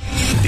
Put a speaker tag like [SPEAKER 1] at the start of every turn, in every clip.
[SPEAKER 1] The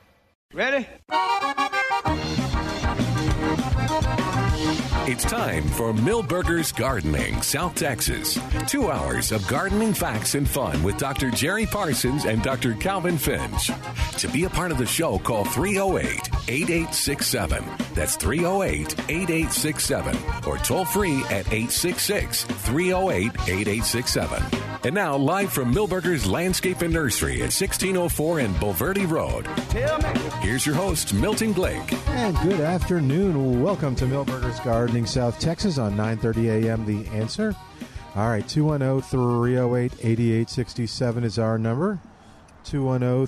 [SPEAKER 2] Ready?
[SPEAKER 3] It's time for Millburgers Gardening, South Texas. Two hours of gardening facts and fun with Dr. Jerry Parsons and Dr. Calvin Finch. To be a part of the show, call 308 8867. That's 308 8867. Or toll free at 866 308 8867. And now, live from Millburgers Landscape and Nursery at 1604 and Bulverde Road, here's your host, Milton Blake.
[SPEAKER 4] And good afternoon. Welcome to Millburgers Gardening South Texas on 9:30 a.m. The Answer. All right, oh, 210-308-8867 is our number. oh,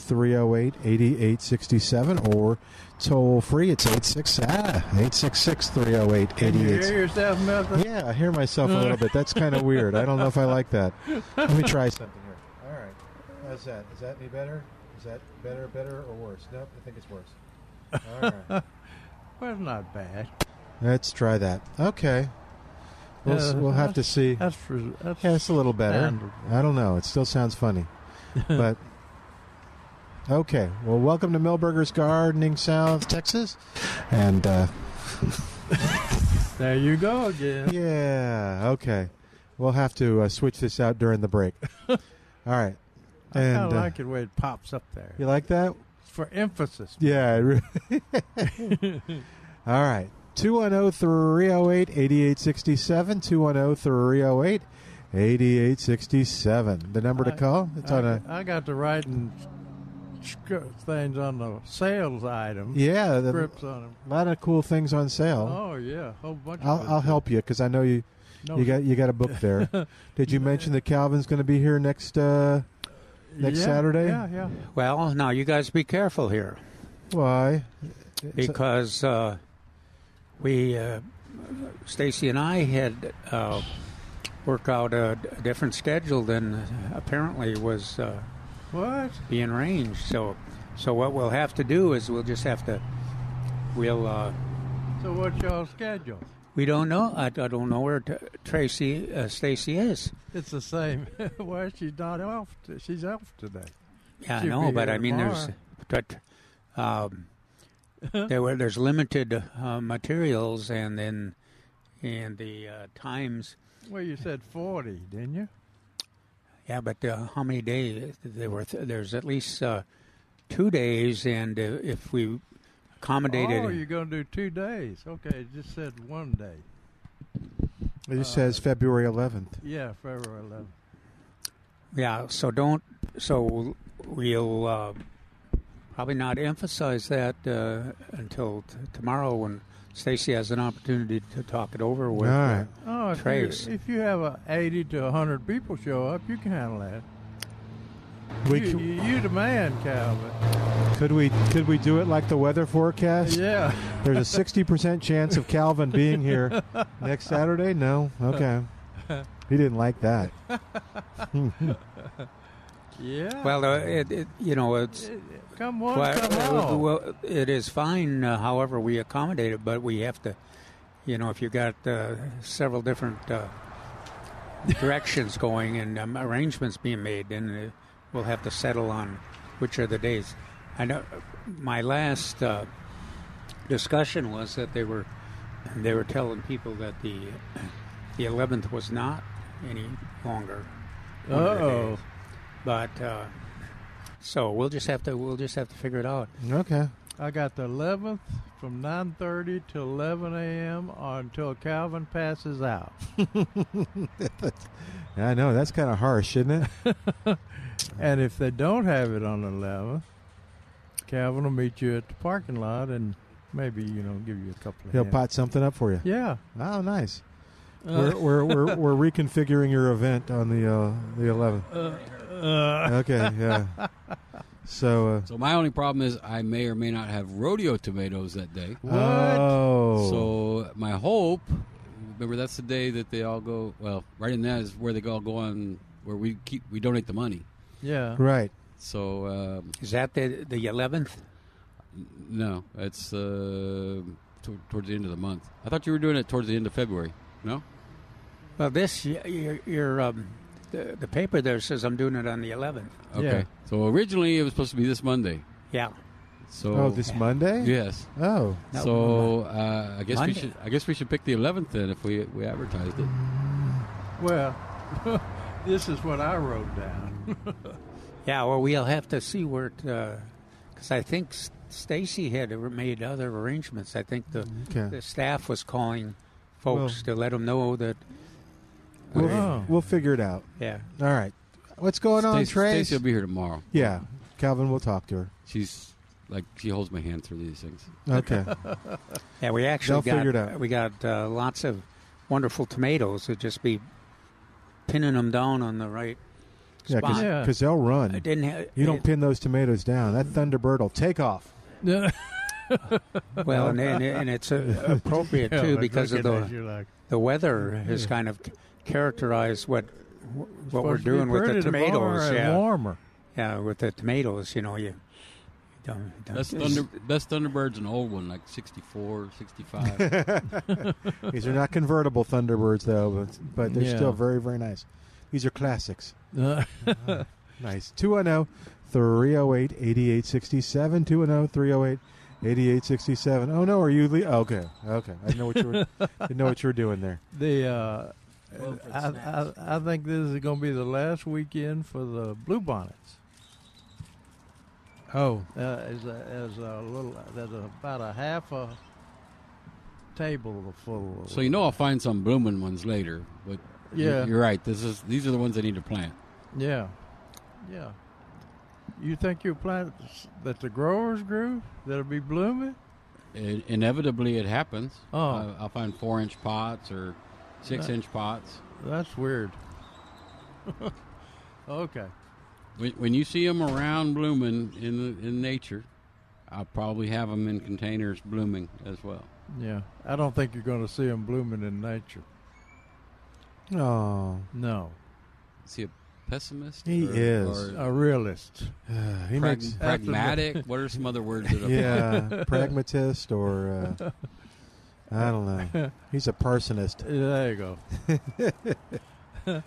[SPEAKER 4] 210-308-8867 or toll free it's 86 ah, 866-308-8867.
[SPEAKER 2] yourself, Milton?
[SPEAKER 4] Yeah, I hear myself a little bit. That's kind of weird. I don't know if I like that. Let me try something here. All right. How's that? Is that any better? Is that better, better or worse? Nope, I think it's worse. All right.
[SPEAKER 2] Well, not bad.
[SPEAKER 4] Let's try that. Okay. We'll, s
[SPEAKER 2] Uh,
[SPEAKER 4] we'll have to see.
[SPEAKER 2] That's for that's
[SPEAKER 4] Yeah, it's a little better.
[SPEAKER 2] And-
[SPEAKER 4] I don't know. It still sounds funny. but okay. Well, welcome to Millburgers Gardening, South Texas. And uh,
[SPEAKER 2] there. You go again.
[SPEAKER 4] yeah, okay. We'll have to uh, switch this out during the break. All right. And
[SPEAKER 2] I kind
[SPEAKER 4] uh,
[SPEAKER 2] of like it when it pops up there
[SPEAKER 4] you like that?
[SPEAKER 2] for emphasis.
[SPEAKER 4] Yeah. it re- All right. 210-308-8867, 210-308-8867. The number to
[SPEAKER 2] I-
[SPEAKER 4] call? It's
[SPEAKER 2] I,
[SPEAKER 4] on a
[SPEAKER 2] I got to writing sc- things on the sales item.
[SPEAKER 4] Yeah, the,
[SPEAKER 2] Scripts on them.
[SPEAKER 4] a lot of cool things on sale.
[SPEAKER 2] Oh yeah, whole bunch.
[SPEAKER 4] I'll,
[SPEAKER 2] of
[SPEAKER 4] I'll help you because I know you
[SPEAKER 2] No,
[SPEAKER 4] you got you got a book there. Did you mention that Calvin's going to be here next uh, next
[SPEAKER 2] yeah,
[SPEAKER 4] Saturday?
[SPEAKER 2] Yeah, yeah.
[SPEAKER 5] Well, now you guys be careful here
[SPEAKER 4] Why?
[SPEAKER 5] because uh, we, uh, Stacy and I, had uh, worked out a d- different schedule than apparently was uh,
[SPEAKER 2] What?
[SPEAKER 5] being arranged. So, so what we'll have to do is we'll just have to. We'll. Uh,
[SPEAKER 2] So what's y'all schedule?
[SPEAKER 5] we don't know. I, I don't know where t- Tracy uh, Stacy is.
[SPEAKER 2] It's the same. well, she's not off. t she's off today.
[SPEAKER 5] Yeah, I
[SPEAKER 2] She'll
[SPEAKER 5] know,
[SPEAKER 2] be
[SPEAKER 5] but
[SPEAKER 2] here
[SPEAKER 5] I mean, there's, but um,
[SPEAKER 2] Uh-huh.
[SPEAKER 5] there were there's limited uh, materials, and then and the uh, times.
[SPEAKER 2] Well, you said forty, didn't you?
[SPEAKER 5] Yeah, but uh, how many days? There were there's at least uh, two days, and uh, if we accommodated,
[SPEAKER 2] Oh, you're going to do two days. Okay, it just said one day.
[SPEAKER 4] It just
[SPEAKER 2] Uh,
[SPEAKER 4] says February 11th.
[SPEAKER 2] Yeah, February 11th.
[SPEAKER 5] yeah. So don't. So we'll uh, probably not emphasize that uh, until t- tomorrow when Stacy has an opportunity to talk it over with.
[SPEAKER 4] All
[SPEAKER 5] uh,
[SPEAKER 4] right.
[SPEAKER 2] Oh, if
[SPEAKER 5] Trace.
[SPEAKER 2] you, if you have a 80 to 100 people show up, you can handle that.
[SPEAKER 4] We
[SPEAKER 2] you,
[SPEAKER 4] c-
[SPEAKER 2] you, you the man, Calvin.
[SPEAKER 4] could we could we do it like the weather forecast?
[SPEAKER 2] Yeah.
[SPEAKER 4] There's a sixty percent chance of Calvin being here next Saturday. No, okay. He didn't like that.
[SPEAKER 2] Yeah.
[SPEAKER 5] Well, uh, it, it, you know, it's
[SPEAKER 2] come on,
[SPEAKER 5] well,
[SPEAKER 2] come
[SPEAKER 5] uh,
[SPEAKER 2] on.
[SPEAKER 5] well, it is fine. Uh, however, we accommodate it, but we have to, you know, if you got uh, several different uh, directions going and um, arrangements being made, then uh, we'll have to settle on which are the days. I know my last uh, discussion was that they were they were telling people that the the 11th was not any longer. one of the
[SPEAKER 2] Uh-oh.
[SPEAKER 5] days. But uh, so we'll just have to we'll just have to figure it out.
[SPEAKER 4] Okay.
[SPEAKER 2] I got the 11th from 9.30 to 11 a.m. or until Calvin passes out.
[SPEAKER 4] Yeah, I know that's kind of harsh, isn't it?
[SPEAKER 2] And if they don't have it on the 11th, Calvin will meet you at the parking lot and maybe, you know, give you a couple of
[SPEAKER 4] He'll
[SPEAKER 2] hints.
[SPEAKER 4] pot something up for you.
[SPEAKER 2] Yeah. Uh.
[SPEAKER 4] Oh, nice. We're, we're, we're, we're reconfiguring your event on the uh, the 11th.
[SPEAKER 2] Uh,
[SPEAKER 4] Okay, yeah. So, uh,
[SPEAKER 6] So my only problem is I may or may not have rodeo tomatoes that day.
[SPEAKER 4] uh, oh,
[SPEAKER 6] So my hope, remember that's the day that they all go. Well, right in that is where they all go on where we keep we donate the money.
[SPEAKER 2] Yeah.
[SPEAKER 4] right.
[SPEAKER 6] So um,
[SPEAKER 5] Is that the the eleventh?
[SPEAKER 6] no, it's uh, t- towards the end of the month. I thought you were doing it towards the end of February. No,
[SPEAKER 5] Well, this y- your your um, the, the paper there says I'm doing it on the eleventh.
[SPEAKER 6] okay.
[SPEAKER 2] Yeah.
[SPEAKER 6] So originally it was supposed to be this Monday.
[SPEAKER 5] Yeah.
[SPEAKER 6] So
[SPEAKER 4] Oh, this Monday?
[SPEAKER 6] yes.
[SPEAKER 4] Oh,
[SPEAKER 5] No,
[SPEAKER 6] so uh, I guess
[SPEAKER 5] Monday.
[SPEAKER 6] we should I guess we should pick the 11th then if we we advertised it.
[SPEAKER 2] Well, this is what I wrote down.
[SPEAKER 5] Yeah. Well, we'll have to see where it because I think S- Stacy had ar- made other arrangements. I think the
[SPEAKER 4] Okay.
[SPEAKER 5] the staff was calling folks to let them know that.
[SPEAKER 4] we'll,
[SPEAKER 2] Wow.
[SPEAKER 4] we'll figure it out.
[SPEAKER 5] Yeah.
[SPEAKER 4] All right. What's going on,
[SPEAKER 6] Stacy-
[SPEAKER 4] Trace?
[SPEAKER 6] Stacy will be here tomorrow.
[SPEAKER 4] yeah, Calvin will talk to her.
[SPEAKER 6] She's like she holds my hand through these things.
[SPEAKER 4] Okay.
[SPEAKER 5] Yeah, we actually
[SPEAKER 4] They'll
[SPEAKER 5] got
[SPEAKER 4] figure it out.
[SPEAKER 5] we got uh, lots of wonderful tomatoes. It'd just be pinning them down on the right
[SPEAKER 4] yeah,
[SPEAKER 5] spot.
[SPEAKER 2] Yeah.
[SPEAKER 4] because they'll run.
[SPEAKER 5] I didn't have
[SPEAKER 4] You don't pin those tomatoes down. That Thunderbird will take off.
[SPEAKER 5] well, and, and, and it's uh, appropriate
[SPEAKER 2] Yeah,
[SPEAKER 5] too
[SPEAKER 2] like
[SPEAKER 5] because of
[SPEAKER 2] looking at
[SPEAKER 5] the
[SPEAKER 2] you like,
[SPEAKER 5] the weather has kind of characterized what what we're
[SPEAKER 2] supposed to be
[SPEAKER 5] doing with
[SPEAKER 2] pretty
[SPEAKER 5] the
[SPEAKER 2] tomorrow
[SPEAKER 5] tomatoes.
[SPEAKER 2] and
[SPEAKER 5] Yeah,
[SPEAKER 2] warmer.
[SPEAKER 5] yeah, with the tomatoes, you know you. Don't, don't,
[SPEAKER 6] Best Thunder, best Thunderbird's an old one, like 64, 65.
[SPEAKER 4] These are not convertible Thunderbirds, though, but, but they're
[SPEAKER 2] Yeah.
[SPEAKER 4] still very, very nice. These are classics.
[SPEAKER 2] Uh,
[SPEAKER 4] Nice. 210 308 8867. 210 308 8867. Oh, no, are you. Le- oh, okay. Okay. I didn't know what you were, didn't know what you were doing there.
[SPEAKER 2] the uh, I, I, I think this is going to be the last weekend for the bluebonnets.
[SPEAKER 4] Oh.
[SPEAKER 2] Uh, as a, as a little, there's about a half a table full. Of
[SPEAKER 6] so you know I'll find some blooming ones later. But you-
[SPEAKER 2] Yeah.
[SPEAKER 6] you're right. This is these are the ones I need to plant.
[SPEAKER 2] Yeah, yeah. You think your plants that the growers grew that'll be blooming?
[SPEAKER 6] I- inevitably, it happens.
[SPEAKER 2] Oh.
[SPEAKER 6] I, I'll find four inch pots or six inch pots.
[SPEAKER 2] That's weird. okay.
[SPEAKER 6] When, when you see them around blooming in the, in nature, I'll probably have them in containers blooming as well.
[SPEAKER 2] Yeah, I don't think you're going to see them blooming in nature.
[SPEAKER 4] Oh.
[SPEAKER 2] No,
[SPEAKER 6] Is he a pessimist?
[SPEAKER 4] He
[SPEAKER 6] or,
[SPEAKER 4] is.
[SPEAKER 6] or
[SPEAKER 2] a realist.
[SPEAKER 4] he
[SPEAKER 6] prag-
[SPEAKER 4] makes.
[SPEAKER 6] pragmatic. what are some other words that? apply?
[SPEAKER 4] Yeah. pragmatist or. Uh, I don't know. He's a parsonist.
[SPEAKER 2] There you go.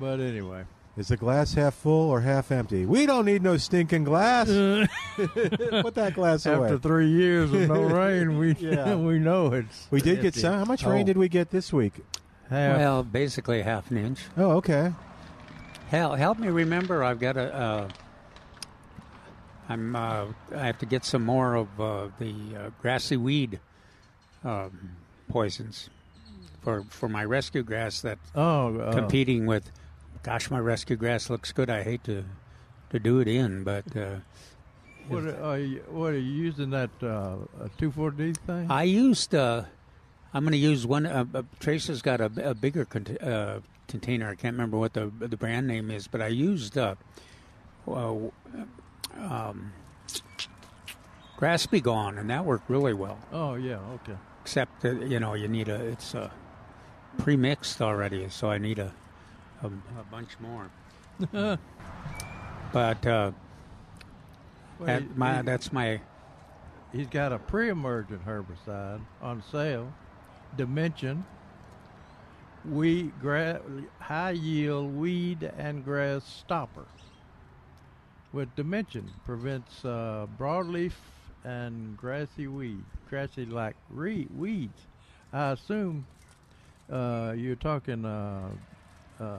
[SPEAKER 2] but anyway,
[SPEAKER 4] Is the glass half full or half empty? We don't need no stinking glass. Put that glass away.
[SPEAKER 2] after three years of no rain, we
[SPEAKER 4] Yeah.
[SPEAKER 2] we know it's
[SPEAKER 4] we did get
[SPEAKER 2] empty.
[SPEAKER 4] some. How much
[SPEAKER 5] Oh.
[SPEAKER 4] rain did we get this week?
[SPEAKER 2] half.
[SPEAKER 5] well, basically half an inch.
[SPEAKER 4] Oh, okay.
[SPEAKER 5] Hel help me remember. I've got a. Uh, I'm. Uh, I have to get some more of uh, the uh, grassy weed um, poisons for for my rescue grass. That
[SPEAKER 2] oh, uh,
[SPEAKER 5] competing with. Gosh, my rescue grass looks good. I hate to to do it in, but uh,
[SPEAKER 2] What are, are you, what are you using that uh, two four D thing?
[SPEAKER 5] I used. Uh, I'm going to use one. Uh, uh, Tracer's got a, a bigger cont- uh, container. I can't remember what the the brand name is, but I used uh, uh, um, Grass Be Gone, and that worked really well.
[SPEAKER 2] oh yeah, okay.
[SPEAKER 5] Except that you know you need a it's uh, pre-mixed already, so I need a a, a bunch more. but uh,
[SPEAKER 2] Well,
[SPEAKER 5] that-
[SPEAKER 2] he-
[SPEAKER 5] my,
[SPEAKER 2] he-
[SPEAKER 5] that's my
[SPEAKER 2] he's got a pre-emergent herbicide on sale, Dimension. We gra- high yield weed and grass stopper. With Dimension prevents uh, broadleaf and grassy weed, grassy like re- weeds. I assume uh, you're talking uh, uh,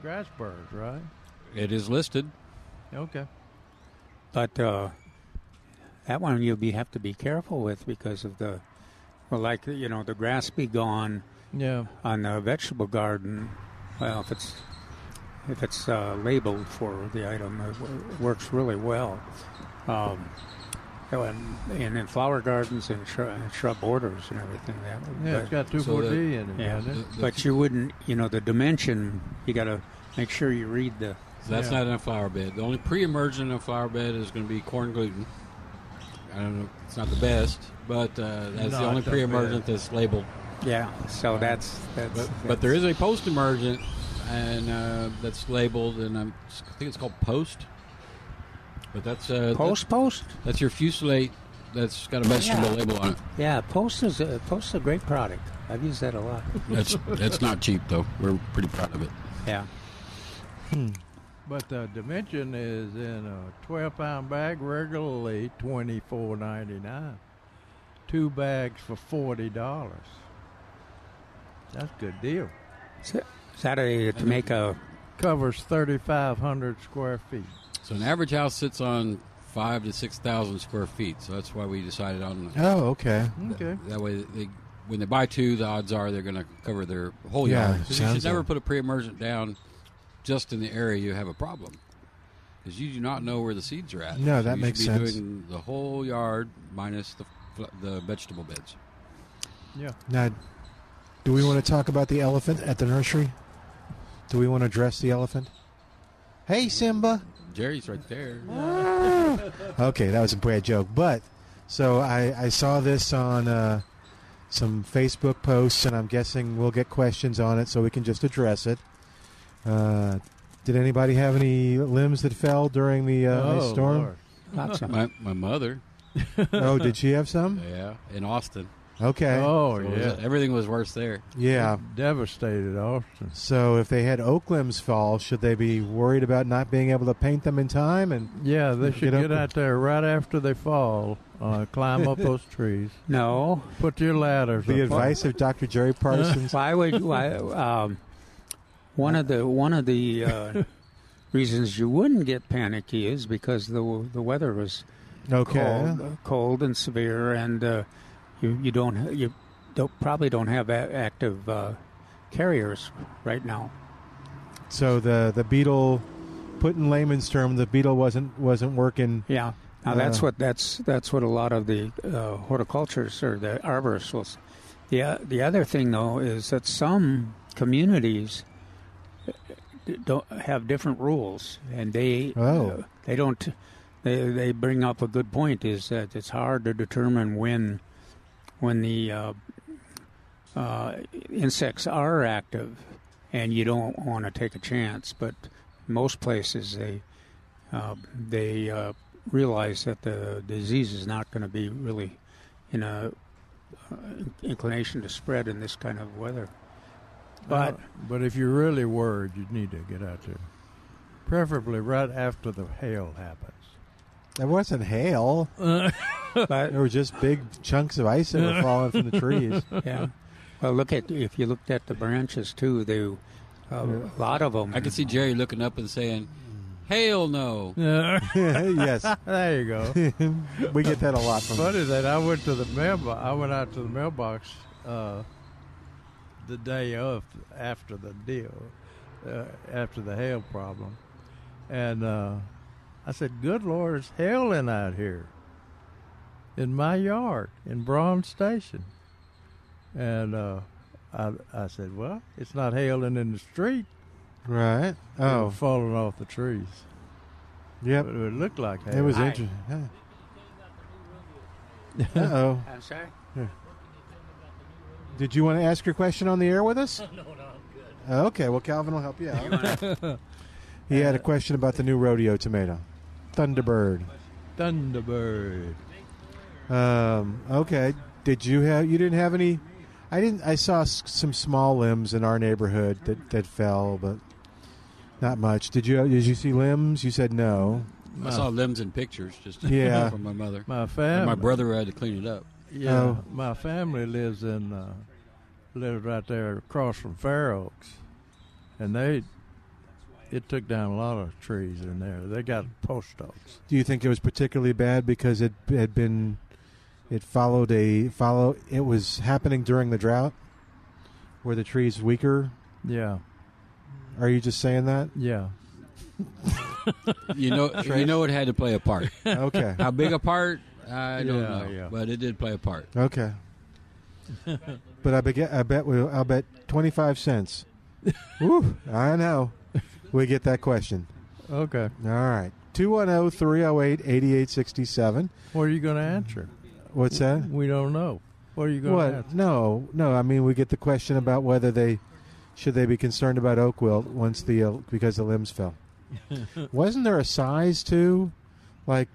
[SPEAKER 2] grass birds, right?
[SPEAKER 6] It is listed.
[SPEAKER 2] Okay.
[SPEAKER 5] But uh, that one you'll be have to be careful with because of the, well, like you know, the grass be gone
[SPEAKER 2] Yeah.
[SPEAKER 5] on the vegetable garden. Well, if it's if it's uh, labeled for the item, it w- works really well. Um, oh, and, and in flower gardens and shrub, shrub borders and everything that.
[SPEAKER 2] Yeah, it's
[SPEAKER 5] but,
[SPEAKER 2] got 2,4-D
[SPEAKER 6] the-
[SPEAKER 2] in it.
[SPEAKER 5] yeah,
[SPEAKER 2] hasn't it?
[SPEAKER 5] but you wouldn't, you know, the dimension. You got to make sure you read the
[SPEAKER 6] So that's
[SPEAKER 2] Yeah.
[SPEAKER 6] not in a flower bed. The only pre-emergent in a flower bed is going to be corn gluten. I don't know. It's not the best, but uh, that's
[SPEAKER 2] Not
[SPEAKER 6] the only
[SPEAKER 2] the
[SPEAKER 6] pre-emergent that's labeled.
[SPEAKER 5] Yeah, so that's that's.
[SPEAKER 6] But, but there is a post-emergent, and uh, that's labeled, and I'm, I think it's called post. But that's uh,
[SPEAKER 5] post post.
[SPEAKER 6] That's, that's your fusilate. That's got a vegetable
[SPEAKER 5] Yeah.
[SPEAKER 6] label on it.
[SPEAKER 5] Yeah, post is a, post is a great product. I've used that a lot.
[SPEAKER 6] That's that's not cheap though. We're pretty proud of it.
[SPEAKER 5] Yeah.
[SPEAKER 2] But the dimension is in a 12 pound bag, regularly twenty four ninety nine. Two bags for forty dollars. That's a good deal.
[SPEAKER 5] Is that- is that a to make a?
[SPEAKER 2] Covers thirty five hundred square feet.
[SPEAKER 6] So an average house sits on five to six thousand square feet. So that's why we decided on
[SPEAKER 4] Oh, okay.
[SPEAKER 2] Okay.
[SPEAKER 6] That way, they, when they buy two, the odds are they're going to cover their whole
[SPEAKER 4] Yeah,
[SPEAKER 6] yard. 'Cause you
[SPEAKER 4] sounds
[SPEAKER 6] should never
[SPEAKER 4] like-
[SPEAKER 6] put a pre-emergent down just in the area you have a problem, because you do not know where the seeds are at.
[SPEAKER 4] No,
[SPEAKER 6] you
[SPEAKER 4] that
[SPEAKER 6] should
[SPEAKER 4] makes
[SPEAKER 6] be
[SPEAKER 4] sense.
[SPEAKER 6] Doing the whole yard minus the fl- the vegetable beds.
[SPEAKER 2] Yeah.
[SPEAKER 4] Now, do we want to talk about the elephant at the nursery? Do we want to dress the elephant? Hey, Simba.
[SPEAKER 6] Jerry's right there.
[SPEAKER 4] Okay, that was a bad joke. But so I, I saw this on uh, some Facebook posts, and I'm guessing we'll get questions on it, so we can just address it. Uh, did anybody have any limbs that fell during the uh,
[SPEAKER 6] Oh,
[SPEAKER 4] ice storm?
[SPEAKER 2] Oh, Lord.
[SPEAKER 5] Lots of,
[SPEAKER 6] My, my mother,
[SPEAKER 4] oh, did she have some?
[SPEAKER 6] yeah, in Austin.
[SPEAKER 4] Okay.
[SPEAKER 2] Oh
[SPEAKER 6] So it was-
[SPEAKER 2] yeah.
[SPEAKER 6] everything was worse there.
[SPEAKER 4] Yeah.
[SPEAKER 2] Devastated oh, Austin.
[SPEAKER 4] So if they had oak limbs fall, should they be worried about not being able to paint them in time? And
[SPEAKER 2] Yeah, they
[SPEAKER 4] Get
[SPEAKER 2] should
[SPEAKER 4] up
[SPEAKER 2] get
[SPEAKER 4] and-
[SPEAKER 2] out there right after they fall. Uh, climb up those trees.
[SPEAKER 5] no.
[SPEAKER 2] Put your ladders.
[SPEAKER 4] the
[SPEAKER 2] up.
[SPEAKER 4] advice of Dr. Jerry Parsons.
[SPEAKER 5] Why would why? Um, one of the one of the uh, reasons you wouldn't get panicky is because the the weather was
[SPEAKER 4] Okay.
[SPEAKER 5] cold, cold and severe, and uh, you you don't you don't, probably don't have a- active uh, carriers right now.
[SPEAKER 4] So the the beetle, put in layman's term, the beetle wasn't wasn't working.
[SPEAKER 5] Yeah. Now that's
[SPEAKER 4] Uh.
[SPEAKER 5] what that's that's what a lot of the uh, horticulturists or the arborists will. Say. The o- the other thing though is that some communities don't have different rules, and they
[SPEAKER 4] Oh.
[SPEAKER 5] they don't they they bring up a good point is that it's hard to determine when when the uh, uh, insects are active, and you don't want to take a chance. But most places they uh, they uh, realize that the disease is not going to be really in a uh, inclination to spread in this kind of weather. But
[SPEAKER 2] but if you're really worried, you need to get out there, preferably right after the hail happens.
[SPEAKER 4] That wasn't hail.
[SPEAKER 5] but
[SPEAKER 4] There were just big chunks of ice that were falling from the trees.
[SPEAKER 5] yeah. Well, look at if you looked at the branches too. They uh, a lot of them.
[SPEAKER 6] I could see Jerry looking up and saying, "Hell no!"
[SPEAKER 4] yes,
[SPEAKER 2] there you go,
[SPEAKER 4] we get that a lot from.
[SPEAKER 2] funny that I went to the mailbox. I went out to the mailbox uh, the day of after the deal, uh, after the hail problem, and uh, I said, "Good Lord, it's hailing out here in my yard in Braun Station," and uh, I, I said, "Well, it's not hailing in the street."
[SPEAKER 4] Right.
[SPEAKER 2] Oh,
[SPEAKER 4] Oh,
[SPEAKER 2] falling off the trees.
[SPEAKER 4] yep.
[SPEAKER 2] But it looked like
[SPEAKER 4] It was
[SPEAKER 5] Hi.
[SPEAKER 4] interesting. Uh oh.
[SPEAKER 5] I'm sorry.
[SPEAKER 4] Did you want to ask your question on the air with us? No, no, I'm good. Okay, well, Calvin will help you out. he had a question about the new rodeo tomato, Thunderbird.
[SPEAKER 2] Thunderbird.
[SPEAKER 4] Um, okay. Did you have? You didn't have any? I didn't. I saw s- some small limbs in our neighborhood that that fell, but not much. Did you? Did you see limbs? You said no. Uh,
[SPEAKER 6] I saw limbs in pictures just
[SPEAKER 4] Yeah.
[SPEAKER 6] from my mother.
[SPEAKER 2] My
[SPEAKER 6] And
[SPEAKER 2] family.
[SPEAKER 6] my brother had to clean it up.
[SPEAKER 2] Yeah,
[SPEAKER 4] Oh.
[SPEAKER 2] my family lives in uh, lives right there across from Fair Oaks, and they it took down a lot of trees in there. They got post oaks.
[SPEAKER 4] Do you think it was particularly bad because it had been? It followed a follow. It was happening during the drought, where the trees weaker.
[SPEAKER 2] Yeah,
[SPEAKER 4] Are you just saying that?
[SPEAKER 2] yeah.
[SPEAKER 6] You know, you know, it had to play a part.
[SPEAKER 4] Okay.
[SPEAKER 6] How big a part? I don't
[SPEAKER 2] Yeah,
[SPEAKER 6] know,
[SPEAKER 2] yeah.
[SPEAKER 6] but it did play a part.
[SPEAKER 4] Okay. but I bet I bet we I'll bet twenty five cents. Woo! I know. We get that question.
[SPEAKER 2] Okay.
[SPEAKER 4] All right. 210 308 8867.
[SPEAKER 2] What are you going to answer?
[SPEAKER 4] What's that?
[SPEAKER 2] We don't know. What are you going to
[SPEAKER 4] What?
[SPEAKER 2] answer?
[SPEAKER 4] No, no. I mean, we get the question about whether they should they be concerned about oak wilt once the uh, because the limbs fell. Wasn't there a size too? Like,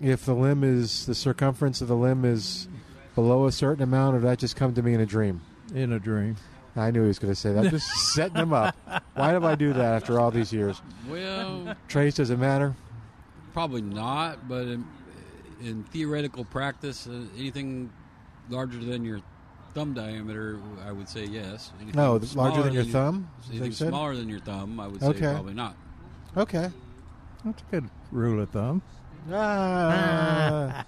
[SPEAKER 4] if the limb is the circumference of the limb is below a certain amount, or did that just come to me in a dream?
[SPEAKER 2] In a dream.
[SPEAKER 4] I knew he was going to say that. I'm just setting him up. Why did I do that after all these years?
[SPEAKER 6] Well,
[SPEAKER 4] Trace doesn't matter.
[SPEAKER 6] probably not, but in, in theoretical practice, uh, anything larger than your thumb diameter, I would say yes. Anything
[SPEAKER 4] No, th- larger
[SPEAKER 6] smaller
[SPEAKER 4] than your thumb? Is that what
[SPEAKER 6] Anything
[SPEAKER 4] you said?
[SPEAKER 6] smaller than your thumb, I would
[SPEAKER 4] Okay.
[SPEAKER 6] say probably not.
[SPEAKER 4] Okay.
[SPEAKER 2] That's a good rule of thumb.
[SPEAKER 4] Ah.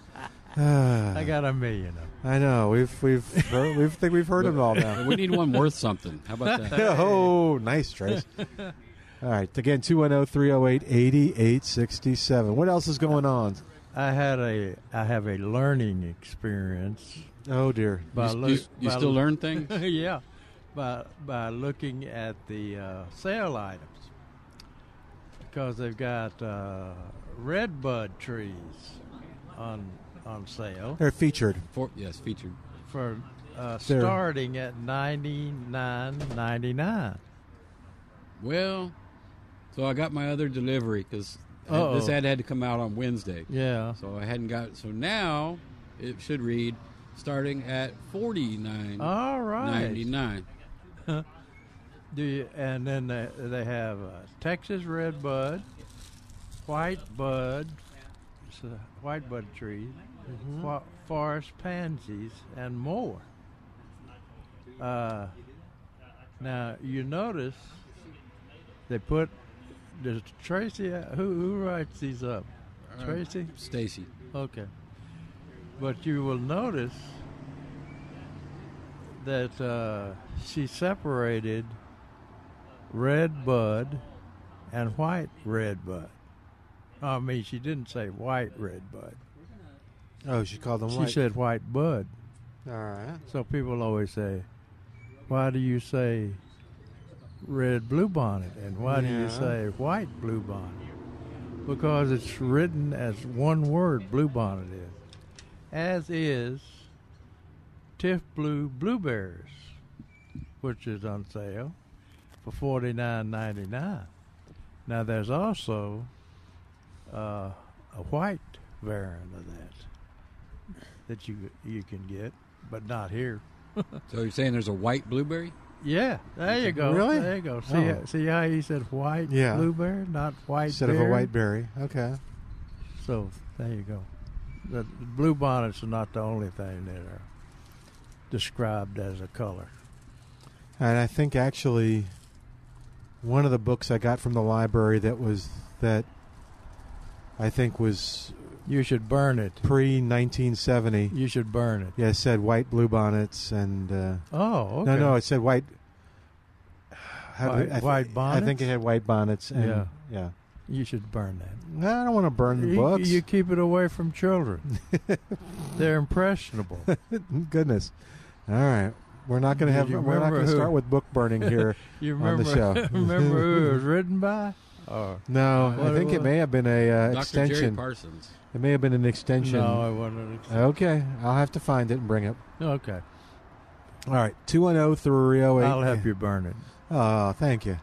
[SPEAKER 2] I got a million of them.
[SPEAKER 4] I know we've we've heard, we think we've heard them all now.
[SPEAKER 6] We need one worth something. How about that?
[SPEAKER 2] uh,
[SPEAKER 4] oh, nice, Trace. All right. Again, oh, 210 308 8867. What else is going on?
[SPEAKER 2] I had a I have a learning experience
[SPEAKER 4] Oh, dear.
[SPEAKER 2] by
[SPEAKER 6] you,
[SPEAKER 2] look-
[SPEAKER 6] you- you
[SPEAKER 2] by
[SPEAKER 6] still
[SPEAKER 2] look-
[SPEAKER 6] learn things?
[SPEAKER 2] yeah, by by looking at the uh, sale items because they've got uh, red bud trees on on sale
[SPEAKER 4] They're featured.
[SPEAKER 6] For, yes, featured.
[SPEAKER 2] for uh,
[SPEAKER 4] They're-
[SPEAKER 2] starting at ninety nine ninety nine.
[SPEAKER 6] Well, so I got my other delivery because
[SPEAKER 2] Uh-oh.
[SPEAKER 6] this ad had to come out on Wednesday.
[SPEAKER 2] Yeah,
[SPEAKER 6] So I hadn't got. So now it should read starting at forty nine
[SPEAKER 2] all right.
[SPEAKER 6] ninety nine.
[SPEAKER 2] Do you, and then they, they have uh, Texas red bud, white bud, it's a white bud tree, fo- forest pansies, and more. Uh, now you notice they put does Tracy uh, who who writes these up? Tracy.
[SPEAKER 6] Stacy.
[SPEAKER 2] Okay. But you will notice that uh, she separated red bud and white red bud. I mean, she didn't say white red bud.
[SPEAKER 4] Oh, she called them
[SPEAKER 2] She
[SPEAKER 4] white.
[SPEAKER 2] said white bud.
[SPEAKER 4] All right.
[SPEAKER 2] So people always say, why do you say red bluebonnet and why do
[SPEAKER 4] Yeah.
[SPEAKER 2] you say white bluebonnet? Because it's written as one word, bluebonnet is. As is Tiff Blue Blueberries, which is on sale for forty nine ninety nine. Now there's also uh, a white variant of that that you you can get, but not here.
[SPEAKER 6] So you're saying there's a white blueberry?
[SPEAKER 2] Yeah, there you go.
[SPEAKER 4] Really?
[SPEAKER 2] There you go. See,
[SPEAKER 4] Oh.
[SPEAKER 2] see how he said white
[SPEAKER 4] Yeah.
[SPEAKER 2] blueberry, not white
[SPEAKER 4] Instead of
[SPEAKER 2] berry?
[SPEAKER 4] a white berry. Okay.
[SPEAKER 2] So there you go. The blue bonnets are not the only thing that are described as a color.
[SPEAKER 4] And I think actually one of the books I got from the library that was that I think was
[SPEAKER 2] You should burn it.
[SPEAKER 4] pre 1970.
[SPEAKER 2] You should burn it.
[SPEAKER 4] Yeah, it said white bluebonnets and. Uh,
[SPEAKER 2] Oh, okay.
[SPEAKER 4] No, no, it said white. How do-
[SPEAKER 2] White-
[SPEAKER 4] I thi-
[SPEAKER 2] white
[SPEAKER 4] I think
[SPEAKER 2] bonnets?
[SPEAKER 4] it had white bonnets. And, yeah,
[SPEAKER 2] Yeah. You should burn that.
[SPEAKER 4] No, I don't want to burn the
[SPEAKER 2] You-
[SPEAKER 4] books.
[SPEAKER 2] You keep it away from children. They're impressionable.
[SPEAKER 4] Goodness. All right, we're not going to
[SPEAKER 2] Did
[SPEAKER 4] have.
[SPEAKER 2] you
[SPEAKER 4] We're not
[SPEAKER 2] remember
[SPEAKER 4] going to
[SPEAKER 2] who?
[SPEAKER 4] start with book burning here.
[SPEAKER 2] You
[SPEAKER 4] On
[SPEAKER 2] remember?
[SPEAKER 4] the show.
[SPEAKER 2] remember who it was written by? Or
[SPEAKER 4] No, I
[SPEAKER 2] What
[SPEAKER 4] think
[SPEAKER 2] it
[SPEAKER 4] it may have been a uh,
[SPEAKER 6] Dr. Jerry
[SPEAKER 4] extension.
[SPEAKER 6] Parsons.
[SPEAKER 4] It may have been an extension.
[SPEAKER 2] no, I wasn't.
[SPEAKER 4] Okay, I'll have to find it and bring it.
[SPEAKER 2] Okay,
[SPEAKER 4] All right, two one zero three zero eight.
[SPEAKER 2] I'll help you burn it.
[SPEAKER 4] Oh, thank you.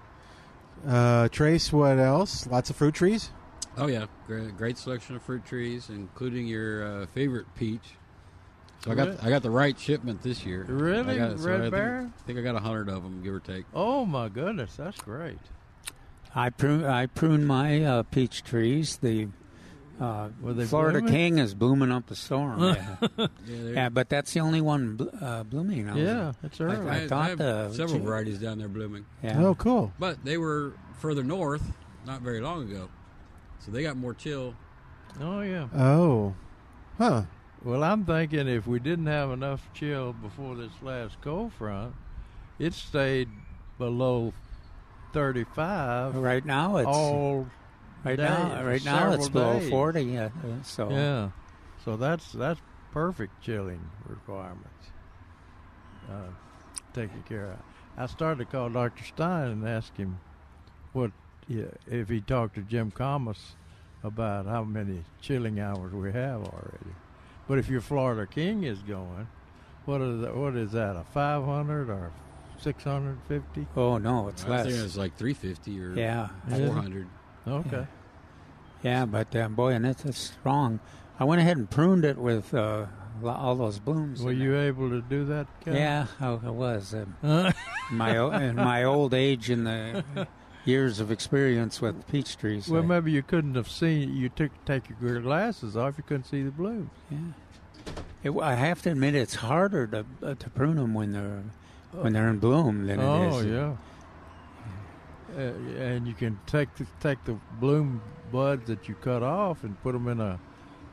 [SPEAKER 4] Uh, Trace, what else? Lots of fruit trees.
[SPEAKER 6] Oh yeah, great, great selection of fruit trees, including your uh, favorite peach. So I got
[SPEAKER 2] Really?
[SPEAKER 6] I got the right shipment this year.
[SPEAKER 2] Really?
[SPEAKER 6] I got, so
[SPEAKER 2] Red
[SPEAKER 6] I think-
[SPEAKER 2] Baron?
[SPEAKER 6] I think I got a hundred of them, give or take.
[SPEAKER 2] Oh my goodness, that's great.
[SPEAKER 5] I prune, I prune my uh, peach trees. The uh,
[SPEAKER 2] Were they
[SPEAKER 5] Florida
[SPEAKER 2] blooming?
[SPEAKER 5] King is blooming up a storm. yeah.
[SPEAKER 6] Yeah, there-
[SPEAKER 5] Yeah, but that's the only one bl- uh, blooming. I was-
[SPEAKER 2] Yeah, that's all
[SPEAKER 6] I,
[SPEAKER 2] right.
[SPEAKER 5] I
[SPEAKER 6] I- I
[SPEAKER 5] thought
[SPEAKER 6] have
[SPEAKER 5] the-
[SPEAKER 6] several
[SPEAKER 5] gee.
[SPEAKER 6] varieties down there blooming,
[SPEAKER 5] yeah.
[SPEAKER 4] Oh, cool.
[SPEAKER 6] but they were further north not very long ago, so they got more chill.
[SPEAKER 2] Oh yeah.
[SPEAKER 4] Oh, huh.
[SPEAKER 2] Well, I'm thinking if we didn't have enough chill before this last cold front, it stayed below 35
[SPEAKER 5] Right now it's
[SPEAKER 2] all
[SPEAKER 5] right
[SPEAKER 2] day,
[SPEAKER 5] now
[SPEAKER 2] for
[SPEAKER 5] right now it's
[SPEAKER 2] several
[SPEAKER 5] below
[SPEAKER 2] days.
[SPEAKER 5] forty. Yeah, uh, so
[SPEAKER 2] Yeah. So that's that's perfect chilling requirements. Uh, taken care of. I started to call Dr. Stein and ask him what yeah, if he talked to Jim Thomas about how many chilling hours we have already. But if your Florida King is going, what is that, what is that a five hundred or six hundred fifty?
[SPEAKER 5] Oh no, it's
[SPEAKER 6] I
[SPEAKER 5] less.
[SPEAKER 6] think it was like 350 or
[SPEAKER 5] Yeah.
[SPEAKER 6] 400.
[SPEAKER 2] Okay,
[SPEAKER 5] Yeah, but um, boy, and it's, it's strong. I went ahead and pruned it with uh, lo- all those blooms.
[SPEAKER 2] were
[SPEAKER 5] in
[SPEAKER 2] you able to do that?
[SPEAKER 5] it.
[SPEAKER 2] Ken?
[SPEAKER 5] Yeah, I, I was. Um, my o- in my old age and the years of experience with peach trees.
[SPEAKER 2] Well,
[SPEAKER 5] I-
[SPEAKER 2] maybe you couldn't have seen. You took take your glasses off. You couldn't see the blooms.
[SPEAKER 5] Yeah. It, I have to admit, it's harder to uh, to prune them when they're when they're in bloom than it
[SPEAKER 2] oh
[SPEAKER 5] is.
[SPEAKER 2] yeah. Uh, and you can take the, take the bloom buds that you cut off and put them in a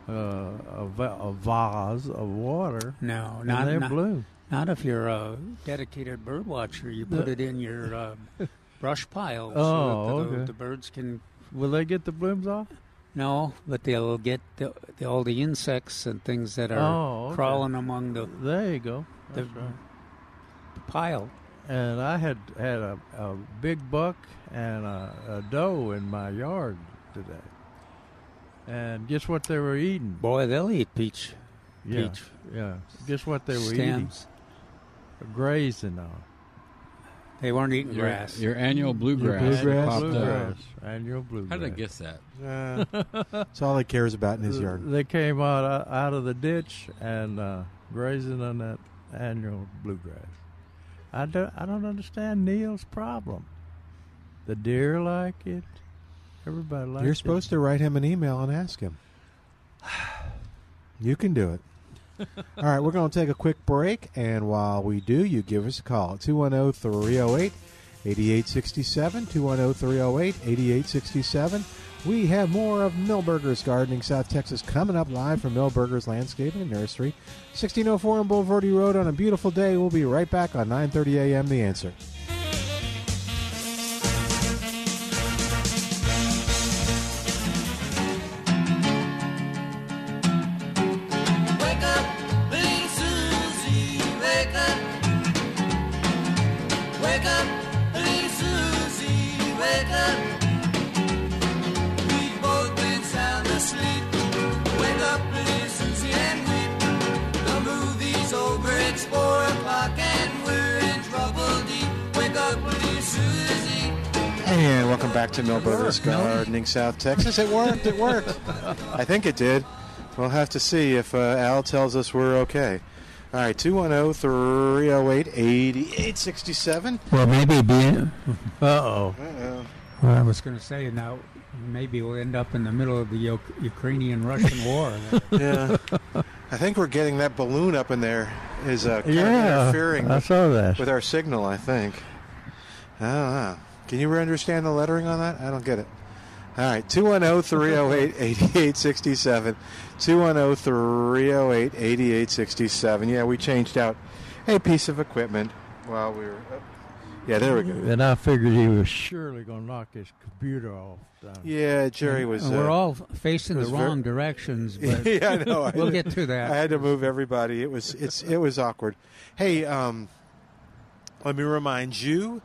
[SPEAKER 2] uh, a, va- a vase of water,
[SPEAKER 5] No,
[SPEAKER 2] and
[SPEAKER 5] not
[SPEAKER 2] they
[SPEAKER 5] not,
[SPEAKER 2] bloom.
[SPEAKER 5] not if you're uh, a dedicated bird watcher. You put it in your uh, brush pile
[SPEAKER 2] Oh,
[SPEAKER 5] so that the,
[SPEAKER 2] okay.
[SPEAKER 5] the birds can.
[SPEAKER 2] Will they get the blooms off?
[SPEAKER 5] No, but they'll get the, the, all the insects and things that are
[SPEAKER 2] Oh, okay.
[SPEAKER 5] crawling among the,
[SPEAKER 2] There you go.
[SPEAKER 5] the
[SPEAKER 2] That's right.
[SPEAKER 5] pile.
[SPEAKER 2] And I had had a, a big buck and a, a doe in my yard today. And guess what they were eating?
[SPEAKER 5] Boy, they'll eat peach
[SPEAKER 2] yeah,
[SPEAKER 5] peach
[SPEAKER 2] yeah. Guess what they were
[SPEAKER 5] stems.
[SPEAKER 2] eating? Grazing on.
[SPEAKER 5] They weren't eating
[SPEAKER 6] Your,
[SPEAKER 5] grass.
[SPEAKER 6] your annual bluegrass.
[SPEAKER 4] bluegrass.
[SPEAKER 6] popped up.
[SPEAKER 2] Bluegrass. Annual bluegrass.
[SPEAKER 6] How did I guess that?
[SPEAKER 4] Uh, it's all he cares about in his yard.
[SPEAKER 2] They came out uh, out of the ditch and uh, grazing on that annual bluegrass. I don't I don't understand Neil's problem. The deer like it. Everybody likes it.
[SPEAKER 4] You're supposed to write him an email and ask him. You can do it. All right, we're going to take a quick break, and while we do, you give us a call at 210 308 8867. 210 308 8867. We have more of Millburgers Gardening South Texas coming up live from Millburgers Landscaping and Nursery, 1604 on Boulevardy Road on a beautiful day. We'll be right back on 9:30 a.m. The Answer.
[SPEAKER 7] Wake up, little Susie, wake up. Wake up, little Susie, wake up. We've both been sound asleep. Wake up, little Susie, and weep. The movie's over, it's four o'clock, and we're in trouble deep. Wake up, little Susie.
[SPEAKER 4] And welcome back to Millburgers Gardening South Texas. It worked. It worked. I think it did. We'll have to see if uh, Al tells us we're okay. All right, 210 308 8867.
[SPEAKER 5] well, maybe being
[SPEAKER 2] Uh oh.
[SPEAKER 5] Well, I was going to say now, maybe we'll end up in the middle of the U- Ukrainian-Russian war.
[SPEAKER 4] Yeah. I think we're getting that balloon up in there is uh, kind of
[SPEAKER 2] Yeah.
[SPEAKER 4] interfering
[SPEAKER 2] I
[SPEAKER 4] with,
[SPEAKER 2] saw that.
[SPEAKER 4] with our signal, I think. I don't know. Can you understand the lettering on that? I don't get it. All right, oh, 210 308 8867. 210 308 8867. Yeah, we changed out a piece of equipment while we were. oh. Yeah, there we go.
[SPEAKER 2] And I figured he was surely going to knock his computer off. Down.
[SPEAKER 4] Yeah, Jerry was.
[SPEAKER 5] And we're
[SPEAKER 4] uh,
[SPEAKER 5] all facing the
[SPEAKER 4] was ver-
[SPEAKER 5] wrong directions, but
[SPEAKER 4] yeah, I know. I-
[SPEAKER 5] we'll get through that.
[SPEAKER 4] I had to move everybody. It was it's it was awkward. Hey, um, let me remind you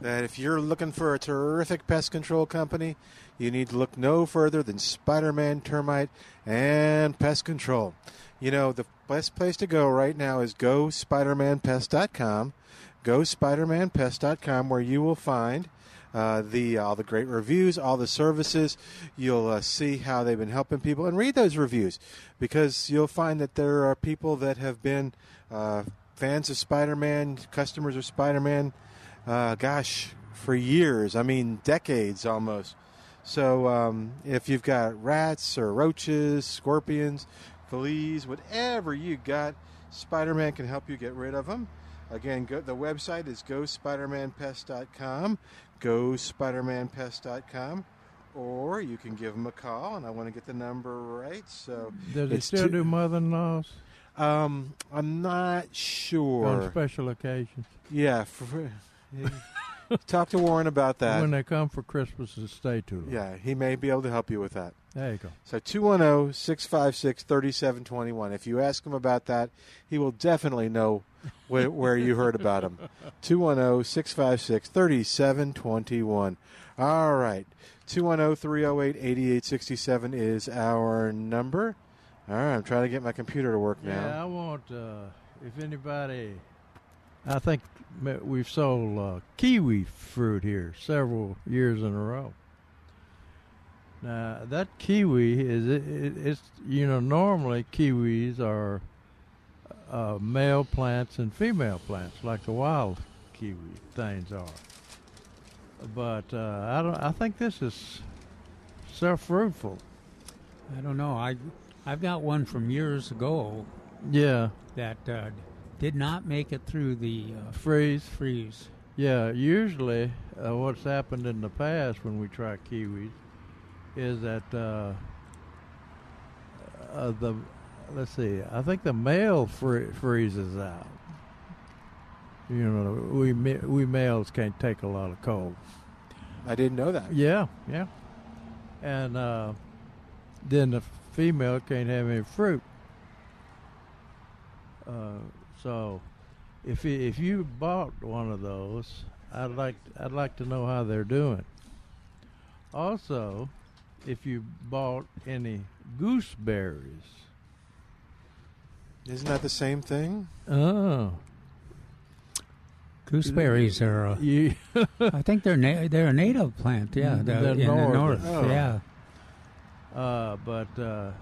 [SPEAKER 4] that if you're looking for a terrific pest control company, you need to look no further than Spider-Man Termite and Pest Control. You know the best place to go right now is go spidermanpest.com. Go spidermanpest.com where you will find uh, the all the great reviews, all the services. You'll uh, see how they've been helping people and read those reviews because you'll find that there are people that have been uh, fans of Spider-Man, customers of Spider-Man. Uh, gosh, for years. I mean, decades almost. So um, if you've got rats or roaches, scorpions, fleas, whatever you got, Spider-Man can help you get rid of them. Again, go, the website is gospidermanpest.com, gospidermanpest.com, or you can give them a call, and I want to get the number right. So
[SPEAKER 2] Does he
[SPEAKER 4] it's
[SPEAKER 2] still
[SPEAKER 4] two-
[SPEAKER 2] do mother-in-laws
[SPEAKER 4] um, I'm not
[SPEAKER 2] on
[SPEAKER 4] sure.
[SPEAKER 2] special occasions?
[SPEAKER 4] Yeah, for, talk to Warren about
[SPEAKER 2] when
[SPEAKER 4] that.
[SPEAKER 2] they come for Christmas and stay too long.
[SPEAKER 4] Yeah, he may be able to help you with that.
[SPEAKER 2] There you go.
[SPEAKER 4] So oh, 210 656 3721. If you ask him about that, he will definitely know oh, where, where you heard about him. 210 656 3721. All right. oh, 210 308 8867 is our number. All right. I'm trying to get my computer to work
[SPEAKER 2] Yeah, I
[SPEAKER 4] now.
[SPEAKER 2] want, uh, if anybody, I think ma- we've sold uh, kiwi fruit here several years in a row. Now, that kiwi is, it, it, it's, you know, normally kiwis are uh, male plants and female plants, like the wild kiwi things are. But uh, I don't. I think this is self-fruitful.
[SPEAKER 5] I don't know. I I've got one from years ago
[SPEAKER 2] Yeah,
[SPEAKER 5] that uh, did not make it through the uh,
[SPEAKER 2] freeze.
[SPEAKER 5] freeze.
[SPEAKER 2] Yeah, usually uh, what's happened in the past when we try kiwis is that uh, uh, the let's see, I think the male free- freezes out. You know, we ma- we males can't take a lot of cold.
[SPEAKER 4] I didn't know that.
[SPEAKER 2] Yeah, yeah, and uh, then the female can't have any fruit. Uh, so, if you, if you bought one of those, I'd like I'd like to know how they're doing. Also, if you bought any gooseberries,
[SPEAKER 4] Isn't that the same thing?
[SPEAKER 2] oh,
[SPEAKER 5] Gooseberries are. Uh,
[SPEAKER 2] you,
[SPEAKER 5] I think they're na- they're a native plant. Yeah,
[SPEAKER 2] Mm,
[SPEAKER 5] they're
[SPEAKER 2] they're
[SPEAKER 5] in the
[SPEAKER 2] northern.
[SPEAKER 5] north.
[SPEAKER 4] Oh.
[SPEAKER 5] Yeah.
[SPEAKER 2] uh, but uh,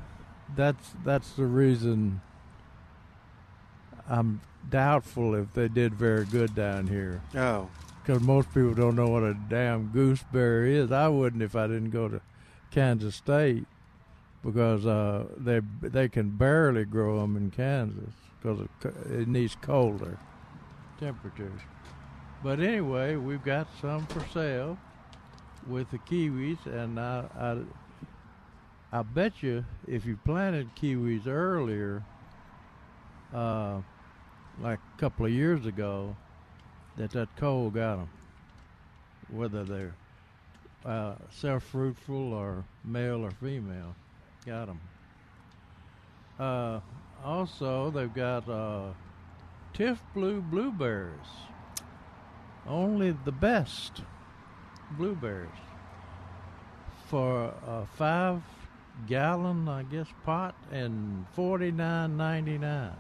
[SPEAKER 2] that's that's the reason I'm doubtful if they did very good down here
[SPEAKER 4] Oh.
[SPEAKER 2] because most people don't know what a damn gooseberry is. I wouldn't if I didn't go to Kansas State because uh, they they can barely grow them in Kansas because it, co- it needs colder temperatures. But anyway, we've got some for sale with the kiwis, and I I, I bet you if you planted kiwis earlier, uh, like a couple of years ago, that that cold got them, whether they're uh, self-fruitful or male or female, got them. Uh, also, they've got uh, Tiff Blue blueberries. Only the best blueberries for a five-gallon, I guess, pot and forty-nine ninety-nine,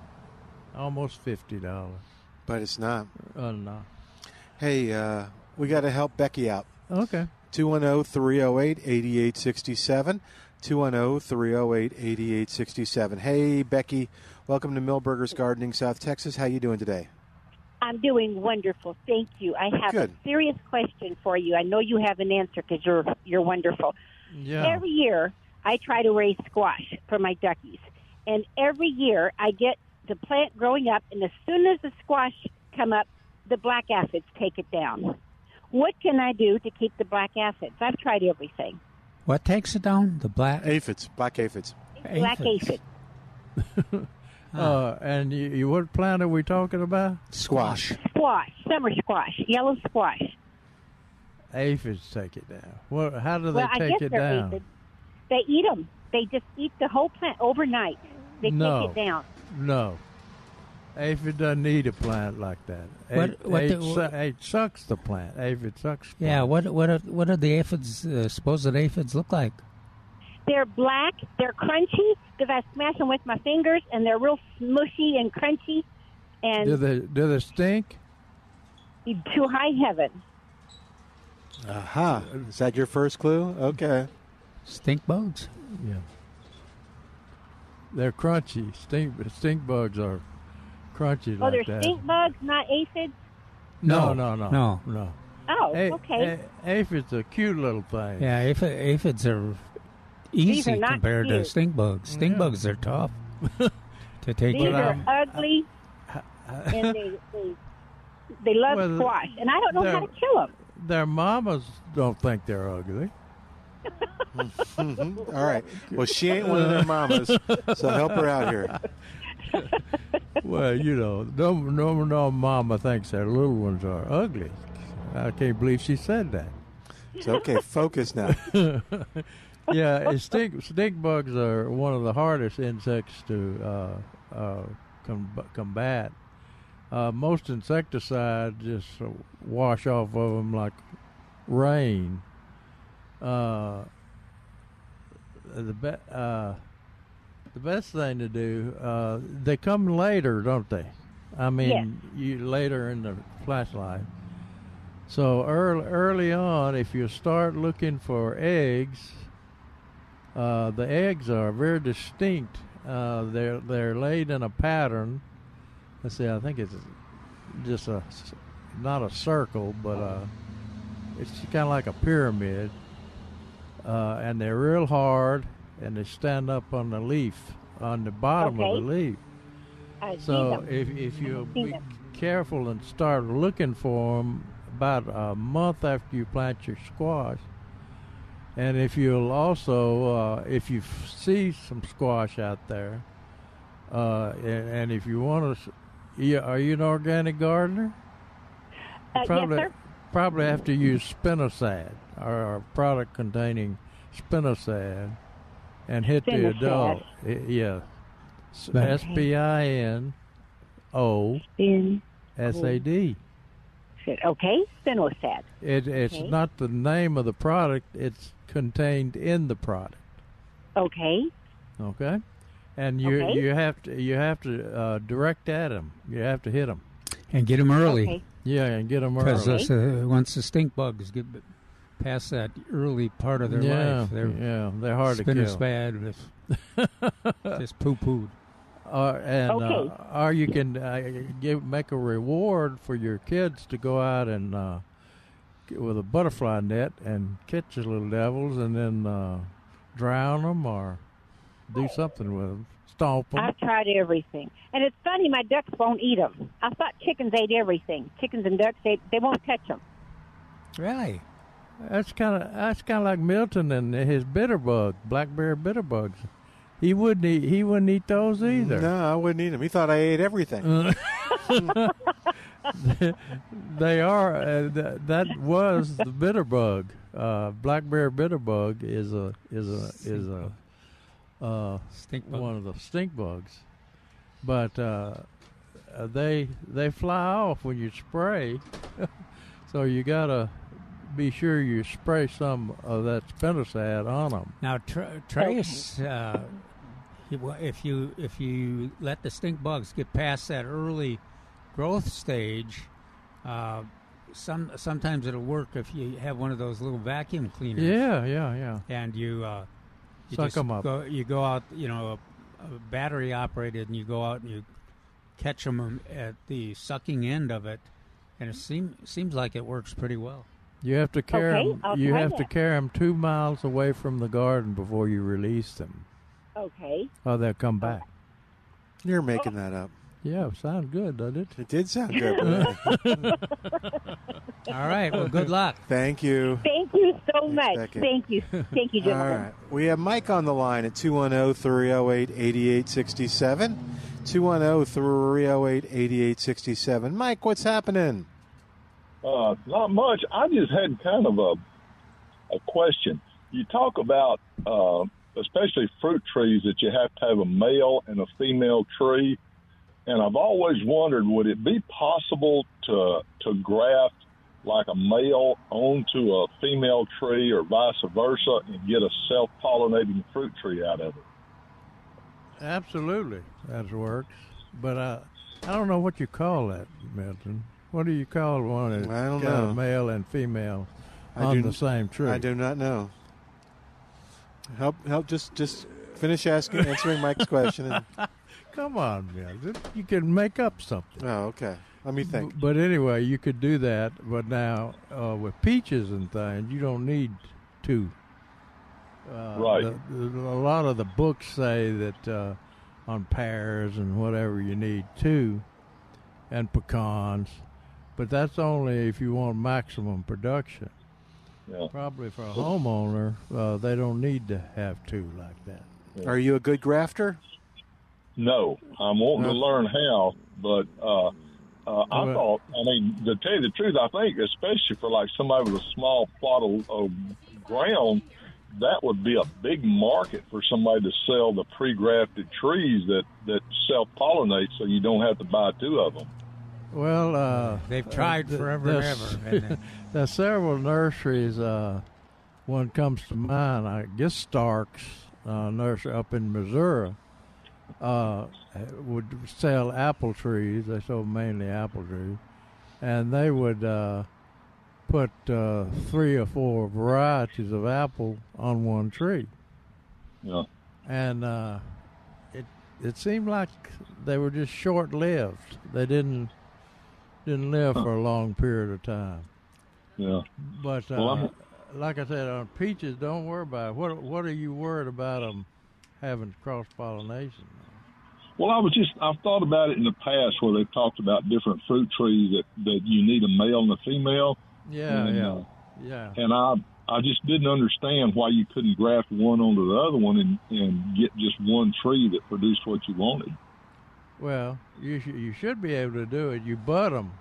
[SPEAKER 2] almost fifty dollars.
[SPEAKER 4] But it's not.
[SPEAKER 5] Oh,
[SPEAKER 2] Uh, no.
[SPEAKER 4] Hey, uh, we got to help Becky out. oh,
[SPEAKER 2] Okay.
[SPEAKER 4] 210 308 8867. 210 308 8867. Hey, Becky. Welcome to Millburgers Gardening, South Texas. How you doing today?
[SPEAKER 8] I'm doing wonderful. Thank you. I have
[SPEAKER 4] Good.
[SPEAKER 8] a serious question for you. I know you have an answer because you're you're wonderful.
[SPEAKER 2] Yeah.
[SPEAKER 8] Every year, I try to raise squash for my duckies, and every year I get the plant growing up, and as soon as the squash come up, the black acids take it down. What can I do to keep the black acids? I've tried everything.
[SPEAKER 5] What takes it down? The black
[SPEAKER 4] Aphids, black aphids.
[SPEAKER 8] Black acids.
[SPEAKER 2] uh, and you, you, what plant are we talking about?
[SPEAKER 4] Squash.
[SPEAKER 8] Squash, summer squash, yellow squash.
[SPEAKER 2] Aphids take it down. Well, how do they
[SPEAKER 8] well, I
[SPEAKER 2] take
[SPEAKER 8] guess
[SPEAKER 2] it
[SPEAKER 8] they're
[SPEAKER 2] down?
[SPEAKER 8] aphids. They eat them. They just eat the whole plant overnight. They
[SPEAKER 2] No.
[SPEAKER 8] take it down.
[SPEAKER 2] No. Aphid doesn't need a plant like that.
[SPEAKER 5] What-
[SPEAKER 2] Aphid,
[SPEAKER 5] what the-
[SPEAKER 2] aphid su- aphid sucks the plant. Aphid sucks. the
[SPEAKER 5] Yeah.
[SPEAKER 2] plant.
[SPEAKER 5] What what are, what are the aphids? Uh, supposed aphids look like?
[SPEAKER 8] They're black. They're crunchy because I smash them with my fingers, and they're real smushy and crunchy.
[SPEAKER 2] Do
[SPEAKER 8] And
[SPEAKER 2] they do they stink?
[SPEAKER 8] to high heaven,
[SPEAKER 4] Aha. Is that your first clue? Oh. Okay.
[SPEAKER 5] Stink bugs.
[SPEAKER 2] Yeah. They're crunchy. Stink stink bugs are crunchy
[SPEAKER 8] oh,
[SPEAKER 2] like
[SPEAKER 8] they're
[SPEAKER 2] that.
[SPEAKER 8] stink bugs, not aphids.
[SPEAKER 2] no, no, no,
[SPEAKER 5] No.
[SPEAKER 2] no.
[SPEAKER 8] Oh,
[SPEAKER 2] A-
[SPEAKER 8] okay.
[SPEAKER 2] a- aphids are cute little things.
[SPEAKER 5] Yeah. Aph- aphids are easy
[SPEAKER 8] are not
[SPEAKER 5] compared to
[SPEAKER 8] cute.
[SPEAKER 5] stink bugs. Stink
[SPEAKER 2] Yeah.
[SPEAKER 5] bugs are tough to take.
[SPEAKER 8] These
[SPEAKER 5] out.
[SPEAKER 8] are
[SPEAKER 2] I'm-
[SPEAKER 8] ugly, and they, they they love
[SPEAKER 2] Well,
[SPEAKER 8] squash, and I don't know how
[SPEAKER 2] they're-
[SPEAKER 8] to kill them.
[SPEAKER 2] Their mamas don't think they're ugly.
[SPEAKER 4] Mm-hmm. All right. Well, she ain't one of their mamas, so help her out here.
[SPEAKER 2] Well, you know, no, no, no mama thinks their little ones are ugly. I can't believe she said that.
[SPEAKER 4] It's okay. Focus now.
[SPEAKER 2] Yeah, it's stink, stink bugs are one of the hardest insects to uh, uh, com- combat. Uh, most insecticides just wash off of them like rain. uh, the be- uh, the best thing to do. Uh, they come later, don't they? I mean, you later in the flashlight. So early, early on, if you start looking for eggs, uh, the eggs are very distinct. Uh, they're they're laid in a pattern. Let's see, I think it's just a s- not a circle, but uh it's kind of like a pyramid. Uh, and they're real hard, and they stand up on the leaf, on the bottom
[SPEAKER 8] Okay.
[SPEAKER 2] of the leaf.
[SPEAKER 8] I see
[SPEAKER 2] So
[SPEAKER 8] them.
[SPEAKER 2] if if you
[SPEAKER 8] seen
[SPEAKER 2] be
[SPEAKER 8] them.
[SPEAKER 2] careful and start looking for them about a month after you plant your squash, and if you'll also uh, if you f- see some squash out there, uh, and, and if you want to, are you an organic gardener?
[SPEAKER 8] Uh,
[SPEAKER 2] probably
[SPEAKER 8] yes, sir.
[SPEAKER 2] probably have to use spinosad or a product containing spinosad and hit
[SPEAKER 8] Spinosad.
[SPEAKER 2] the adult. I- Yeah. S-
[SPEAKER 4] Okay.
[SPEAKER 2] S P I N O
[SPEAKER 8] Spin.
[SPEAKER 2] S A D.
[SPEAKER 8] Okay, spinosad.
[SPEAKER 2] It, it's
[SPEAKER 8] Okay.
[SPEAKER 2] not the name of the product, it's contained in the product.
[SPEAKER 8] Okay,
[SPEAKER 2] Okay? And you
[SPEAKER 8] Okay.
[SPEAKER 2] you have to you have to uh, direct at them. You have to hit them.
[SPEAKER 5] and get them early.
[SPEAKER 8] okay,
[SPEAKER 2] Yeah, and get them
[SPEAKER 5] Because
[SPEAKER 2] early.
[SPEAKER 5] uh, once the stink bugs get b- past that early part of their
[SPEAKER 2] yeah,
[SPEAKER 5] life, they're
[SPEAKER 2] yeah, they're hard to
[SPEAKER 5] spinner's
[SPEAKER 2] kill.
[SPEAKER 5] bad. With, just poo pooed.
[SPEAKER 2] Or and
[SPEAKER 8] Okay.
[SPEAKER 2] uh, or you can uh, give make a reward for your kids to go out and uh, get with a butterfly net and catch the little devils and then uh, drown them or do something with them, stomp them.
[SPEAKER 8] I've tried everything, and it's funny. My ducks won't eat them. I thought chickens ate everything. Chickens and ducks, they they won't touch them.
[SPEAKER 5] Really?
[SPEAKER 2] That's kind of that's kind of like Milton and his bitter bug, black bear bitter bugs. He wouldn't eat, he wouldn't eat those either.
[SPEAKER 4] No, I wouldn't eat him. He thought I ate everything.
[SPEAKER 2] They are. Uh, th- that was the bitter bug. Uh, black bear bitter bug is a is a is a uh,
[SPEAKER 5] Stink bug.
[SPEAKER 2] one of the stink bugs, but uh, uh, they they fly off when you spray. so you gotta be sure you spray some of that spinosad on them.
[SPEAKER 5] Now, tr- Trace,
[SPEAKER 2] Oh.
[SPEAKER 5] uh, you- well, if you if you let the stink bugs get past that early growth stage, uh, some sometimes it'll work if you have one of those little vacuum cleaners.
[SPEAKER 2] Yeah, yeah, yeah.
[SPEAKER 5] and you uh, you
[SPEAKER 2] Suck
[SPEAKER 5] just
[SPEAKER 2] 'em up.
[SPEAKER 5] Go, you go out, you know, a, a battery operated, and you go out and you catch them at the sucking end of it, and it seem, seems like it works pretty well.
[SPEAKER 2] You have to carry
[SPEAKER 8] Okay,
[SPEAKER 2] 'em-
[SPEAKER 8] I'll
[SPEAKER 2] you
[SPEAKER 8] try
[SPEAKER 2] have to
[SPEAKER 8] that.
[SPEAKER 2] carry them two miles away from the garden before you release them,
[SPEAKER 8] Okay,
[SPEAKER 2] or they'll come back.
[SPEAKER 4] You're making that up.
[SPEAKER 2] Yeah, sounds good, doesn't it?
[SPEAKER 4] It did sound good. wasn't it?
[SPEAKER 5] All right, well, good luck.
[SPEAKER 4] Thank you.
[SPEAKER 8] thank you so much.
[SPEAKER 4] Becky.
[SPEAKER 8] Thank you, thank you,
[SPEAKER 4] All
[SPEAKER 8] gentlemen.
[SPEAKER 4] right. We have Mike on the line at oh, 210 308 8867. 210 308 8867. Mike, what's happening?
[SPEAKER 9] Uh, not much. I just had kind of a a question. You talk about uh, especially fruit trees that you have to have a male and a female tree, and I've always wondered would it be possible to to graft like a male onto a female tree or vice versa and get a self pollinating fruit tree out of it?
[SPEAKER 2] Absolutely, that works. But I, I don't know what you call that, Milton. What do you call one? that's
[SPEAKER 4] I don't
[SPEAKER 2] got a
[SPEAKER 4] know.
[SPEAKER 2] Male and female
[SPEAKER 4] I
[SPEAKER 2] on
[SPEAKER 4] do-
[SPEAKER 2] the same tree.
[SPEAKER 4] I do not know. Help, help, just, just finish asking, answering Mike's question. And,
[SPEAKER 2] Come on, Milton. You can make up something.
[SPEAKER 4] oh, okay. Let me think.
[SPEAKER 2] B- But anyway, you could do that. But now uh, with peaches and things, you don't need two. Uh,
[SPEAKER 9] Right.
[SPEAKER 2] the- the- a lot of the books say that uh, on pears and whatever you need two, and pecans, but that's only if you want maximum production.
[SPEAKER 9] Yeah.
[SPEAKER 2] Probably for a homeowner, uh, they don't need to have two like that.
[SPEAKER 4] Are you a good grafter?
[SPEAKER 9] No, I'm wanting to learn how, but uh, uh, I
[SPEAKER 2] Well-
[SPEAKER 9] thought, I mean, to tell you the truth, I think, especially for like somebody with a small plot of, of ground, that would be a big market for somebody to sell the pre-grafted trees that, that self-pollinate so you don't have to buy two of them.
[SPEAKER 2] Well, uh,
[SPEAKER 5] They've tried
[SPEAKER 2] uh, th-
[SPEAKER 5] forever and
[SPEAKER 2] there's-
[SPEAKER 5] ever. and, uh,
[SPEAKER 2] There's several nurseries. Uh, one comes to mind. I guess Starks, uh, nursery up in Missouri, uh, would sell apple trees. They sold mainly apple trees, and they would uh, put uh, three or four varieties of apple on one tree,
[SPEAKER 9] Yeah.
[SPEAKER 2] and uh, it it seemed like they were just short lived. They didn't didn't live for a long period of time.
[SPEAKER 9] Yeah.
[SPEAKER 2] But uh,
[SPEAKER 9] Well, I'm-
[SPEAKER 2] like I said, on peaches, don't worry about it. What What are you worried about them having cross pollination?
[SPEAKER 9] Well, I was just, I've thought about it in the past where they've talked about different fruit trees that, that you need a male and a female.
[SPEAKER 2] Yeah,
[SPEAKER 9] And,
[SPEAKER 2] Oh, yeah,
[SPEAKER 9] uh,
[SPEAKER 2] yeah.
[SPEAKER 9] And I, I just didn't understand why you couldn't graft one onto the other one and, and get just one tree that produced what you wanted.
[SPEAKER 2] Well, you sh- you should be able to do it. You bud them.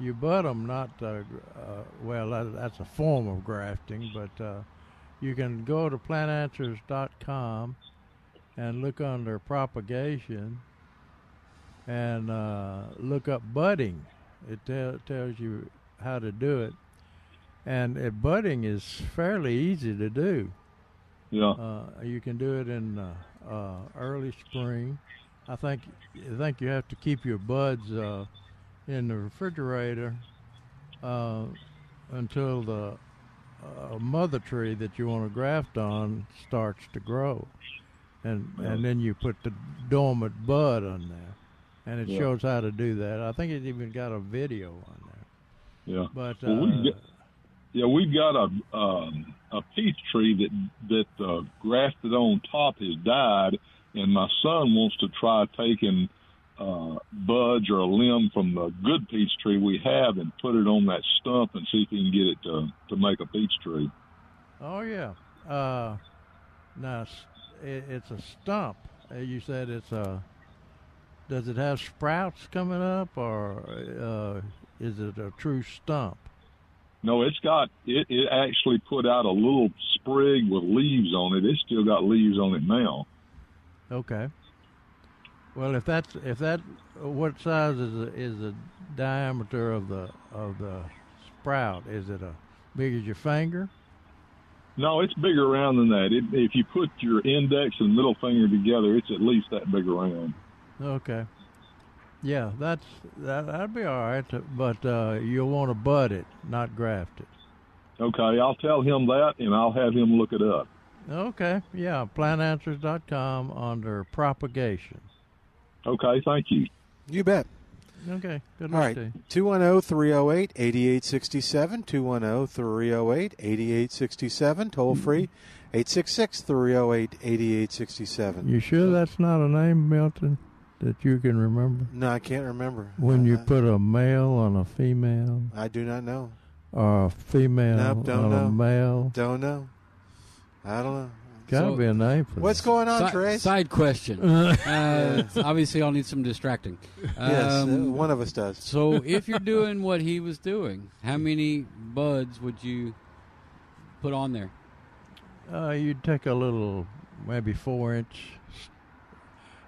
[SPEAKER 2] You bud them, not uh, gr- uh, well. That, that's a form of grafting, but uh, you can go to plantanswers.com and look under propagation and uh, look up budding. It tell, tells you how to do it, and uh, budding is fairly easy to do.
[SPEAKER 9] Yeah.
[SPEAKER 2] Uh, you can do it in uh, uh, early spring. I think I think you have to keep your buds uh, in the refrigerator uh, until the uh, mother tree that you want to graft on starts to grow, and and then you put the dormant bud on there, and it
[SPEAKER 9] Yeah.
[SPEAKER 2] shows how to do that. I think it even got a video on
[SPEAKER 9] Yeah.
[SPEAKER 2] there. But
[SPEAKER 9] Well,
[SPEAKER 2] uh,
[SPEAKER 9] we've got, yeah, we've got a um, a peach tree that that uh, grafted on top has died, and my son wants to try taking uh, buds or a limb from the good peach tree we have and put it on that stump and see if he can get it to to make a peach tree.
[SPEAKER 2] Oh yeah. Uh, now s- it, it's a stump. Uh, You said it's a. Does it have sprouts coming up, or uh, is it a true stump?
[SPEAKER 9] No, it's got it. It actually put out a little sprig with leaves on it. It's still got leaves on it now.
[SPEAKER 2] Okay. Well, if that's if that, what size is the, is the diameter of the of the sprout? Is it a big as your finger?
[SPEAKER 9] No, it's bigger around than that. It, if you put your index and middle finger together, it's at least that big around.
[SPEAKER 2] Okay. Yeah, that's that. That'd be all right, but uh, you'll want to bud it, not graft it.
[SPEAKER 9] Okay, I'll tell him that, and I'll have him look it up.
[SPEAKER 2] Okay, yeah, plantanswers.com under propagation.
[SPEAKER 9] Okay, thank you.
[SPEAKER 4] You bet.
[SPEAKER 2] Okay, good
[SPEAKER 4] All
[SPEAKER 2] luck
[SPEAKER 4] right. oh,
[SPEAKER 2] to you.
[SPEAKER 4] 210 308 8867. 210 308 8867. Toll free 866 308 8867.
[SPEAKER 2] You sure that's not a name, Milton, that you can remember?
[SPEAKER 4] No, I can't remember.
[SPEAKER 2] When you put a male on a female,
[SPEAKER 4] I do not know.
[SPEAKER 2] or a female
[SPEAKER 4] Nope, don't
[SPEAKER 2] on
[SPEAKER 4] know.
[SPEAKER 2] a male,
[SPEAKER 4] Don't know. I don't know.
[SPEAKER 2] gotta
[SPEAKER 6] So-
[SPEAKER 2] be a name for
[SPEAKER 4] What's going on,
[SPEAKER 6] Si-
[SPEAKER 4] Trace?
[SPEAKER 6] Side question. uh, Obviously, I'll need some distracting.
[SPEAKER 4] yes, uh,
[SPEAKER 6] Um,
[SPEAKER 4] one of us does.
[SPEAKER 6] so, if you're doing what he was doing, how many buds would you put on there?
[SPEAKER 2] that. Uh, you'd take a little, maybe four inch.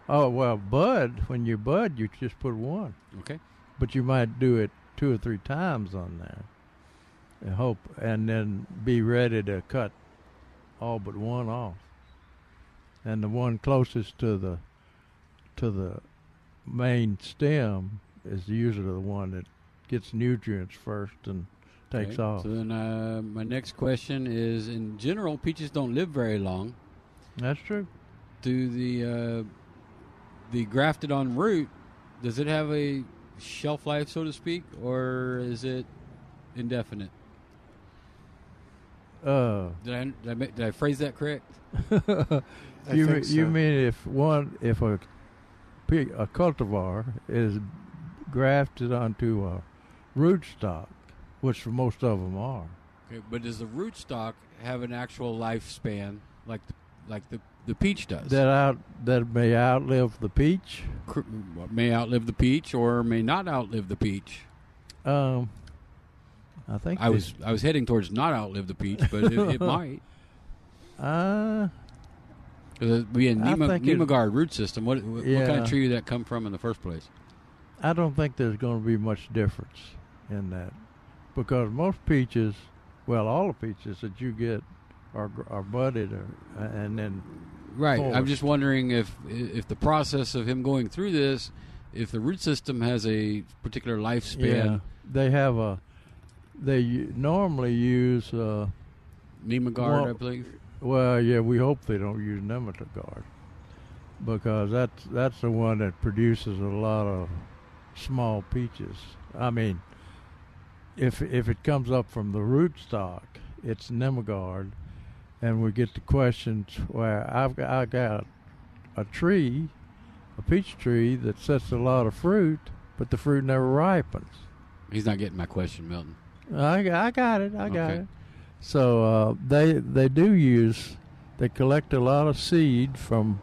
[SPEAKER 2] Oh well, bud. When you bud, you just put one,
[SPEAKER 6] Okay.
[SPEAKER 2] but you might do it two or three times on there. And hope, and then be ready to cut all but one off. And the one closest to the to the main stem is usually the one that gets nutrients first and takes
[SPEAKER 6] Okay.
[SPEAKER 2] off.
[SPEAKER 6] So then, uh, my next question is: In general, peaches don't live very long.
[SPEAKER 2] That's true.
[SPEAKER 6] Do the uh, the grafted on root does it have a shelf life, so to speak, or is it indefinite?
[SPEAKER 2] Uh,
[SPEAKER 6] Did I did I, ma- did I phrase that correct?
[SPEAKER 4] I
[SPEAKER 2] you
[SPEAKER 4] think
[SPEAKER 2] me- you
[SPEAKER 4] so.
[SPEAKER 2] mean if one if a pe- a cultivar is grafted onto a rootstock, which most of them are,
[SPEAKER 6] Okay, but does the rootstock have an actual lifespan like the, like the the peach does?
[SPEAKER 2] that out that may outlive the peach.
[SPEAKER 6] Cr- may outlive the peach or may not outlive the peach.
[SPEAKER 2] Um, I think
[SPEAKER 6] I
[SPEAKER 2] they-
[SPEAKER 6] was I was heading towards not outlive the peach, but it, it might.
[SPEAKER 2] Uh,
[SPEAKER 6] 'Cause it'd be a
[SPEAKER 2] I
[SPEAKER 6] Nema,
[SPEAKER 2] think it-
[SPEAKER 6] Nemagard root system. What, what, what kind
[SPEAKER 2] Yeah.
[SPEAKER 6] of tree did that come from in the first place?
[SPEAKER 2] I don't think there's going to be much difference in that because most peaches Well, all the peaches that you get are gr- are budded or, and then
[SPEAKER 6] Right. I'm
[SPEAKER 2] forced.
[SPEAKER 6] just wondering if if the process of him going through this, if the root system has a particular lifespan.
[SPEAKER 2] they have a they u- normally use uh,
[SPEAKER 6] Nemogard, I believe.
[SPEAKER 2] Well, yeah, we hope they don't use Nematoguard because that's that's the one that produces a lot of small peaches. I mean, if if it comes up from the rootstock, it's Nemogard, and we get to questions where I've got, I got a tree, a peach tree that sets a lot of fruit, but the fruit never ripens.
[SPEAKER 6] He's not getting my question, Milton.
[SPEAKER 2] I, I got it. I got
[SPEAKER 6] Okay.
[SPEAKER 2] it. So uh, they they do use they collect a lot of seed from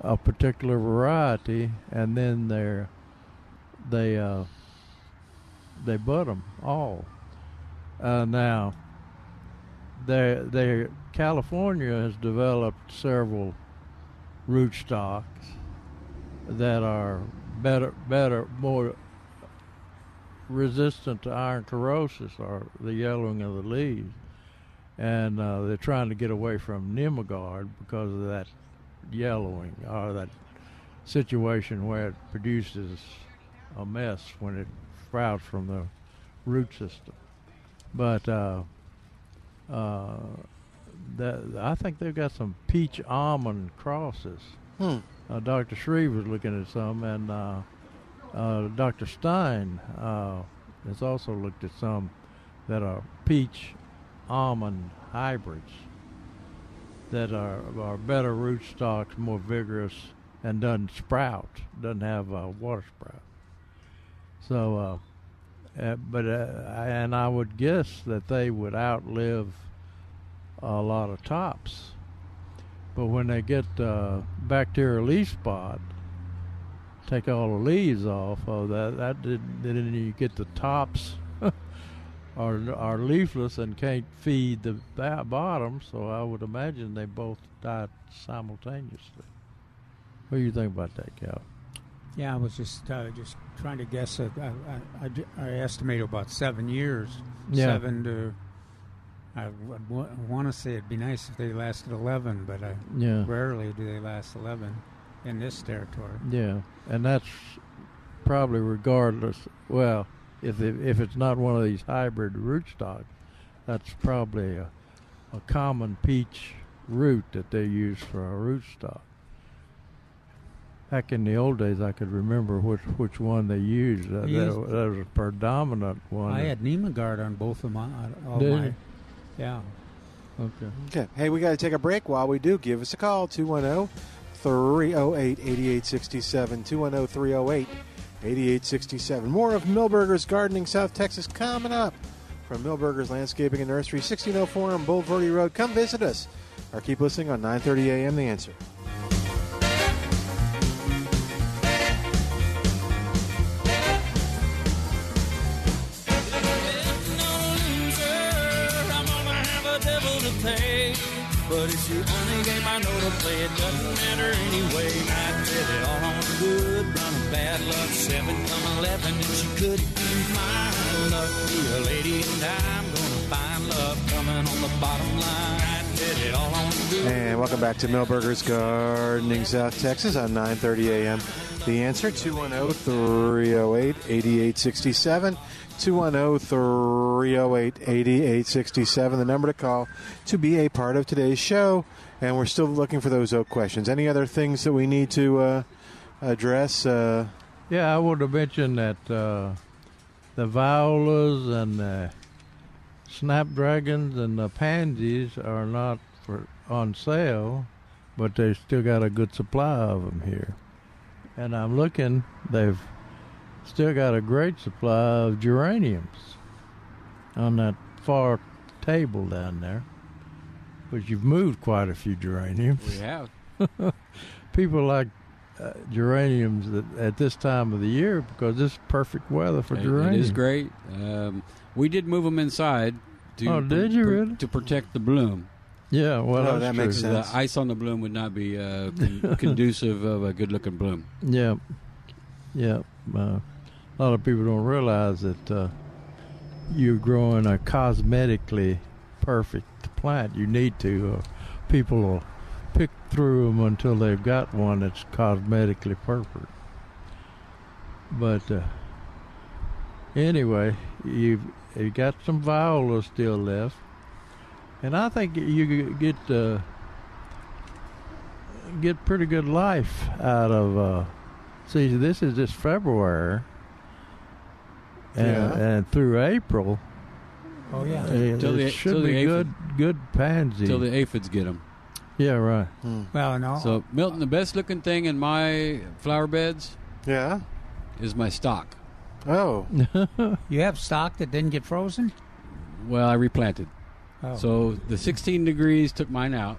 [SPEAKER 2] a particular variety, and then they're they uh, they bud them all. Uh, now, they they California has developed several rootstocks that are better better more resistant to iron corrosis or the yellowing of the leaves. And uh, they're trying to get away from Nemogard because of that yellowing or that situation where it produces a mess when it sprouts from the root system. But uh, uh, that, I think they've got some peach almond crosses.
[SPEAKER 10] Hmm.
[SPEAKER 2] Uh, Dr. Shreve was looking at some, and uh, uh, Dr. Stein uh, has also looked at some that are peach almond hybrids that are, are better rootstocks, more vigorous, and doesn't sprout, doesn't have uh, water sprout. So, uh, uh, but uh, and I would guess that they would outlive a lot of tops. But when they get uh, bacterial leaf spot, take all the leaves off of that. That did, then you get the tops are are leafless and can't feed the ba- bottom. So I would imagine they both die simultaneously. What do you think about that, Cal?
[SPEAKER 5] Yeah, I was just uh, just trying to guess. It. I, I, I, ju- I estimate about seven years.
[SPEAKER 2] Yeah.
[SPEAKER 5] Seven to. I want to say it'd be nice if they lasted eleven, but I
[SPEAKER 2] Yeah.
[SPEAKER 5] rarely do they last eleven in this territory.
[SPEAKER 2] Yeah, and that's probably regardless. Well, if it, if it's not one of these hybrid rootstocks, that's probably a, a common peach root that they use for a rootstock. Back in the old days, I could remember which which one they used. Uh,
[SPEAKER 5] Yes.
[SPEAKER 2] that, that was a predominant one.
[SPEAKER 5] I had Nemogard on both of my. uh, All
[SPEAKER 2] Did
[SPEAKER 5] my
[SPEAKER 2] you?
[SPEAKER 5] yeah.
[SPEAKER 2] Okay.
[SPEAKER 4] Okay. Hey, we got to take a break. While we do, give us a call oh, 210 308 8867. 210 308 8867. More of Millburgers Gardening South Texas coming up from Millburgers Landscaping and Nursery, 1604 on Boulevardy Road. Come visit us or keep listening on 930 a.m. The Answer.
[SPEAKER 7] I'm gonna have a devil to pay. But it's the only game I know to play. It doesn't matter anyway. I did it all on good, run of bad luck. Seven come eleven, and she couldn't be mine. Luck be a lady, and I'm gonna find love coming on the bottom line. I did it all on good.
[SPEAKER 4] And welcome back to Millburgers Gardening South Texas on 9:30 a.m. The answer oh, 210-308-8867 oh, 210-308-8867 the number to call to be a part of today's show and we're still looking for those oak questions. Any other things that we need to uh, address uh,
[SPEAKER 2] Yeah, I would have mentioned that uh, the violas and the snapdragons and the pansies are not for on sale, but they still got a good supply of them here. And I'm looking; they've still got a great supply of geraniums on that far table down there. But you've moved quite a few geraniums.
[SPEAKER 6] We have.
[SPEAKER 2] People like uh, geraniums at, at this time of the year because it's perfect weather for
[SPEAKER 6] It-
[SPEAKER 2] geraniums.
[SPEAKER 6] It is great. Um, we did move them inside. To
[SPEAKER 2] Oh, did you really?
[SPEAKER 6] To protect the bloom.
[SPEAKER 2] Yeah, well, Oh, that's that makes true. sense.
[SPEAKER 6] The ice on the bloom would not be uh, con- conducive of a good-looking bloom.
[SPEAKER 2] Yeah, yeah. Uh, a lot of people don't realize that uh, you're growing a cosmetically perfect plant. You need to. Or people will pick through them until they've got one that's cosmetically perfect. But uh, anyway, you've, you got some viola still left, and I think you get uh, get pretty good life out of. Uh, see, this is just February, and,
[SPEAKER 4] Yeah.
[SPEAKER 2] and through April.
[SPEAKER 4] Oh, yeah.
[SPEAKER 2] uh,
[SPEAKER 6] Till the-
[SPEAKER 2] it
[SPEAKER 6] till
[SPEAKER 2] should
[SPEAKER 6] the
[SPEAKER 2] be
[SPEAKER 6] aphid-
[SPEAKER 2] good good pansy.
[SPEAKER 6] Till the aphids get them.
[SPEAKER 2] yeah, right.
[SPEAKER 5] Well, no.
[SPEAKER 6] So Milton, the best looking thing in my flower beds
[SPEAKER 4] Yeah.
[SPEAKER 6] is my stock.
[SPEAKER 4] Oh.
[SPEAKER 5] you have stock that didn't get frozen?
[SPEAKER 6] Well, I replanted.
[SPEAKER 5] Oh.
[SPEAKER 6] So the 16 degrees took mine out.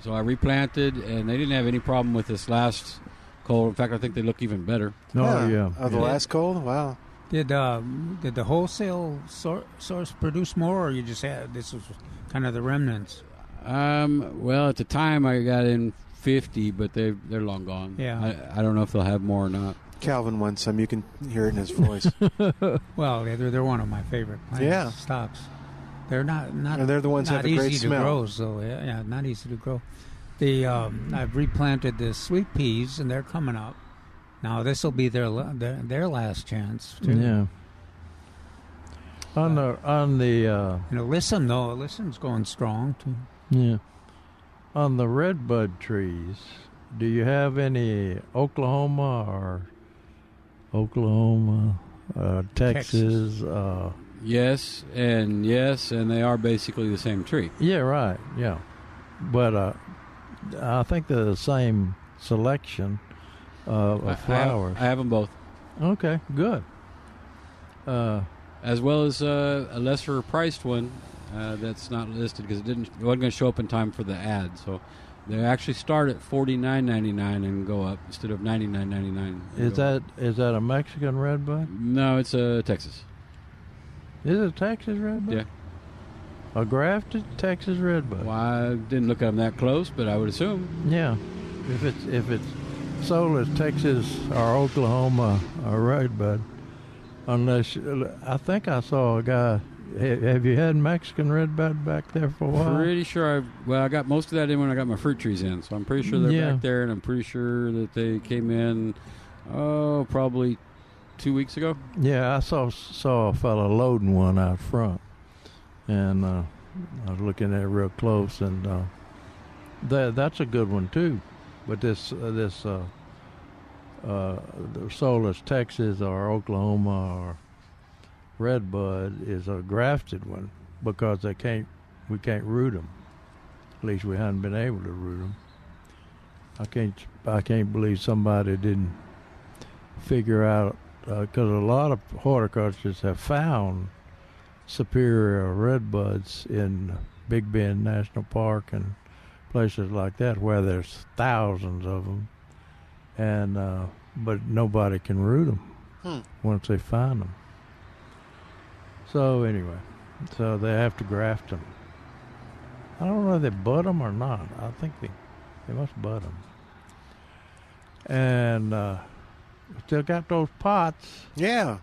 [SPEAKER 6] So I replanted, and they didn't have any problem with this last cold. In fact, I think they look even better.
[SPEAKER 2] No, yeah.
[SPEAKER 4] Oh, the
[SPEAKER 6] Yeah.
[SPEAKER 4] last cold? Wow.
[SPEAKER 5] Did uh, did the wholesale sor- source produce more, or you just had this was kind of the remnants?
[SPEAKER 6] Um, well, at the time I got in 50, but they they're long gone.
[SPEAKER 5] Yeah.
[SPEAKER 6] I, I don't know if they'll have more or not.
[SPEAKER 4] Calvin wants some. You can hear it in his voice.
[SPEAKER 5] Well, yeah, they're, they're one of my favorite plants.
[SPEAKER 4] Yeah.
[SPEAKER 5] stocks. They're not not.
[SPEAKER 4] And they're the ones that
[SPEAKER 5] not
[SPEAKER 4] have a great
[SPEAKER 5] easy
[SPEAKER 4] smell.
[SPEAKER 5] to grow. So yeah, yeah, not easy to grow. The um, I've replanted the sweet peas, and they're coming up. Now this will be their, la- their their last chance. Too.
[SPEAKER 2] Yeah. On the on the uh,
[SPEAKER 5] You know, listen though, listen's going strong too.
[SPEAKER 2] yeah, on the redbud trees, do you have any Oklahoma or Oklahoma, uh, Texas? Uh,
[SPEAKER 6] Yes, and yes, and they are basically the same tree.
[SPEAKER 2] yeah, right. Yeah, but uh, I think they're the same selection uh,
[SPEAKER 6] I- I
[SPEAKER 2] of
[SPEAKER 6] have-
[SPEAKER 2] flowers.
[SPEAKER 6] I have them both,
[SPEAKER 2] okay, good. Uh,
[SPEAKER 6] as well as uh, a lesser priced one uh, that's not listed because it didn't it wasn't going to show up in time for the ad. So they actually start at forty nine ninety nine and go up instead of ninety nine ninety nine.
[SPEAKER 2] is that is that a Mexican redbud?
[SPEAKER 6] No, it's uh, Texas.
[SPEAKER 2] Is it a Texas redbud?
[SPEAKER 6] Yeah.
[SPEAKER 2] A grafted Texas redbud.
[SPEAKER 6] Well, I didn't look at them that close, but I would assume.
[SPEAKER 2] Yeah, if it's if it's sold as Texas or Oklahoma or redbud, unless I think I saw a guy. ha- Have you had Mexican redbud back there for a while?
[SPEAKER 6] Pretty sure I well, I got most of that in when I got my fruit trees in, so I'm pretty sure they're
[SPEAKER 2] Yeah.
[SPEAKER 6] back there, and I'm pretty sure that they came in, oh, probably two weeks ago.
[SPEAKER 2] Yeah, I saw saw a fella loading one out front, and uh, I was looking at it real close, and uh, that that's a good one too. But this uh, this uh, uh, the Solus Texas or Oklahoma or Redbud is a grafted one because they can't we can't root them. At least we haven't been able to root them. I can't I can't believe somebody didn't figure out because a lot of horticulturists have found superior redbuds in Big Bend National Park and places like that where there's thousands of them, and uh, but nobody can root them once they find them. So anyway, so they have to graft them. I don't know if they bud them or not. I think they they must bud them. And uh, still got those pots.
[SPEAKER 4] Yeah.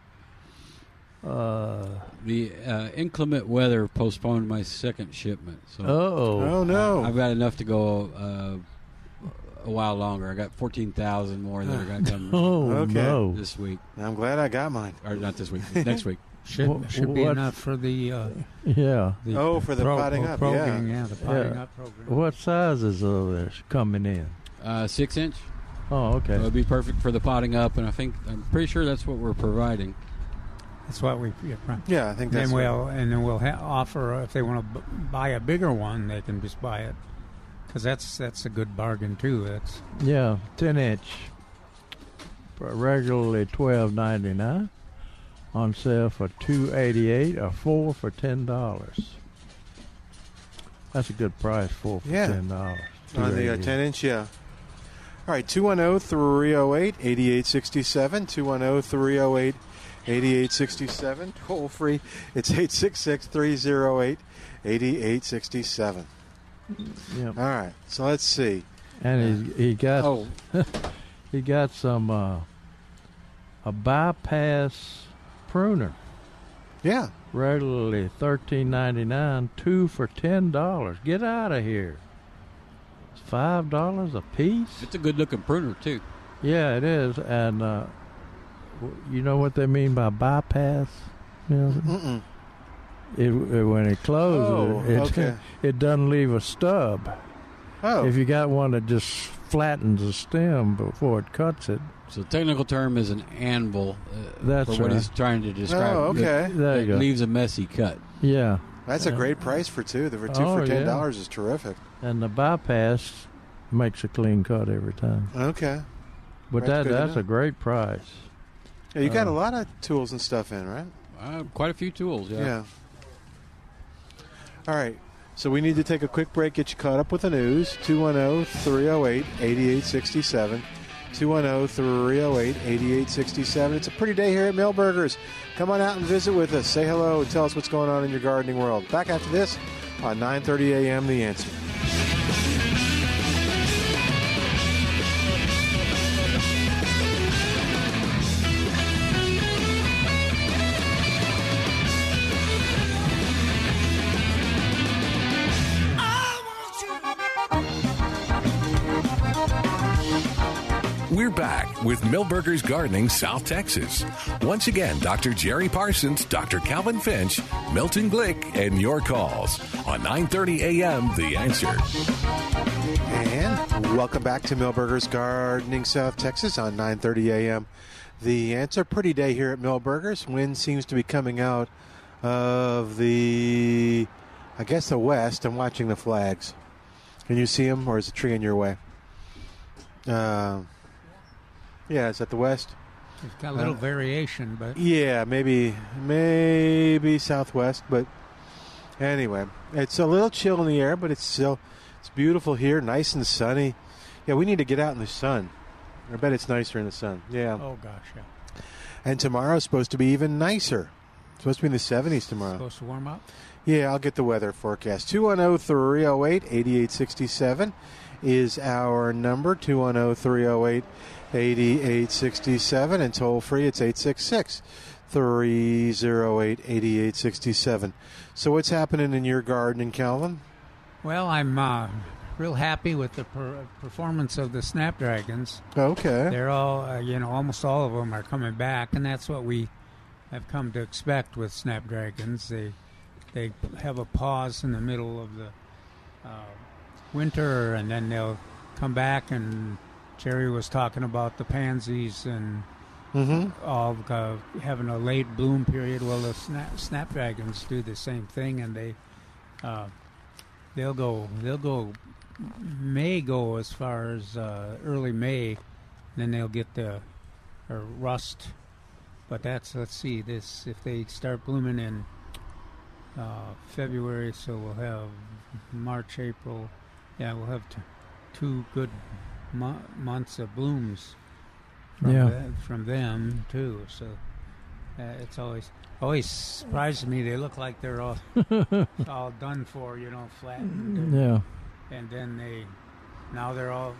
[SPEAKER 2] Uh
[SPEAKER 6] The uh, inclement weather postponed my second shipment, so
[SPEAKER 2] oh.
[SPEAKER 4] Oh, no.
[SPEAKER 6] I've got enough to go uh, a while longer. I got fourteen thousand more that I got coming
[SPEAKER 2] Oh
[SPEAKER 4] Okay.
[SPEAKER 2] no.
[SPEAKER 6] this week,
[SPEAKER 4] I'm glad I got mine.
[SPEAKER 6] or not this week, next week.
[SPEAKER 5] Should
[SPEAKER 2] Wha-
[SPEAKER 5] should be
[SPEAKER 2] what-
[SPEAKER 5] enough for the uh,
[SPEAKER 2] Yeah.
[SPEAKER 5] the
[SPEAKER 4] Oh, for the potting up,
[SPEAKER 5] program,
[SPEAKER 4] yeah.
[SPEAKER 5] the potting
[SPEAKER 2] Yeah.
[SPEAKER 5] up program.
[SPEAKER 2] What sizes are there coming in?
[SPEAKER 6] Uh, six inch
[SPEAKER 2] Oh,
[SPEAKER 6] so
[SPEAKER 2] okay.
[SPEAKER 6] would be perfect for the potting up, and I think I'm pretty sure that's what we're providing.
[SPEAKER 5] That's what we yeah, right.
[SPEAKER 4] Yeah, I think that's
[SPEAKER 5] Then we'll and then we'll ha- offer uh, if they want to b- buy a bigger one, they can just buy it because that's that's a good bargain too. That's
[SPEAKER 2] Yeah, ten inch. Regularly twelve ninety nine. On sale for two eighty eight or four for ten dollars. That's a good price, four for
[SPEAKER 4] Yeah.
[SPEAKER 2] ten dollars.
[SPEAKER 4] on the uh, 10 inch, yeah. All right, oh, 210 308 8867. 210 308 8867. Toll free, it's 866 308 8867.
[SPEAKER 2] Yep.
[SPEAKER 4] All right, so let's see.
[SPEAKER 2] And he he got
[SPEAKER 4] Oh,
[SPEAKER 2] he got some uh, a bypass pruner.
[SPEAKER 4] yeah.
[SPEAKER 2] regularly thirteen ninety nine, two for ten dollars. Get out of here. It's five dollars a piece.
[SPEAKER 6] It's a good looking pruner too.
[SPEAKER 2] Yeah, it is, and uh, w- you know what they mean by bypass? You know,
[SPEAKER 4] Mm-mm.
[SPEAKER 2] it, it- when it closes,
[SPEAKER 4] Oh,
[SPEAKER 2] it,
[SPEAKER 4] okay.
[SPEAKER 2] it doesn't leave a stub.
[SPEAKER 4] Oh.
[SPEAKER 2] If you got one that just flattens the stem before it cuts it,
[SPEAKER 6] So the technical term is an anvil. Uh,
[SPEAKER 2] That's
[SPEAKER 6] for what
[SPEAKER 2] right.
[SPEAKER 6] he's trying to describe.
[SPEAKER 4] Oh, okay.
[SPEAKER 6] It-
[SPEAKER 2] There you
[SPEAKER 6] it
[SPEAKER 2] go.
[SPEAKER 6] leaves a messy cut.
[SPEAKER 2] yeah.
[SPEAKER 4] That's a great price for two. The for two
[SPEAKER 2] Oh,
[SPEAKER 4] for ten dollars
[SPEAKER 2] yeah.
[SPEAKER 4] is terrific.
[SPEAKER 2] And the bypass makes a clean cut every time.
[SPEAKER 4] Okay.
[SPEAKER 2] But
[SPEAKER 4] That's
[SPEAKER 2] that
[SPEAKER 4] good to
[SPEAKER 2] that's
[SPEAKER 4] know.
[SPEAKER 2] a great price.
[SPEAKER 4] Yeah, you got
[SPEAKER 2] Uh,
[SPEAKER 4] a lot of tools and stuff in, right?
[SPEAKER 6] Uh, quite a few tools. Yeah.
[SPEAKER 4] Yeah. All right. So we need to take a quick break, get you caught up with the news. oh, 210 308 8867. 210 308 8867. It's a pretty day here at Millburgers. Come on out and visit with us. Say hello and tell us what's going on in your gardening world. Back after this on 9.30 a.m. The Answer.
[SPEAKER 3] We're back with Millburgers Gardening South Texas. Once again, Dr. Jerry Parsons, Dr. Calvin Finch, Milton Glick, and your calls on 9:30 a.m. The Answer.
[SPEAKER 4] And welcome back to Millburgers Gardening South Texas on 9:30 a.m. The answer pretty day here at Millburgers. Wind seems to be coming out of the I guess the west. I'm watching the flags. Can you see them or is a tree in your way? Um yeah, it's at the west.
[SPEAKER 5] It's got a little
[SPEAKER 4] Uh,
[SPEAKER 5] variation, but
[SPEAKER 4] Yeah, maybe maybe southwest, but anyway, it's a little chill in the air, but it's still it's beautiful here, nice and sunny. Yeah, we need to get out in the sun. I bet it's nicer in the sun. Yeah.
[SPEAKER 5] oh gosh, yeah.
[SPEAKER 4] And tomorrow's supposed to be even nicer. It's supposed to be in the 70s tomorrow.
[SPEAKER 5] Supposed to warm up.
[SPEAKER 4] Yeah, I'll get the weather forecast. 210 308 8867 is our number 210 308 8867. And toll free, it's 866 308 8867. So, what's happening in your garden in Calvin?
[SPEAKER 5] Well, I'm uh, real happy with the per- performance of the snapdragons.
[SPEAKER 4] Okay.
[SPEAKER 5] They're all, uh, you know, almost all of them are coming back, and that's what we have come to expect with snapdragons. They they have a pause in the middle of the uh, winter, and then they'll come back. And Jerry was talking about the pansies and
[SPEAKER 4] Mm
[SPEAKER 5] all uh, having a late bloom period. Well, the snap, snapdragons do the same thing, and they uh, they'll go they'll go may go as far as uh, early May, then they'll get the or rust. But that's let's see this if they start blooming in uh, February, so we'll have March, April. Yeah, we'll have t- two good mo- months of blooms from
[SPEAKER 2] Yeah.
[SPEAKER 5] the- from them too. So uh, it's always always surprises me. They look like they're all all done for, you know, flattened.
[SPEAKER 2] Mm,
[SPEAKER 5] and-
[SPEAKER 2] Yeah.
[SPEAKER 5] and then they now they're all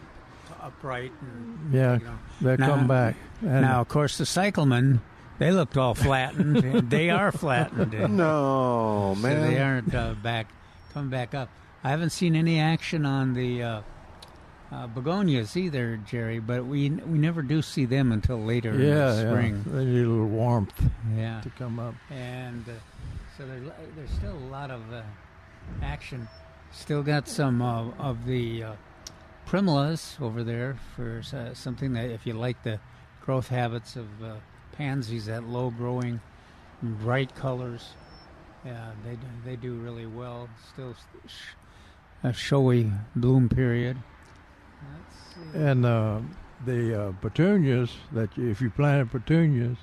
[SPEAKER 5] upright and
[SPEAKER 2] Yeah.
[SPEAKER 5] you know.
[SPEAKER 2] They
[SPEAKER 5] Now-
[SPEAKER 2] come back. And
[SPEAKER 5] now of course the cyclemen they looked all flattened and they are flattened
[SPEAKER 4] hmm.
[SPEAKER 5] and
[SPEAKER 4] No,
[SPEAKER 5] so they
[SPEAKER 4] man.
[SPEAKER 5] aren't uh, back come back up i haven't seen any action on the uh, uh, begonias either jerry but we we never do see them until later
[SPEAKER 2] yeah,
[SPEAKER 5] in the
[SPEAKER 2] yeah.
[SPEAKER 5] spring
[SPEAKER 2] They need a little warmth
[SPEAKER 5] yeah
[SPEAKER 2] to come up.
[SPEAKER 5] and uh, so there, there's still a lot of uh, action. Still got some uh, of the uh, primulas over there for uh, something that, if you like the growth habits of uh, pansies, that low growing, bright colors, yeah, they do, they do really well. Still sh- a showy bloom period. Let's see.
[SPEAKER 2] And uh, the uh, petunias that you, if you planted petunias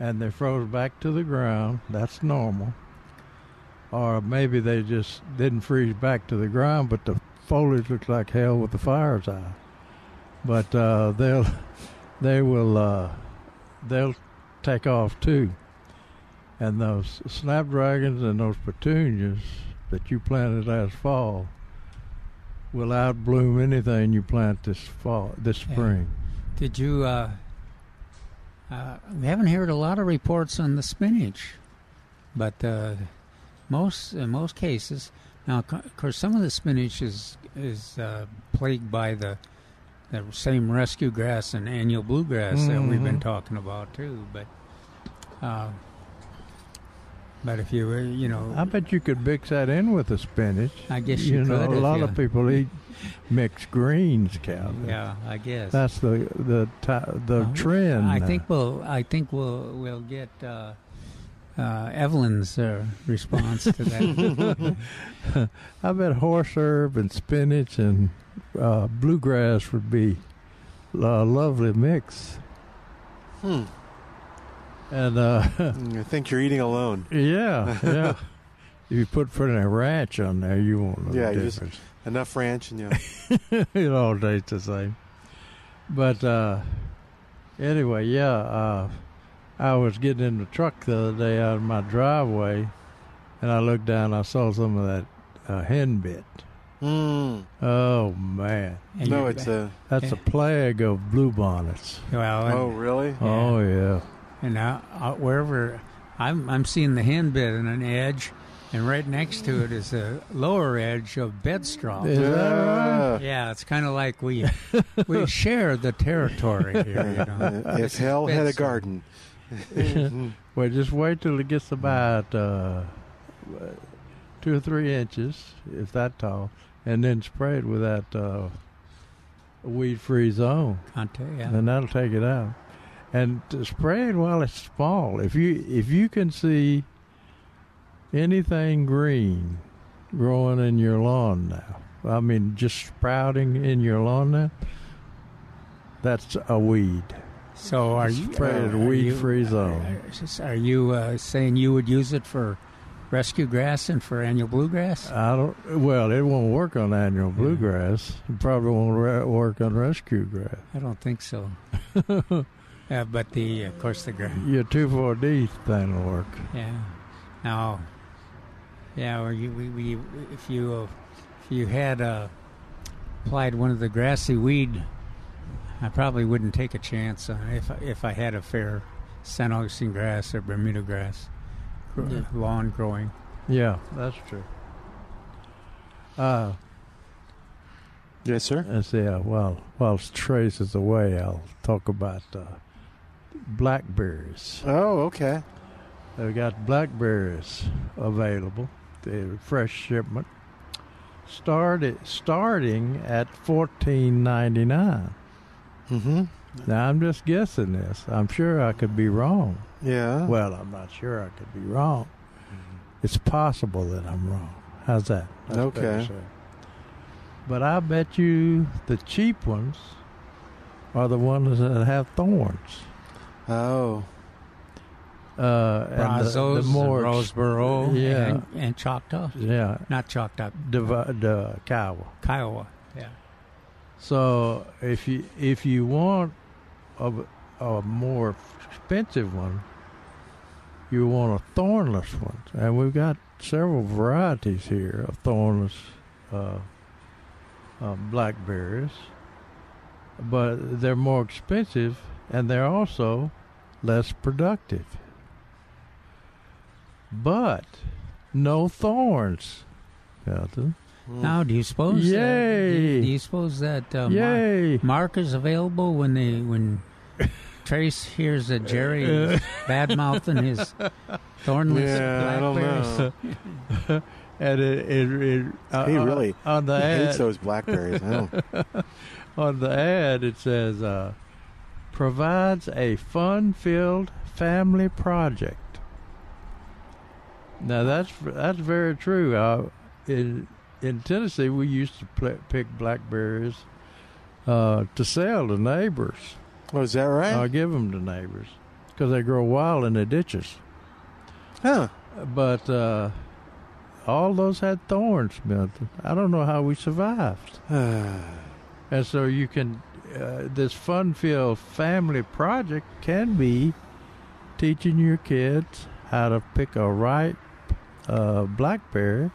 [SPEAKER 2] and they froze back to the ground, that's normal. Or maybe they just didn't freeze back to the ground, but the foliage looks like hell with the fires out. But uh, they'll they will uh, they'll take off too. And those snapdragons and those petunias that you planted last fall will outbloom anything you plant this fall, this
[SPEAKER 5] Yeah.
[SPEAKER 2] spring.
[SPEAKER 5] Did you? Uh, uh, we haven't heard a lot of reports on the spinach. But uh, most in most cases, now co- of course, some of the spinach is is uh, plagued by the the same rescue grass and annual bluegrass that we've been
[SPEAKER 10] Mhm.
[SPEAKER 5] talking about too. But uh, but if you uh, you know
[SPEAKER 2] I bet you could mix that in with the spinach.
[SPEAKER 5] I guess you
[SPEAKER 2] know
[SPEAKER 5] could
[SPEAKER 2] a
[SPEAKER 5] if
[SPEAKER 2] lot
[SPEAKER 5] you-
[SPEAKER 2] of people eat mixed greens, Calvin.
[SPEAKER 5] Yeah, I guess.
[SPEAKER 2] that's the the ti- the
[SPEAKER 5] Uh,
[SPEAKER 2] trend.
[SPEAKER 5] I think we'll I think we'll we'll get uh, uh, Evelyn's uh, response to that.
[SPEAKER 2] I bet horserb and spinach and uh, bluegrass would be a lovely mix.
[SPEAKER 4] Hmm.
[SPEAKER 2] And uh,
[SPEAKER 4] I think you're eating alone.
[SPEAKER 2] yeah, yeah. if you put put in a ranch on there, you won't know
[SPEAKER 4] Yeah,
[SPEAKER 2] the
[SPEAKER 4] you just-
[SPEAKER 2] difference.
[SPEAKER 4] Enough ranch and yeah.
[SPEAKER 2] it all tastes the same. But uh, anyway, yeah, uh, I was getting in the truck the other day out of my driveway, and I looked down. I saw some of that uh, hen bit.
[SPEAKER 4] Mm.
[SPEAKER 2] Oh man!
[SPEAKER 5] And
[SPEAKER 4] No,
[SPEAKER 5] you-
[SPEAKER 4] it's a.
[SPEAKER 2] That's a plague of bluebonnets.
[SPEAKER 5] well, and,
[SPEAKER 4] Oh, really?
[SPEAKER 2] Oh yeah.
[SPEAKER 5] and uh, uh, wherever I'm I'm seeing the hen bed in an edge, and right next to it is a lower edge of bed straw.
[SPEAKER 2] Is that right?
[SPEAKER 5] Yeah, it's kind of like we we share the territory here. You know?
[SPEAKER 4] Uh, if
[SPEAKER 5] This is
[SPEAKER 4] hell had a
[SPEAKER 5] bedstraw.
[SPEAKER 4] garden.
[SPEAKER 2] Well, just wait till it gets about uh, two or three inches, if that tall, and then spray it with that uh, weed-free zone.
[SPEAKER 5] Conte, yeah.
[SPEAKER 2] and that'll take it out. And to spray it while it's small. If you if you can see anything green growing in your lawn now, I mean just sprouting in your lawn now, that's a weed.
[SPEAKER 5] So are you uh,
[SPEAKER 2] Spray it
[SPEAKER 5] are
[SPEAKER 2] weed
[SPEAKER 5] you-
[SPEAKER 2] free zone.
[SPEAKER 5] Are, are you uh, saying you would use it for rescue grass and for annual bluegrass?
[SPEAKER 2] I don't. Well, it won't work on annual bluegrass. It probably won't re- work on rescue grass.
[SPEAKER 5] I don't think so. uh, but the of course the grass.
[SPEAKER 2] Your two four D thing will work.
[SPEAKER 5] Yeah. Now, yeah. Or you, we, we, if you, uh, if you had uh, applied one of the grassy weed, I probably wouldn't take a chance on it if I- if I had a fair San Augustine grass or Bermuda grass gr-
[SPEAKER 4] Yeah.
[SPEAKER 5] lawn growing.
[SPEAKER 2] Yeah, that's true. Uh,
[SPEAKER 4] Yes, sir.
[SPEAKER 2] And so, yeah, while whilst Trace is away, I'll talk about uh, blackberries.
[SPEAKER 4] Oh, okay.
[SPEAKER 2] They've got blackberries available, the fresh shipment, started starting at fourteen ninety nine.
[SPEAKER 4] Mm-hmm.
[SPEAKER 2] Now I'm just guessing this. I'm sure I could be wrong.
[SPEAKER 4] Yeah.
[SPEAKER 2] Well, I'm not sure I could be wrong. It's possible that I'm wrong. How's that?
[SPEAKER 4] Okay.
[SPEAKER 2] better said. But I bet you the cheap ones are the ones that have thorns.
[SPEAKER 4] oh.
[SPEAKER 2] Uh, and the, the
[SPEAKER 5] Brazos,
[SPEAKER 2] more
[SPEAKER 5] Roseboro,
[SPEAKER 2] yeah,
[SPEAKER 5] and, and Choctaw.
[SPEAKER 2] yeah,
[SPEAKER 5] Not Choctaw,
[SPEAKER 2] div- the Kiowa.
[SPEAKER 5] Kiowa. Yeah.
[SPEAKER 2] So if you if you want a, a more expensive one, you want a thornless one, and we've got several varieties here of thornless uh, uh, blackberries, but they're more expensive and they're also less productive. But no thorns, Captain.
[SPEAKER 4] Mm.
[SPEAKER 5] Now, do you suppose? uh, do,
[SPEAKER 2] Yay.
[SPEAKER 5] you, do you suppose that uh, Mar-
[SPEAKER 2] Yay!
[SPEAKER 5] Mark is available when they when Trace hears that Jerry is bad mouthing his thornless
[SPEAKER 4] Yeah, I don't
[SPEAKER 5] blackberries.
[SPEAKER 4] know.
[SPEAKER 2] and it, it, it uh,
[SPEAKER 4] He
[SPEAKER 2] on-
[SPEAKER 4] really
[SPEAKER 2] on the
[SPEAKER 4] hates
[SPEAKER 2] ad
[SPEAKER 4] those blackberries. I don't.
[SPEAKER 2] on the ad it says uh, provides a fun-filled family project. Now that's that's very true. Uh, in in Tennessee, we used to pl- pick blackberries uh, to sell to neighbors.
[SPEAKER 4] Oh, is that right?
[SPEAKER 2] I give them to neighbors because they grow wild in the ditches.
[SPEAKER 4] huh.
[SPEAKER 2] But uh, all those had thorns, Milton. I don't know how we survived. and so you can, uh, this fun-filled family project can be teaching your kids how to pick a ripe uh, blackberry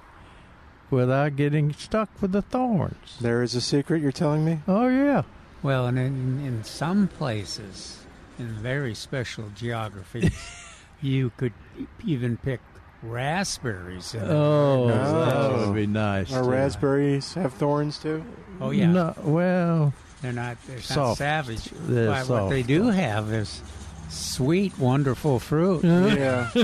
[SPEAKER 2] without getting stuck with the thorns.
[SPEAKER 4] There is a secret you're telling me?
[SPEAKER 2] Oh yeah,
[SPEAKER 5] Well, and in, in some places, in very special geographies, you could even pick raspberries. in it.
[SPEAKER 2] Oh, that would be nice.
[SPEAKER 4] Are
[SPEAKER 2] too.
[SPEAKER 4] raspberries have thorns too?
[SPEAKER 5] Oh yeah,
[SPEAKER 2] No, well,
[SPEAKER 5] they're not they're not
[SPEAKER 2] Soft.
[SPEAKER 5] savage.
[SPEAKER 2] They're
[SPEAKER 5] but what they
[SPEAKER 2] soft.
[SPEAKER 5] do have is sweet, wonderful fruit.
[SPEAKER 4] Yeah.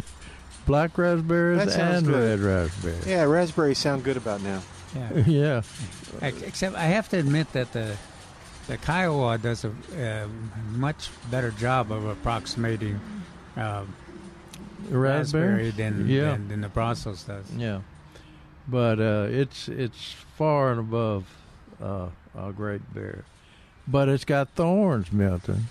[SPEAKER 2] black
[SPEAKER 4] That
[SPEAKER 2] raspberries
[SPEAKER 4] sounds
[SPEAKER 2] and uh,
[SPEAKER 4] good.
[SPEAKER 2] red raspberries.
[SPEAKER 4] yeah, raspberries sound good about now.
[SPEAKER 5] Yeah.
[SPEAKER 2] yeah.
[SPEAKER 5] Ex- Except I have to admit that the the Kiowa does a um much better job of approximating um raspberry
[SPEAKER 2] Raspberries?
[SPEAKER 5] than,
[SPEAKER 2] Yeah.
[SPEAKER 5] than than the Brussels does.
[SPEAKER 2] Yeah, but uh, it's it's far and above uh, a great bear, but it's got thorns, Milton.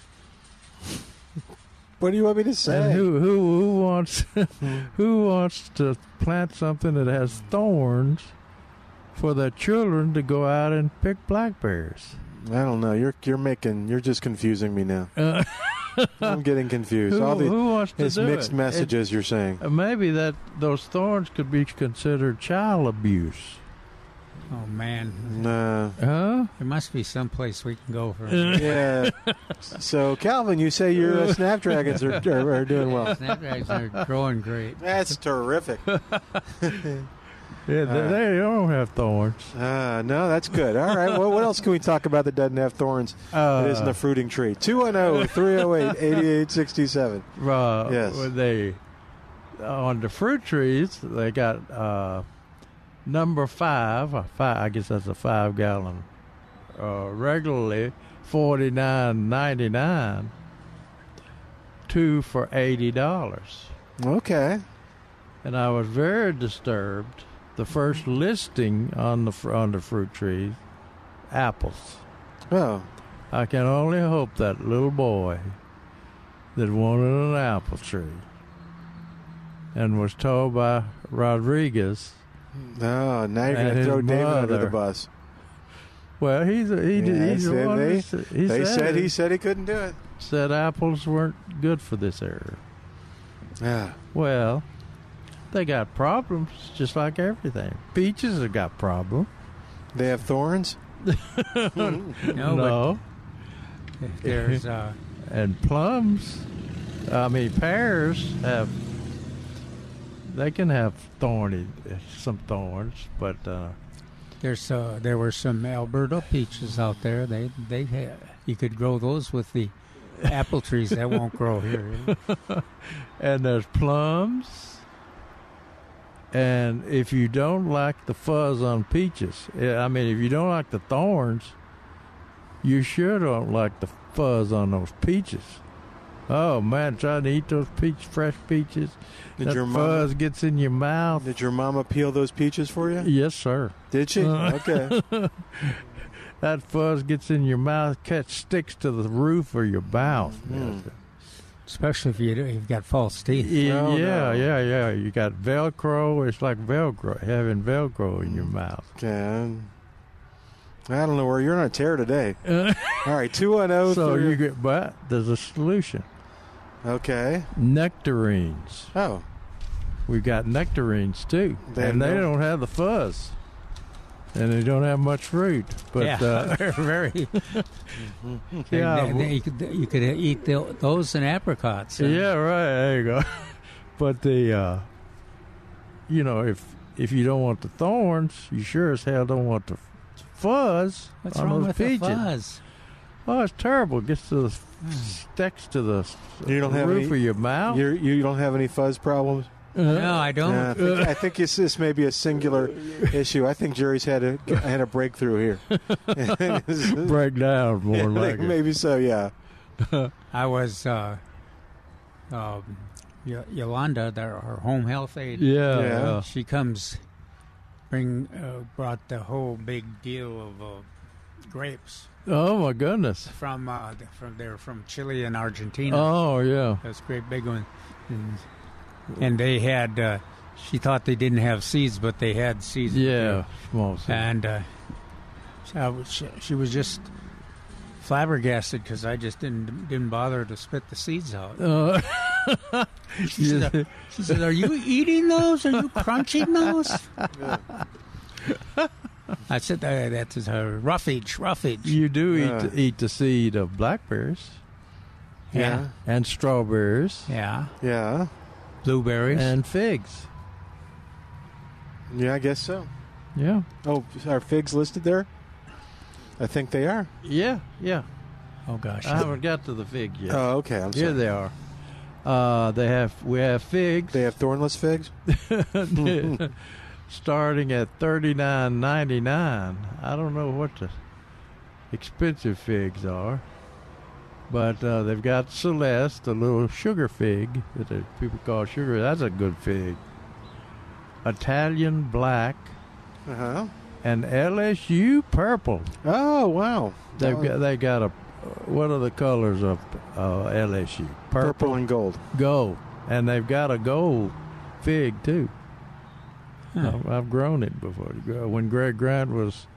[SPEAKER 4] What do you want me to say?
[SPEAKER 2] And who who who wants who wants to plant something that has thorns for their children to go out and pick blackberries?
[SPEAKER 4] I don't know. You're you're making you're just confusing me now.
[SPEAKER 2] Uh,
[SPEAKER 4] I'm getting confused.
[SPEAKER 2] who,
[SPEAKER 4] All the
[SPEAKER 2] who wants to
[SPEAKER 4] it's
[SPEAKER 2] do
[SPEAKER 4] mixed
[SPEAKER 2] it?
[SPEAKER 4] messages you're saying.
[SPEAKER 2] It- maybe that those thorns could be considered child abuse,
[SPEAKER 5] Oh man,
[SPEAKER 4] Nah.
[SPEAKER 2] huh?
[SPEAKER 5] there must be some place we can go for.
[SPEAKER 4] Yeah. so Calvin, you say your uh, snapdragons are, are are doing well.
[SPEAKER 5] Snapdragons are growing great.
[SPEAKER 4] That's terrific.
[SPEAKER 2] Yeah,
[SPEAKER 4] Uh.
[SPEAKER 2] they, they don't have thorns.
[SPEAKER 4] Ah, no, that's good. All right. Well, what else can we talk about that doesn't have thorns?
[SPEAKER 2] Uh,
[SPEAKER 4] that isn't a fruiting tree. 210 308 8867.
[SPEAKER 2] Uh,
[SPEAKER 4] Yes.
[SPEAKER 2] when They uh, on the fruit trees. They got uh, number five. uh, Five. I guess that's a five gallon. Uh, regularly forty nine ninety nine. Two for eighty dollars.
[SPEAKER 4] Okay.
[SPEAKER 2] And I was very disturbed. The first listing on the fr- on the fruit trees, apples.
[SPEAKER 4] Oh,
[SPEAKER 2] I can only hope that little boy that wanted an apple tree and was told by Rodriguez,
[SPEAKER 4] no. Oh, Now you're going
[SPEAKER 2] And
[SPEAKER 4] to
[SPEAKER 2] his
[SPEAKER 4] throw David under the
[SPEAKER 2] mother.
[SPEAKER 4] bus.
[SPEAKER 2] well, he's a, he
[SPEAKER 4] Yeah,
[SPEAKER 2] did,
[SPEAKER 4] they
[SPEAKER 2] he's the
[SPEAKER 4] said
[SPEAKER 2] one
[SPEAKER 4] they-
[SPEAKER 2] that said- he
[SPEAKER 4] they
[SPEAKER 2] said,
[SPEAKER 4] said
[SPEAKER 2] it.
[SPEAKER 4] he said he couldn't do it.
[SPEAKER 2] said apples weren't good for this area.
[SPEAKER 4] Yeah.
[SPEAKER 2] Well, they got problems just like everything. Peaches have got problems.
[SPEAKER 4] They have thorns?
[SPEAKER 5] No,
[SPEAKER 2] no,
[SPEAKER 5] but if there's uh,
[SPEAKER 2] and plums. I mean, pears have. They can have thorny, some thorns, but uh,
[SPEAKER 5] there's uh, there were some Alberta peaches out there. They they had, you could grow those with the apple trees that won't grow here.
[SPEAKER 2] and there's plums. And if you don't like the fuzz on peaches, eh, I mean, if you don't like the thorns, you sure don't like the fuzz on those peaches. Oh man, trying to eat those peach, fresh peaches,
[SPEAKER 4] Did
[SPEAKER 2] that
[SPEAKER 4] your mama,
[SPEAKER 2] fuzz gets in your mouth.
[SPEAKER 4] did your mama peel those peaches for you?
[SPEAKER 2] Yes, sir.
[SPEAKER 4] Did she?
[SPEAKER 2] Uh.
[SPEAKER 4] Okay.
[SPEAKER 2] That fuzz gets in your mouth, catch sticks to the roof or your mouth.
[SPEAKER 4] Mm.
[SPEAKER 5] Especially if you you've got false teeth.
[SPEAKER 2] Yeah,
[SPEAKER 4] Oh,
[SPEAKER 2] yeah,
[SPEAKER 4] no.
[SPEAKER 2] yeah, yeah. You got Velcro. It's like Velcro, having Velcro in your mouth.
[SPEAKER 4] Okay. um, I don't know where you're on a tear today. All right, 210
[SPEAKER 2] so you get, but there's a solution.
[SPEAKER 4] Okay.
[SPEAKER 2] Nectarines.
[SPEAKER 4] Oh,
[SPEAKER 2] We've got nectarines too,
[SPEAKER 4] They
[SPEAKER 2] and
[SPEAKER 4] have
[SPEAKER 2] they
[SPEAKER 4] no-
[SPEAKER 2] don't have the fuzz, and they don't have much fruit. But
[SPEAKER 5] yeah,
[SPEAKER 2] uh,
[SPEAKER 5] very.
[SPEAKER 2] Yeah,
[SPEAKER 5] And then you could you could eat tho- those and apricots. and-
[SPEAKER 2] Yeah, right. There you go. but the, uh, you know, if if you don't want the thorns, you sure as hell don't want the f- fuzz
[SPEAKER 5] What's
[SPEAKER 2] on
[SPEAKER 5] wrong
[SPEAKER 2] those
[SPEAKER 5] with
[SPEAKER 2] peaches.
[SPEAKER 5] the fuzz? Hmm.
[SPEAKER 2] Oh, it's terrible. It gets to the f- sticks to the s-
[SPEAKER 4] You don't have
[SPEAKER 2] roof
[SPEAKER 4] any-
[SPEAKER 2] of your mouth. Uh-huh.
[SPEAKER 4] You're, you don't have any fuzz problems?
[SPEAKER 5] No, I don't.
[SPEAKER 4] Nah, I think, I think this, this may be a singular issue. I think Jerry's had a had a breakthrough here.
[SPEAKER 2] break
[SPEAKER 4] I
[SPEAKER 2] down more
[SPEAKER 4] think
[SPEAKER 2] like it.
[SPEAKER 4] maybe so. Yeah.
[SPEAKER 5] I was uh, um, y- Yolanda, their, our home health aide.
[SPEAKER 2] Yeah,
[SPEAKER 4] Yeah.
[SPEAKER 2] yeah.
[SPEAKER 5] She comes, bring uh, brought the whole big deal of uh, grapes
[SPEAKER 2] Oh my goodness.
[SPEAKER 5] from uh, th- from they're from Chile and Argentina.
[SPEAKER 2] Oh yeah.
[SPEAKER 5] That's a great big one, and, and they had. Uh, she thought they didn't have seeds, but they had seeds.
[SPEAKER 2] Yeah. Small seed.
[SPEAKER 5] and uh, so I was- she, she was just flabbergasted because I just didn't didn't bother to spit the seeds out.
[SPEAKER 2] Uh,
[SPEAKER 5] She said, "Are- she said, "Are you eating those? Are you crunching those?" I said, "Uh, "That is her roughage, roughage."
[SPEAKER 2] you do eat
[SPEAKER 4] Yeah.
[SPEAKER 2] eat the seed of blackberries
[SPEAKER 5] yeah,
[SPEAKER 2] and strawberries
[SPEAKER 5] yeah.
[SPEAKER 4] Yeah.
[SPEAKER 5] Blueberries.
[SPEAKER 2] and figs.
[SPEAKER 4] Yeah, I guess so.
[SPEAKER 2] Yeah.
[SPEAKER 4] Oh, are figs listed there? I think they are.
[SPEAKER 2] Yeah, yeah.
[SPEAKER 10] Oh gosh.
[SPEAKER 2] I haven't got to the fig yet.
[SPEAKER 4] Oh, okay. I'm
[SPEAKER 2] Here
[SPEAKER 4] sorry.
[SPEAKER 2] they are. Uh, they have we have figs.
[SPEAKER 4] They have thornless figs.
[SPEAKER 2] starting at thirty nine ninety nine. I don't know what the expensive figs are, but uh, they've got Celeste, a little sugar fig that the people call sugar. That's a good fig. Italian black
[SPEAKER 4] Uh huh.
[SPEAKER 2] and LSU purple.
[SPEAKER 4] Oh wow.
[SPEAKER 2] They've
[SPEAKER 4] Oh,
[SPEAKER 2] got they got a what are the colors of uh, LSU?
[SPEAKER 4] purple and gold.
[SPEAKER 2] gold, and they've got a gold fig too.
[SPEAKER 5] Huh.
[SPEAKER 2] I've, I've grown it before. When Greg Grant was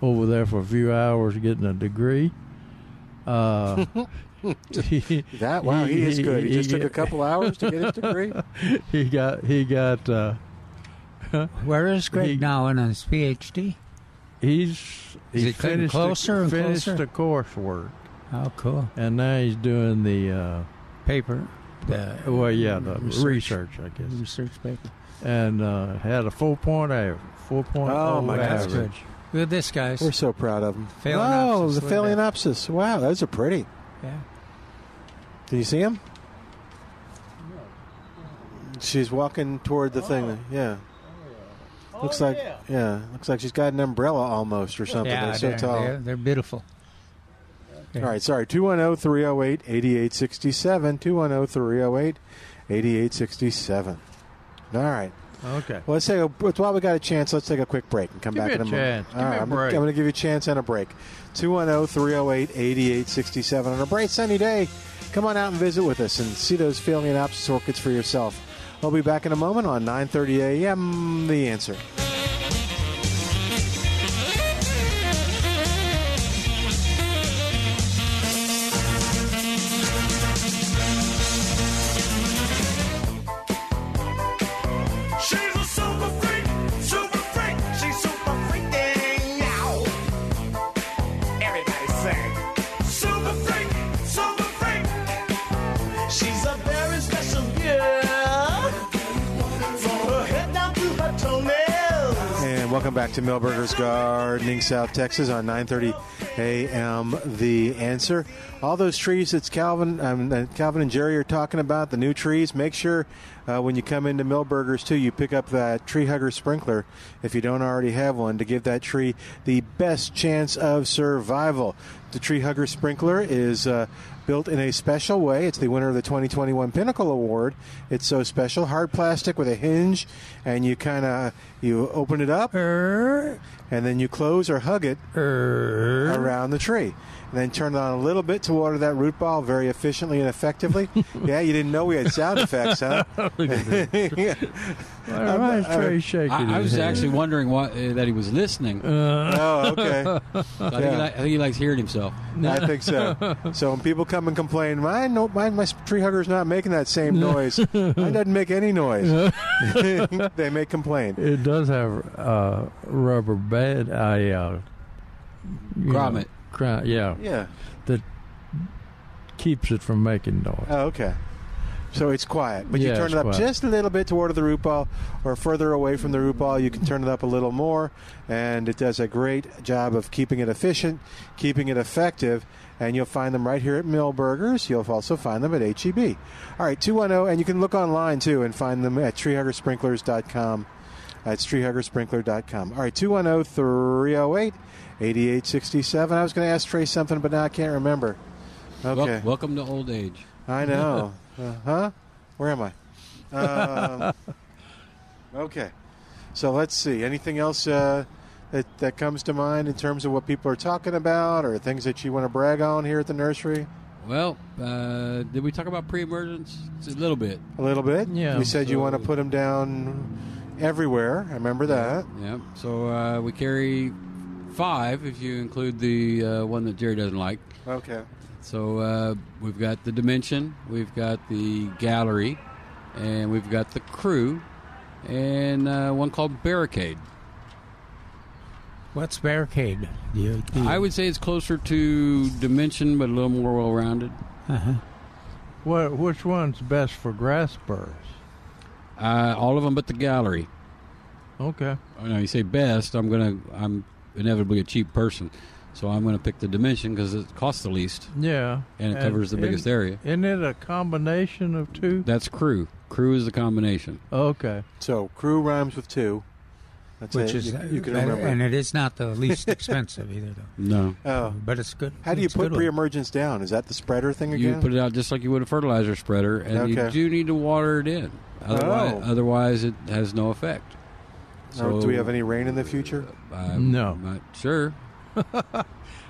[SPEAKER 2] over there for a few hours getting a degree, uh, he,
[SPEAKER 4] That wow, he, is good. He, just took a couple hours to get his degree.
[SPEAKER 2] he got he got uh,
[SPEAKER 10] Where is
[SPEAKER 5] Greg
[SPEAKER 2] He-
[SPEAKER 5] now in his PhD.
[SPEAKER 2] he's
[SPEAKER 5] Is
[SPEAKER 2] he
[SPEAKER 5] it getting
[SPEAKER 2] finished
[SPEAKER 5] closer
[SPEAKER 2] the,
[SPEAKER 5] and
[SPEAKER 2] finished
[SPEAKER 5] closer?
[SPEAKER 2] the coursework,
[SPEAKER 5] Oh, cool.
[SPEAKER 2] and now he's doing the uh,
[SPEAKER 5] Paper. The
[SPEAKER 2] well, yeah, the
[SPEAKER 5] Research.
[SPEAKER 2] research, I guess.
[SPEAKER 5] research paper.
[SPEAKER 2] and uh, had a four point average. Four point
[SPEAKER 4] Oh, my
[SPEAKER 2] average.
[SPEAKER 4] gosh.
[SPEAKER 5] That's good. Look at this, guys.
[SPEAKER 4] We're so proud of him.
[SPEAKER 5] Phalaenopsis,
[SPEAKER 4] Oh, the
[SPEAKER 5] look at that.
[SPEAKER 4] phalaenopsis. Wow, those are pretty.
[SPEAKER 5] Yeah.
[SPEAKER 4] Do you see him? She's walking toward the thing. Yeah. looks like Oh, yeah. looks like she's got an umbrella almost or something.
[SPEAKER 5] Yeah,
[SPEAKER 4] They're so
[SPEAKER 5] they're,
[SPEAKER 4] tall.
[SPEAKER 5] They're, they're beautiful.
[SPEAKER 4] All right, sorry. 210-308-8867. 210-308-8867. All right.
[SPEAKER 2] Okay.
[SPEAKER 4] Well, let's take a, let's- while we got a chance, let's take a quick break and come
[SPEAKER 2] Give
[SPEAKER 4] back
[SPEAKER 2] me
[SPEAKER 4] in
[SPEAKER 2] a
[SPEAKER 4] a moment.
[SPEAKER 2] chance. Give me a
[SPEAKER 4] I'm,
[SPEAKER 2] break.
[SPEAKER 4] I'm going to give you a chance and a break. oh, 210-308-8867. On a bright sunny day, come on out and visit with us and see those Phalaenopsis orchids for yourself. I'll be back in a moment on 9:30 a.m. The answer.
[SPEAKER 7] She's a super freak, super freak, she's super freaking now. Everybody sing. Super freak, super freak. She's a very special girl. From her head down to her toenails.
[SPEAKER 4] And welcome back to Millburgers Gardening, South Texas, on 9:30 a.m. The answer: all those trees that's Calvin, um, that Calvin and Jerry are talking about, the new trees. Make sure uh, when you come into Millburgers too, you pick up that tree hugger sprinkler if you don't already have one to give that tree the best chance of survival. The tree hugger sprinkler is. Uh, built in a special way. It's the winner of the 2021 Pinnacle Award. It's so special, hard plastic with a hinge, and you kind of you open it up, and then you close or hug it around the tree, and then turn it on a little bit to water that root ball very efficiently and effectively. yeah, you didn't know we had sound effects, huh?
[SPEAKER 2] All right, Trey shaking.
[SPEAKER 6] I, I was
[SPEAKER 2] his head.
[SPEAKER 6] actually wondering why, uh, that he was listening.
[SPEAKER 2] Uh.
[SPEAKER 4] oh, okay.
[SPEAKER 6] I, think he
[SPEAKER 4] yeah.
[SPEAKER 6] li- I think he likes hearing himself.
[SPEAKER 4] I think so. So when people come and complain, my no, my, my tree hugger's not making that same noise. Mine doesn't make any noise. they may complain.
[SPEAKER 2] It does have uh, rubber bed. I uh, you
[SPEAKER 6] Grommet.
[SPEAKER 2] know, cra- yeah,
[SPEAKER 4] Yeah.
[SPEAKER 2] keeps it from making noise.
[SPEAKER 4] Oh, okay. So it's quiet, but you
[SPEAKER 2] Yeah,
[SPEAKER 4] turn
[SPEAKER 2] it's
[SPEAKER 4] it up
[SPEAKER 2] quiet.
[SPEAKER 4] just a little bit toward the root ball, or further away from the root ball. You can turn it up a little more, and it does a great job of keeping it efficient, keeping it effective. And you'll find them right here at Millburgers. You'll also find them at HEB. All right, 210, and you can look online too and find them at treehuggersprinklers.com. That's treehuggerSprinkler.com. All right, oh, 210 308 8867. I was going to ask Trey something, but now I can't remember. Okay.
[SPEAKER 6] Wel- welcome to old age.
[SPEAKER 4] I know. uh, huh? Where am I? Um, okay. So let's see. Anything else uh, that, that comes to mind in terms of what people are talking about or things that you want to brag on here at the nursery?
[SPEAKER 6] Well, uh, did we talk about pre-emergence? It's a little bit.
[SPEAKER 4] A little bit.
[SPEAKER 2] Yeah.
[SPEAKER 4] You said you
[SPEAKER 6] So-
[SPEAKER 4] want to put them down everywhere. I remember that.
[SPEAKER 6] Yeah. So uh, we carry five if you include the uh, one that Jerry doesn't like.
[SPEAKER 4] Okay.
[SPEAKER 6] So uh, we've got the dimension, we've got the gallery, and we've got the crew, and uh, one called barricade.
[SPEAKER 5] What's barricade? Do you, do you-
[SPEAKER 6] I would say it's closer to dimension, but a little more well-rounded.
[SPEAKER 5] Uh-huh.
[SPEAKER 2] What? Which one's best for grass burrs?
[SPEAKER 6] Uh, all of them but the gallery.
[SPEAKER 2] Okay.
[SPEAKER 6] Oh, no, you say best. I'm gonna. I'm inevitably a cheap person, so I'm gonna pick the dimension because it costs the least.
[SPEAKER 2] Yeah.
[SPEAKER 6] and it covers the biggest
[SPEAKER 2] isn't-
[SPEAKER 6] area.
[SPEAKER 2] Isn't it a combination of two?
[SPEAKER 6] That's crew. Crew is the combination.
[SPEAKER 2] Okay.
[SPEAKER 4] So crew rhymes with two. That's
[SPEAKER 5] Which
[SPEAKER 4] it.
[SPEAKER 5] is
[SPEAKER 4] you, you can
[SPEAKER 5] and-
[SPEAKER 4] remember.
[SPEAKER 5] and it is not the least expensive either, though.
[SPEAKER 6] No.
[SPEAKER 4] Oh,
[SPEAKER 5] but it's good.
[SPEAKER 4] How do you
[SPEAKER 5] it's a good
[SPEAKER 4] put
[SPEAKER 5] one.
[SPEAKER 4] pre-emergence down? Is that the spreader thing
[SPEAKER 6] You
[SPEAKER 4] again?
[SPEAKER 6] put it out just like you would a fertilizer spreader, and
[SPEAKER 4] Okay.
[SPEAKER 6] you do need to water it in. Otherwise,
[SPEAKER 4] Oh.
[SPEAKER 6] otherwise it has no effect.
[SPEAKER 4] Now, do we have any rain in the future?
[SPEAKER 6] I'm Not sure.
[SPEAKER 4] But-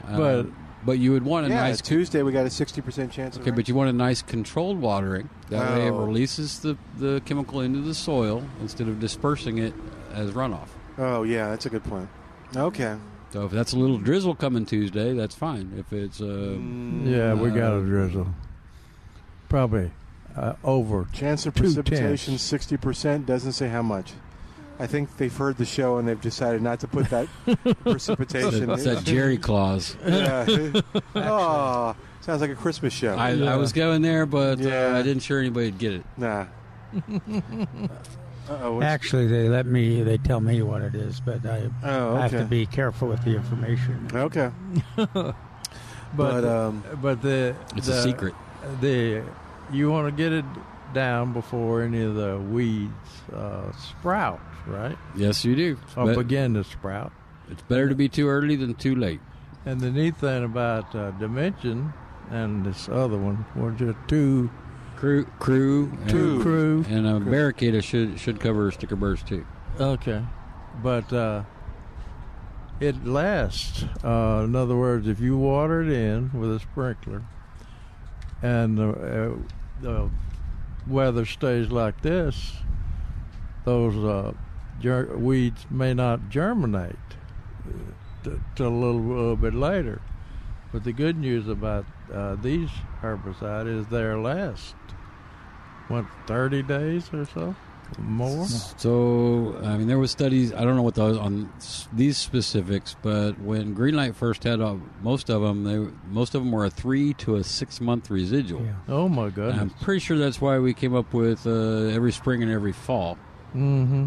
[SPEAKER 6] Um, but you would want a
[SPEAKER 4] yeah,
[SPEAKER 6] nice
[SPEAKER 4] Tuesday we got a sixty percent chance.
[SPEAKER 6] Okay,
[SPEAKER 4] of rain.
[SPEAKER 6] but you want a nice controlled watering. That way, it
[SPEAKER 4] Oh.
[SPEAKER 6] releases the, the chemical into the soil instead of dispersing it as runoff.
[SPEAKER 4] oh yeah, that's a good point. Okay.
[SPEAKER 6] So if that's a little drizzle coming Tuesday, that's fine. If it's uh,
[SPEAKER 2] Yeah, we got
[SPEAKER 6] uh,
[SPEAKER 2] a drizzle. Probably uh, over
[SPEAKER 4] Chance of
[SPEAKER 2] two
[SPEAKER 4] precipitation
[SPEAKER 2] tenths.
[SPEAKER 4] sixty percent doesn't say how much. I think they've heard the show and they've decided not to put that precipitation.
[SPEAKER 6] It's that Jerry clause.
[SPEAKER 4] Yeah. oh, sounds like a Christmas show.
[SPEAKER 6] I, I was going there, but uh, I didn't sure anybody would get it.
[SPEAKER 4] Nah. Uh-oh,
[SPEAKER 5] Actually, they let me. They tell me what it is, but I,
[SPEAKER 4] Oh,
[SPEAKER 5] I have to
[SPEAKER 4] okay. Uh,
[SPEAKER 5] be careful with the information.
[SPEAKER 4] Okay.
[SPEAKER 2] but
[SPEAKER 5] But,
[SPEAKER 4] um,
[SPEAKER 2] but the
[SPEAKER 5] It's a
[SPEAKER 2] the-
[SPEAKER 5] secret.
[SPEAKER 2] The you want to get it down before any of the weeds uh, sprout, right?
[SPEAKER 6] Yes, you do.
[SPEAKER 2] Or
[SPEAKER 6] But
[SPEAKER 2] begin to sprout.
[SPEAKER 6] It's better to be too early than too late.
[SPEAKER 2] And the neat thing about uh, dimension and this other one were just two
[SPEAKER 6] crew, crew,
[SPEAKER 2] two
[SPEAKER 6] and,
[SPEAKER 2] crew,
[SPEAKER 6] and a barricade should should cover sticker burst too.
[SPEAKER 2] Okay, but uh, it lasts. Uh, in other words, if you water it in with a sprinkler, and the, uh, the weather stays like this, those uh, ger- weeds may not germinate uh, t- till a little, little bit later. But the good news about uh, these herbicide is they last what thirty days or so, more.
[SPEAKER 6] So, I mean, there was studies. I don't know what those on s- these specifics, but when Greenlight first had uh, most of them, they most of them were a three to a six month residual.
[SPEAKER 2] Oh my
[SPEAKER 6] And I'm
[SPEAKER 2] goodness.
[SPEAKER 6] pretty sure that's why we came up with uh, every spring and every fall
[SPEAKER 2] Mm-hmm.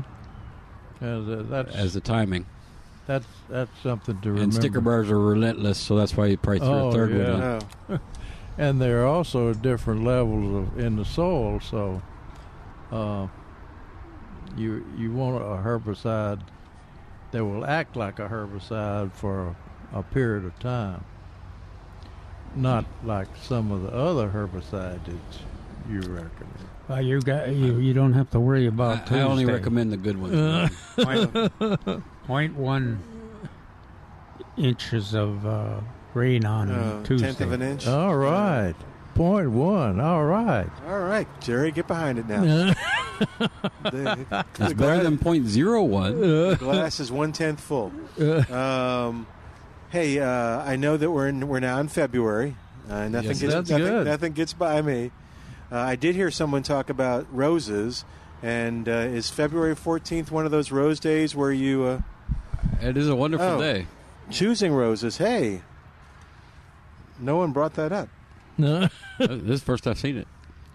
[SPEAKER 2] As, uh, that's
[SPEAKER 6] as the timing.
[SPEAKER 2] that's that's something to remember. Oh,
[SPEAKER 6] And sticker bars are relentless, so that's why you probably threw a third one.
[SPEAKER 4] Oh.
[SPEAKER 6] in.
[SPEAKER 2] and there are also different levels of in the soil, so uh, you you want a herbicide that will act like a herbicide for a, a period of time, not like some of the other herbicides that you recommend.
[SPEAKER 5] Well, you got you. You don't have to worry about.
[SPEAKER 2] I- I only
[SPEAKER 5] Tuesday.
[SPEAKER 2] recommend
[SPEAKER 6] the good
[SPEAKER 2] ones.
[SPEAKER 5] Point- point one inches of uh, rain on
[SPEAKER 4] Uh,
[SPEAKER 5] Tuesday.
[SPEAKER 4] tenth of an inch.
[SPEAKER 2] All right, point one. All right.
[SPEAKER 4] All right, Jerry, get behind it now. the,
[SPEAKER 6] It's better than point zero one.
[SPEAKER 4] the glass is one tenth full. Um, hey, uh, I know that we're in, we're now in February. Uh, nothing
[SPEAKER 2] Yes,
[SPEAKER 4] gets
[SPEAKER 2] that's
[SPEAKER 4] nothing,
[SPEAKER 2] good.
[SPEAKER 4] nothing gets by me. Uh, I did hear someone talk about roses, and uh, is February fourteenth one of those rose days where you? Uh,
[SPEAKER 6] it is a wonderful
[SPEAKER 4] Oh.
[SPEAKER 6] day.
[SPEAKER 4] Choosing roses. Hey, no one brought that up.
[SPEAKER 2] No.
[SPEAKER 6] this is the first I've seen it.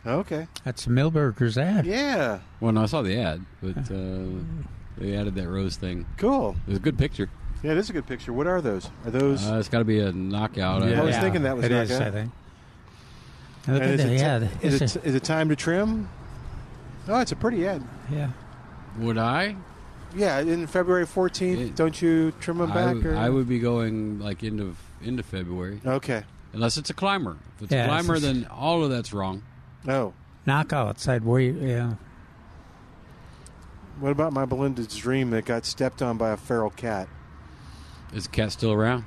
[SPEAKER 4] Okay.
[SPEAKER 5] That's Millburgers ad.
[SPEAKER 4] Yeah.
[SPEAKER 6] Well, no, I saw the ad, but uh, they added that rose thing.
[SPEAKER 4] Cool.
[SPEAKER 6] It was a good picture.
[SPEAKER 4] Yeah, it is a good picture. What are those? Are those?
[SPEAKER 6] Uh, it's got to be a knockout.
[SPEAKER 4] I was thinking that was
[SPEAKER 5] it
[SPEAKER 4] not
[SPEAKER 5] is,
[SPEAKER 4] good.
[SPEAKER 5] I think. Look
[SPEAKER 4] And
[SPEAKER 5] at
[SPEAKER 4] is,
[SPEAKER 5] that,
[SPEAKER 4] it ti-
[SPEAKER 5] yeah,
[SPEAKER 4] is,
[SPEAKER 5] it's
[SPEAKER 4] it, is it time to trim? Oh, it's a pretty ad.
[SPEAKER 5] Yeah.
[SPEAKER 6] Would I?
[SPEAKER 4] Yeah, in February 14th, don't you trim them
[SPEAKER 6] I,
[SPEAKER 4] back?
[SPEAKER 6] w-
[SPEAKER 4] or?
[SPEAKER 6] I would be going like end of end of February.
[SPEAKER 4] Okay.
[SPEAKER 6] Unless it's a climber. If it's
[SPEAKER 5] Yeah,
[SPEAKER 6] a climber,
[SPEAKER 5] it's-
[SPEAKER 6] then all of that's wrong.
[SPEAKER 4] No.
[SPEAKER 5] Knockouts. I'd wait. Yeah.
[SPEAKER 4] What about my Belinda's dream that got stepped on by a feral cat?
[SPEAKER 6] Is the cat still around?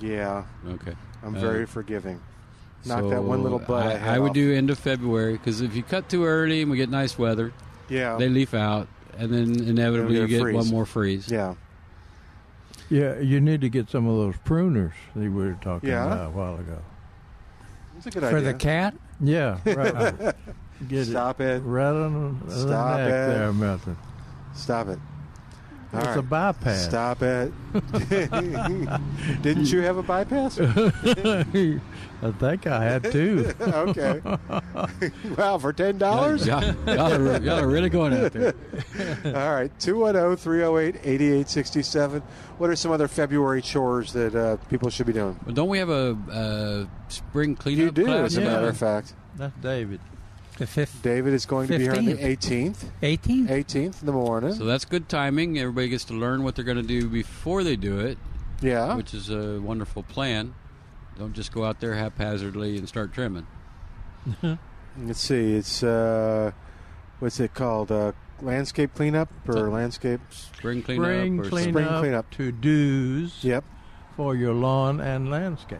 [SPEAKER 4] Yeah.
[SPEAKER 6] Okay.
[SPEAKER 4] I'm
[SPEAKER 6] Uh,
[SPEAKER 4] very forgiving. Knock that
[SPEAKER 6] so
[SPEAKER 4] one little butt I,
[SPEAKER 6] I,
[SPEAKER 4] had
[SPEAKER 6] would
[SPEAKER 4] off.
[SPEAKER 6] do end of February because if you cut too early and we get nice weather,
[SPEAKER 4] Yeah.
[SPEAKER 6] they leaf out, and then inevitably
[SPEAKER 4] They'll
[SPEAKER 6] you
[SPEAKER 4] get a
[SPEAKER 6] get
[SPEAKER 4] freeze.
[SPEAKER 6] one more freeze.
[SPEAKER 4] Yeah.
[SPEAKER 2] Yeah, you need to get some of those pruners that we were talking
[SPEAKER 4] Yeah.
[SPEAKER 2] about a while ago.
[SPEAKER 4] That's a good
[SPEAKER 5] For
[SPEAKER 4] idea.
[SPEAKER 5] the cat?
[SPEAKER 2] Yeah, right. Get
[SPEAKER 4] Stop it.
[SPEAKER 2] Right on the- on the
[SPEAKER 4] Stop
[SPEAKER 2] neck
[SPEAKER 4] it.
[SPEAKER 2] there, Milton.
[SPEAKER 4] Stop it. All
[SPEAKER 2] It's a bypass.
[SPEAKER 4] Stop it. Didn't you have a bypass?
[SPEAKER 2] I think I had two.
[SPEAKER 4] okay. wow, for ten dollars?
[SPEAKER 6] Y'all- y'all are- y'all are really going out there.
[SPEAKER 4] All right, oh, 210-308-8867. What are some other February chores that uh, people should be doing?
[SPEAKER 6] Well, don't we have a uh, spring cleanup
[SPEAKER 4] You do,
[SPEAKER 6] class?
[SPEAKER 4] as a matter of fact.
[SPEAKER 2] That's David.
[SPEAKER 5] The fifth.
[SPEAKER 4] David is going to be here on the 18th.
[SPEAKER 5] 18th?
[SPEAKER 4] 18th in the morning.
[SPEAKER 6] So that's good timing. Everybody gets to learn what they're going to do before they do it.
[SPEAKER 4] Yeah.
[SPEAKER 6] Which is a wonderful plan. Don't just go out there haphazardly and start trimming.
[SPEAKER 4] Let's see. It's uh, what's it called? Uh, landscape cleanup or landscape
[SPEAKER 6] spring
[SPEAKER 2] cleanup Spring or something.
[SPEAKER 4] spring
[SPEAKER 2] cleanup
[SPEAKER 4] cleanup
[SPEAKER 2] to do's.
[SPEAKER 4] Yep.
[SPEAKER 2] For your lawn and landscape.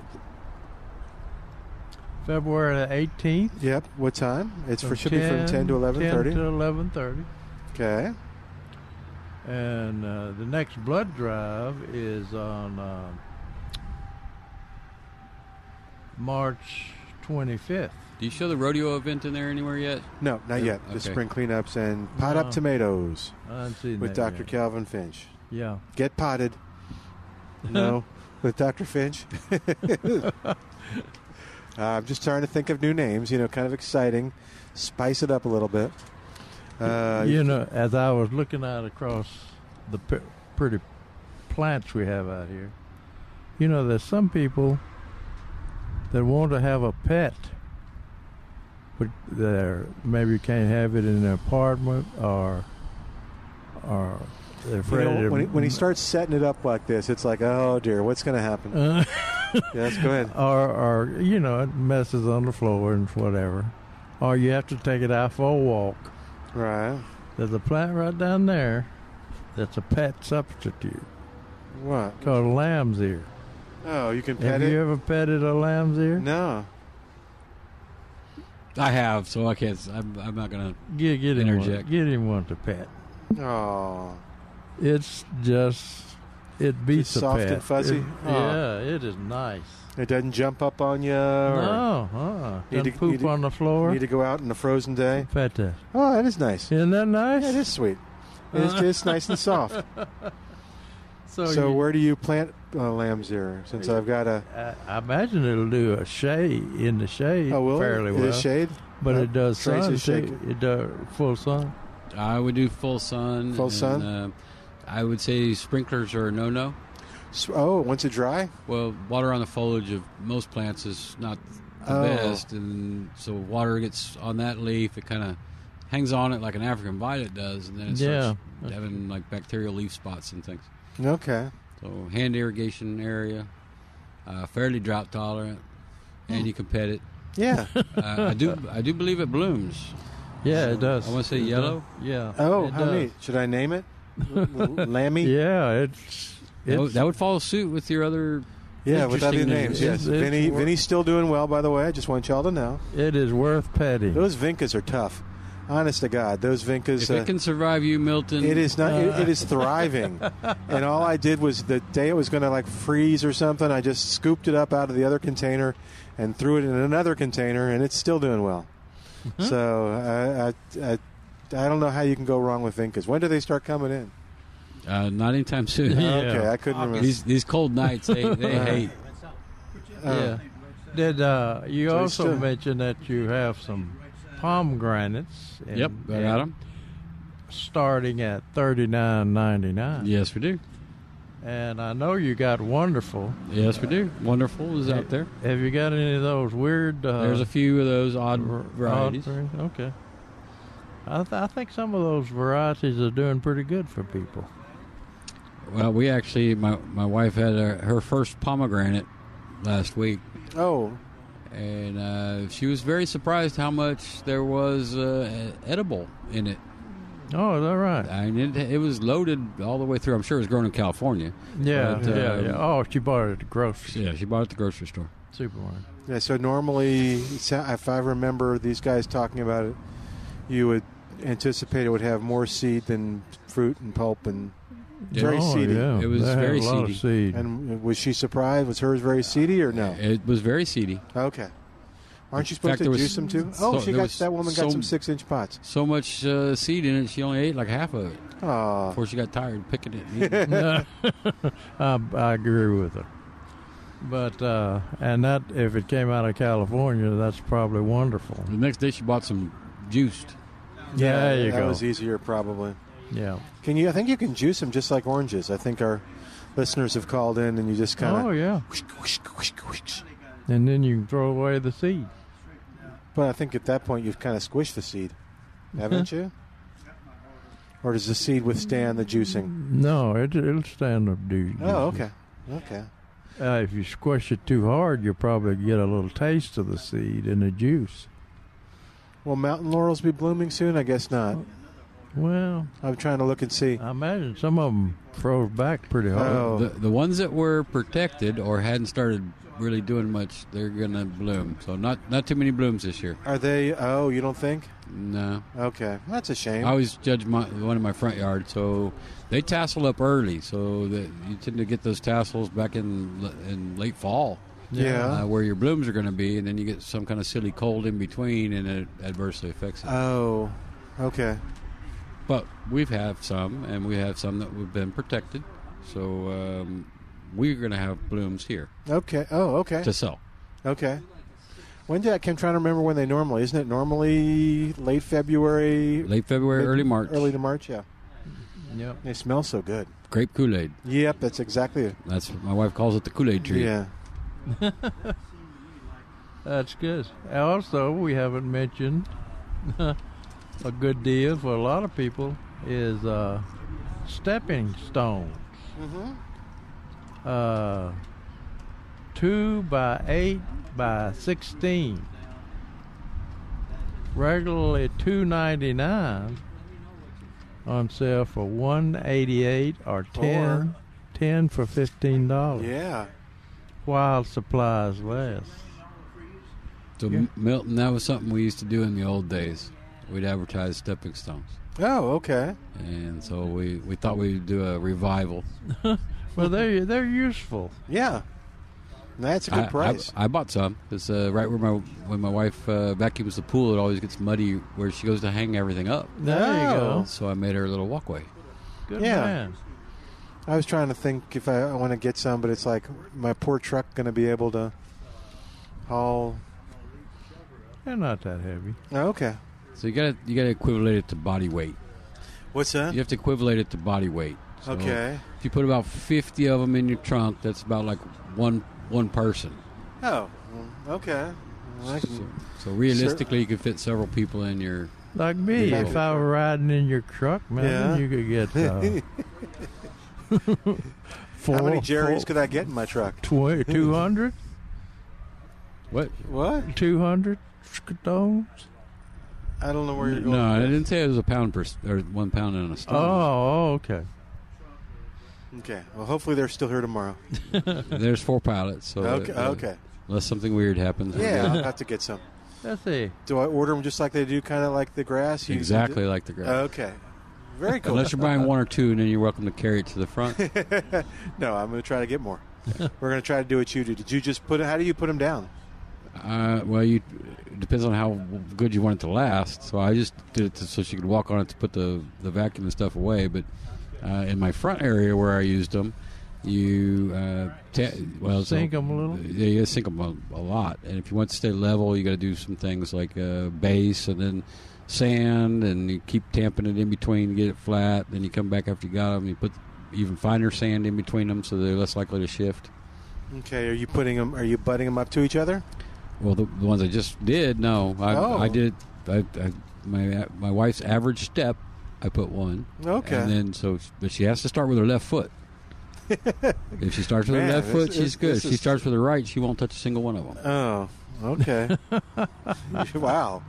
[SPEAKER 2] February the eighteenth.
[SPEAKER 4] Yep. What time? It's for should be from ten to eleven thirty.
[SPEAKER 2] to eleven thirty.
[SPEAKER 4] Okay.
[SPEAKER 2] And uh, the next blood drive is on uh, March twenty fifth.
[SPEAKER 6] Do you show the rodeo event in there anywhere yet?
[SPEAKER 4] No, not yet. The
[SPEAKER 6] Okay.
[SPEAKER 4] spring cleanups and pot
[SPEAKER 2] No.
[SPEAKER 4] up tomatoes
[SPEAKER 2] I haven't Oh. seen
[SPEAKER 4] with
[SPEAKER 2] that
[SPEAKER 4] Dr.
[SPEAKER 2] yet.
[SPEAKER 4] Calvin Finch.
[SPEAKER 2] Yeah.
[SPEAKER 4] Get potted. No, with Dr. Finch. Uh, I'm just trying to think of new names. You know, kind of exciting. Spice it up a little bit. Uh,
[SPEAKER 2] you know, as I was looking out across the p- pretty plants we have out here, you know, there's some people that want to have a pet, but they're maybe can't have it in their apartment or or they're
[SPEAKER 4] You
[SPEAKER 2] afraid.
[SPEAKER 4] know,
[SPEAKER 2] of-
[SPEAKER 4] when, he, when he starts setting it up like this, it's like, oh dear, what's going to happen?
[SPEAKER 2] Uh,
[SPEAKER 4] yes, go ahead.
[SPEAKER 2] Or, or you know, it messes on the floor and whatever. Or you have to take it out for a walk.
[SPEAKER 4] Right.
[SPEAKER 2] There's a plant right down there that's a pet substitute
[SPEAKER 4] What?
[SPEAKER 2] called lamb's ear.
[SPEAKER 4] Oh, you can pet
[SPEAKER 2] Have
[SPEAKER 4] it.
[SPEAKER 2] you ever petted a lamb's ear?
[SPEAKER 4] No.
[SPEAKER 6] I have, so I can't. s- I'm, I'm not going to
[SPEAKER 2] Get, get him
[SPEAKER 6] interject.
[SPEAKER 2] One, get him one to pet.
[SPEAKER 4] Oh,
[SPEAKER 2] It's just it beats a
[SPEAKER 4] soft
[SPEAKER 2] pet.
[SPEAKER 4] and fuzzy?
[SPEAKER 2] It-
[SPEAKER 4] Aw.
[SPEAKER 2] Yeah, it is nice.
[SPEAKER 4] it doesn't jump up on you. Or
[SPEAKER 2] No, uh,
[SPEAKER 4] Need to-
[SPEAKER 2] doesn't poop
[SPEAKER 4] need to-
[SPEAKER 2] on the floor.
[SPEAKER 4] Need to go out in a frozen day.
[SPEAKER 2] pet that.
[SPEAKER 4] Oh, that is nice.
[SPEAKER 2] Isn't that nice?
[SPEAKER 4] That is sweet. It's, it's nice and soft.
[SPEAKER 2] So,
[SPEAKER 4] so,
[SPEAKER 2] you-
[SPEAKER 4] where do you plant uh, lamb's ear? Since I've got a
[SPEAKER 2] I, I imagine it'll do a shade in the shade
[SPEAKER 4] oh, will it?
[SPEAKER 2] fairly
[SPEAKER 4] Is
[SPEAKER 2] well.
[SPEAKER 4] it shade,
[SPEAKER 2] but
[SPEAKER 4] Uh,
[SPEAKER 2] it does
[SPEAKER 4] Trace
[SPEAKER 2] sun
[SPEAKER 4] is
[SPEAKER 2] too.
[SPEAKER 4] shaking.
[SPEAKER 2] It does full sun.
[SPEAKER 6] I would Uh, do full sun.
[SPEAKER 4] Full
[SPEAKER 6] and,
[SPEAKER 4] sun?
[SPEAKER 6] uh, I would say sprinklers are a no-no.
[SPEAKER 4] S- Oh, once it dry.
[SPEAKER 6] Well, water on the foliage of most plants is not the
[SPEAKER 4] Oh.
[SPEAKER 6] best, and so water gets on that leaf. It kind of hangs on it like an African violet does, and then it starts having like bacterial leaf spots and things.
[SPEAKER 4] Okay.
[SPEAKER 6] So hand irrigation area, uh, fairly drought tolerant, and you can pet it.
[SPEAKER 4] Hmm. Yeah.
[SPEAKER 6] Uh, I do. I do believe it blooms.
[SPEAKER 2] Yeah, it does.
[SPEAKER 6] I want to say
[SPEAKER 2] It does.
[SPEAKER 6] yellow.
[SPEAKER 2] Yeah.
[SPEAKER 4] Oh,
[SPEAKER 2] it
[SPEAKER 4] how
[SPEAKER 2] does.
[SPEAKER 4] neat. Should I name it? Lammy.
[SPEAKER 2] Yeah, it's,
[SPEAKER 6] That would,
[SPEAKER 2] it's
[SPEAKER 6] that would follow suit with your other.
[SPEAKER 4] Yeah, with other
[SPEAKER 6] interesting
[SPEAKER 4] names. Yes,
[SPEAKER 2] It's- it's
[SPEAKER 4] Vinny.
[SPEAKER 2] wor-
[SPEAKER 4] Vinny's still doing well, by the way. I just want y'all to know
[SPEAKER 2] it is worth petting.
[SPEAKER 4] those Vinkas are tough. Honest to God, those Vinkas.
[SPEAKER 6] If
[SPEAKER 4] Uh,
[SPEAKER 6] it can survive you, Milton, uh,
[SPEAKER 4] it is not. It, it is thriving, and all I did was the day it was going to like freeze or something. I just scooped it up out of the other container and threw it in another container, and it's still doing well. So I, I, I, I don't know how you can go wrong with Vinkas. When do they start coming in?
[SPEAKER 6] uh, not anytime soon.
[SPEAKER 2] Yeah.
[SPEAKER 4] Okay, I couldn't remember.
[SPEAKER 6] These these cold nights, they, they hate.
[SPEAKER 2] Yeah. Uh, Did uh, you
[SPEAKER 4] So we
[SPEAKER 2] also
[SPEAKER 4] still-
[SPEAKER 2] mentioned that you have some pomegranates? and-
[SPEAKER 6] Yep, I got 'em.
[SPEAKER 2] Starting at thirty nine ninety nine.
[SPEAKER 6] Yes, we do.
[SPEAKER 2] And I know you got wonderful.
[SPEAKER 6] Yes, we do. Wonderful is out there.
[SPEAKER 2] Have you got any of those weird? Uh,
[SPEAKER 6] There's a few of those odd
[SPEAKER 2] r- odd
[SPEAKER 6] varieties.
[SPEAKER 2] varieties? Okay. I, th- I think some of those varieties are doing pretty good for people.
[SPEAKER 6] Well, we actually, my my wife had uh her first pomegranate last week,
[SPEAKER 4] Oh,
[SPEAKER 6] and uh, she was very surprised how much there was uh, edible in it.
[SPEAKER 2] Oh, is that right?
[SPEAKER 6] I mean, it, it was loaded all the way through. I'm sure it was grown in California.
[SPEAKER 2] Yeah,
[SPEAKER 6] But,
[SPEAKER 2] yeah,
[SPEAKER 6] um,
[SPEAKER 2] yeah. Oh, she bought it at the grocery
[SPEAKER 6] Yeah, she bought it at the grocery store.
[SPEAKER 2] supermarket.
[SPEAKER 4] Yeah, so normally, so- if I remember these guys talking about it, you would anticipate it would have more seed than fruit and pulp, and very
[SPEAKER 2] oh,
[SPEAKER 4] seedy.
[SPEAKER 2] Yeah.
[SPEAKER 6] It was
[SPEAKER 2] they have
[SPEAKER 6] very
[SPEAKER 2] a lot
[SPEAKER 6] seedy.
[SPEAKER 2] Of seed.
[SPEAKER 4] And was she surprised? Was hers very seedy or no?
[SPEAKER 6] It was very seedy.
[SPEAKER 4] Okay, Aren't you
[SPEAKER 6] In
[SPEAKER 4] supposed
[SPEAKER 6] fact,
[SPEAKER 4] to
[SPEAKER 6] there was
[SPEAKER 4] juice them too?
[SPEAKER 6] so-
[SPEAKER 4] Oh, she
[SPEAKER 6] there
[SPEAKER 4] got
[SPEAKER 6] was
[SPEAKER 4] that woman
[SPEAKER 6] so-
[SPEAKER 4] got some six-inch pots.
[SPEAKER 6] So much uh, seed in it, she only ate like half of it.
[SPEAKER 4] Aww.
[SPEAKER 6] Before she got tired picking it. and eating it.
[SPEAKER 2] I, I agree with her. But uh, and that if it came out of California, that's probably wonderful. The
[SPEAKER 6] next day she bought some juiced.
[SPEAKER 2] Yeah, there you
[SPEAKER 4] that
[SPEAKER 2] go.
[SPEAKER 4] was easier probably.
[SPEAKER 2] Yeah.
[SPEAKER 4] Can you? I think you can juice them just like oranges. I think our listeners have called in, and you just kind of.
[SPEAKER 2] Oh, yeah. And then you can throw away the seed.
[SPEAKER 4] But I think at that point you've kind of squished the seed,
[SPEAKER 2] Uh-huh.
[SPEAKER 4] haven't you? Or does the seed withstand the juicing?
[SPEAKER 2] No, it, it'll stand up,
[SPEAKER 6] Mm-hmm.
[SPEAKER 2] dude.
[SPEAKER 4] Oh, okay, okay.
[SPEAKER 2] Uh, if you squish it too hard, you'll probably get a little taste of the seed in the juice.
[SPEAKER 4] Will mountain laurels be blooming soon? I guess not.
[SPEAKER 2] Well,
[SPEAKER 4] I'm trying to look and see.
[SPEAKER 2] I imagine some of them froze back pretty hard.
[SPEAKER 6] The, the ones that were protected or hadn't started really doing much, they're gonna bloom. So not not too many blooms this year.
[SPEAKER 4] Are they? Oh, you don't think?
[SPEAKER 6] No.
[SPEAKER 4] Okay, that's a shame.
[SPEAKER 6] I always judge my one in my front yard, so they tassel up early, so that you tend to get those tassels back in in late fall.
[SPEAKER 4] Yeah.
[SPEAKER 6] uh, where your blooms are going to be, and then you get some kind of silly cold in between, and it adversely affects it.
[SPEAKER 4] Oh, okay.
[SPEAKER 6] But we've have some, and we have some that we've been protected, so um, we're going to have blooms here
[SPEAKER 4] Okay. Oh, okay.
[SPEAKER 6] to sell.
[SPEAKER 4] Okay. When did I, I'm trying to remember when they normally isn't it normally late February?
[SPEAKER 6] Late February, early March.
[SPEAKER 4] Early to March, yeah.
[SPEAKER 2] Yep.
[SPEAKER 4] They smell so good.
[SPEAKER 6] Grape Kool Aid.
[SPEAKER 4] Yep, that's exactly it.
[SPEAKER 6] That's my wife calls it the Kool Aid tree.
[SPEAKER 4] Yeah.
[SPEAKER 2] That's good. Also, we haven't mentioned a good deal for a lot of people is uh, stepping stones.
[SPEAKER 4] Mm-hmm.
[SPEAKER 2] Uh, two by eight by sixteen. Regularly two ninety nine on sale for one eighty eight or ten. Ten for fifteen dollars.
[SPEAKER 4] Yeah.
[SPEAKER 2] While supplies last.
[SPEAKER 6] So M- Milton, that was something we used to do in the old days. We'd advertise stepping stones,
[SPEAKER 4] Oh, okay.
[SPEAKER 6] and so we, we thought we'd do a revival.
[SPEAKER 2] Well, they're they're useful.
[SPEAKER 4] Yeah. That's a
[SPEAKER 6] I-
[SPEAKER 4] good
[SPEAKER 6] I,
[SPEAKER 4] price.
[SPEAKER 6] I, bought some. It's uh, right where my when my wife uh, vacuums the pool, it always gets muddy where she goes to hang everything up.
[SPEAKER 4] There you go.
[SPEAKER 6] So I made her a little walkway.
[SPEAKER 2] Good
[SPEAKER 4] yeah.
[SPEAKER 2] man.
[SPEAKER 4] I was trying to think if I, I want to get some, but it's like my poor truck going to be able to haul.
[SPEAKER 2] They're not that heavy.
[SPEAKER 4] Oh, okay.
[SPEAKER 6] So you got to you got to equivalent it to body weight.
[SPEAKER 4] What's that?
[SPEAKER 6] You have to equivalent it to body weight. So
[SPEAKER 4] Okay.
[SPEAKER 6] If you put about fifty of them in your trunk, that's about like one one person.
[SPEAKER 4] Oh, okay. Well, I can-
[SPEAKER 6] So realistically, you could fit several people in your.
[SPEAKER 2] Like me,
[SPEAKER 6] Yeah.
[SPEAKER 2] if I were riding in your truck, man,
[SPEAKER 4] Yeah.
[SPEAKER 2] you could get uh, four.
[SPEAKER 4] How many Jerry's could I get in my truck?
[SPEAKER 2] Two hundred.
[SPEAKER 6] What?
[SPEAKER 4] What?
[SPEAKER 2] Two hundred stones.
[SPEAKER 4] I don't know where you're going.
[SPEAKER 6] No, I didn't say it was a pound per s- or one pound and a stone.
[SPEAKER 2] Oh, okay.
[SPEAKER 4] Okay. Well, hopefully they're still here tomorrow.
[SPEAKER 6] There's four pilots. So
[SPEAKER 4] Okay,
[SPEAKER 6] uh,
[SPEAKER 4] okay.
[SPEAKER 6] Unless something weird happens. we're
[SPEAKER 4] Yeah,
[SPEAKER 6] good.
[SPEAKER 4] I'll have to get some.
[SPEAKER 2] Let's see.
[SPEAKER 4] Do I order them just like they do, kind of like the grass?
[SPEAKER 6] Exactly like the grass.
[SPEAKER 4] Okay. Very cool. Uh,
[SPEAKER 6] Unless you're buying one or two, and then you're welcome to carry it to the front.
[SPEAKER 4] no, I'm going to try to get more. We're going to try to do what you do. Did you just put? How do you put them down?
[SPEAKER 6] Uh, well, you it depends on how good you want it to last. So I just did it to, so she could walk on it to put the the vacuum and stuff away. But uh, in my front area where I used them, you uh, ta- well
[SPEAKER 2] Sink 'em a little?
[SPEAKER 6] Yeah, you sink them a, a lot. And if you want to stay level, you got to do some things like uh, base and then sand, and you keep tamping it in between to get it flat. Then you come back after you got them, you put even finer sand in between them, so they're less likely to shift.
[SPEAKER 4] Okay. Are you putting them? Are you butting them up to each other?
[SPEAKER 6] Well, the, the ones I just did, no, I,
[SPEAKER 4] Oh.
[SPEAKER 6] I did. I, I, my my wife's average step, I put one.
[SPEAKER 4] Okay.
[SPEAKER 6] And then so, but she has to start with her left foot. if she starts with
[SPEAKER 4] Man,
[SPEAKER 6] her left
[SPEAKER 4] this-
[SPEAKER 6] foot,
[SPEAKER 4] this-
[SPEAKER 6] she's good.
[SPEAKER 4] this
[SPEAKER 6] If she
[SPEAKER 4] is-
[SPEAKER 6] starts with her right, she won't touch a single one of them.
[SPEAKER 4] Oh. Okay. wow.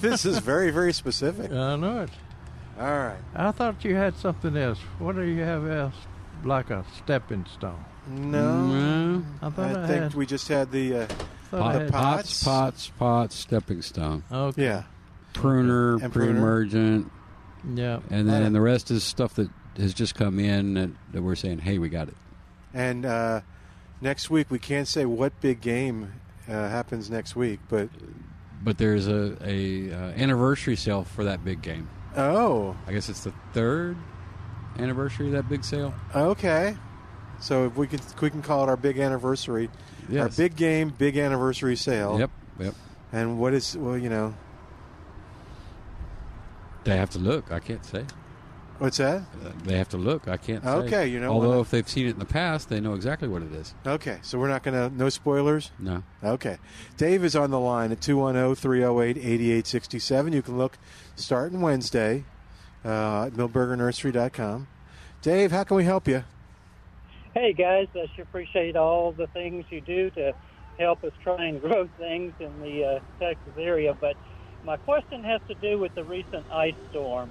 [SPEAKER 4] This is very very specific.
[SPEAKER 2] I know it.
[SPEAKER 4] All right.
[SPEAKER 2] I thought you had something else. What do you have else? Like a stepping stone.
[SPEAKER 4] No.
[SPEAKER 2] Mm-hmm. I thought I,
[SPEAKER 4] I think
[SPEAKER 2] had.
[SPEAKER 4] we just had the uh,
[SPEAKER 2] I
[SPEAKER 4] the
[SPEAKER 2] had-
[SPEAKER 6] pots,
[SPEAKER 4] pots.
[SPEAKER 6] pots, pots, stepping stone,
[SPEAKER 2] Okay.
[SPEAKER 4] Yeah.
[SPEAKER 6] pruner,
[SPEAKER 4] And pruner.
[SPEAKER 6] pre-emergent,
[SPEAKER 2] Yeah.
[SPEAKER 6] and then the rest is stuff that has just come in that, that we're saying, hey, we got it.
[SPEAKER 4] And uh, next week we can't say what big game uh, happens next week. But
[SPEAKER 6] But there's a, a uh, anniversary sale for that big game.
[SPEAKER 4] Oh.
[SPEAKER 6] I guess it's the third anniversary of that big sale.
[SPEAKER 4] okay, so if we could we can call it our big anniversary,
[SPEAKER 6] Yes.
[SPEAKER 4] our big game, big anniversary sale.
[SPEAKER 6] Yep, yep.
[SPEAKER 4] And what is well, you know,
[SPEAKER 6] They have to look. I can't say.
[SPEAKER 4] what's that?
[SPEAKER 6] They have to look. I can't say.
[SPEAKER 4] Okay, you know what?
[SPEAKER 6] Although if they've seen it in the past, they know exactly what it is.
[SPEAKER 4] Okay, so we're not going to, no spoilers?
[SPEAKER 6] No.
[SPEAKER 4] Okay. Dave is on the line at 210 308 8867. You can look starting Wednesday uh, at millburgernursery.com. Dave, how can we help you?
[SPEAKER 11] Hey guys, I sure appreciate all the things you do to help us try and grow things in the uh, Texas area. But my question has to do with the recent ice storm.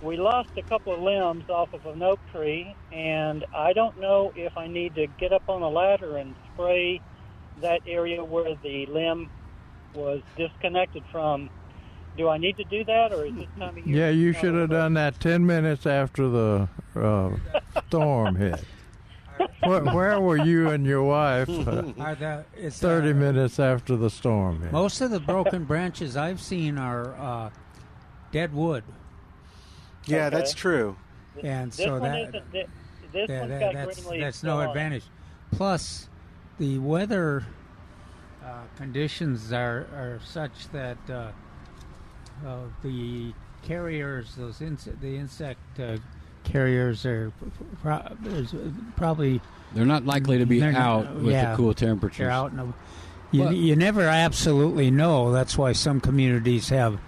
[SPEAKER 11] We lost a couple of limbs off of an oak tree, and I don't know if I need to get up on a ladder and spray that area where the limb was disconnected from. Do I need to do that, or is
[SPEAKER 5] Hmm.
[SPEAKER 11] this time of year?
[SPEAKER 2] Yeah, you should have done that 10 minutes after the uh, storm hit. Where, where were you and your wife uh,
[SPEAKER 5] Are the- it's,
[SPEAKER 2] 30
[SPEAKER 5] uh,
[SPEAKER 2] minutes after the storm hit?
[SPEAKER 5] Most of the broken branches I've seen are uh, dead wood.
[SPEAKER 4] Yeah,
[SPEAKER 11] Okay. that's
[SPEAKER 4] true.
[SPEAKER 5] And
[SPEAKER 11] this
[SPEAKER 5] so
[SPEAKER 11] one
[SPEAKER 5] that,
[SPEAKER 11] isn't. This one's
[SPEAKER 5] that- that-
[SPEAKER 11] got
[SPEAKER 5] that's,
[SPEAKER 11] green leaves
[SPEAKER 5] that's
[SPEAKER 11] still
[SPEAKER 5] no
[SPEAKER 11] on it.
[SPEAKER 5] advantage. Plus, the weather uh, conditions are, are such that uh, uh, the carriers, those inse- the insect uh, carriers, are pro- is probably
[SPEAKER 6] They're not likely to be
[SPEAKER 5] they're-
[SPEAKER 6] out with
[SPEAKER 5] yeah,
[SPEAKER 6] the cool temperatures.
[SPEAKER 5] They're out in the you, you never absolutely know. That's why some communities have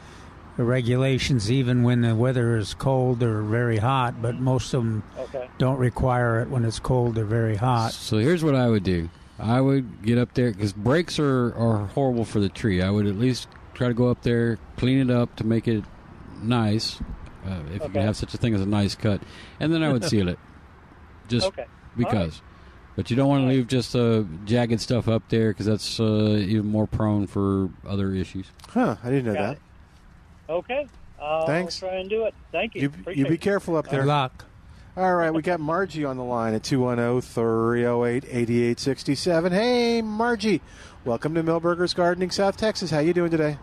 [SPEAKER 5] regulations even when the weather is cold or very hot, but most of them don't require it when it's cold or very hot.
[SPEAKER 6] So here's what I would do. I would get up there because breaks are, are horrible for the tree. I would at least try to go up there, clean it up to make it nice, uh, if you
[SPEAKER 11] Okay.
[SPEAKER 6] can have such a thing as a nice cut, and then I would seal it, just
[SPEAKER 11] Okay. All
[SPEAKER 6] because. But you don't want to leave just uh, jagged stuff up there because that's uh, even more prone for other issues.
[SPEAKER 4] Huh, I didn't know that.
[SPEAKER 11] Okay. I'll
[SPEAKER 4] Thanks.
[SPEAKER 11] try and do it. Thank you.
[SPEAKER 4] You, you
[SPEAKER 11] Appreciate
[SPEAKER 4] be
[SPEAKER 11] it.
[SPEAKER 4] careful up there.
[SPEAKER 11] All right.
[SPEAKER 4] All right, we got Margie on the line at 210 308 8867. Hey, Margie, welcome to Millburgers Gardening, South Texas. How you doing today?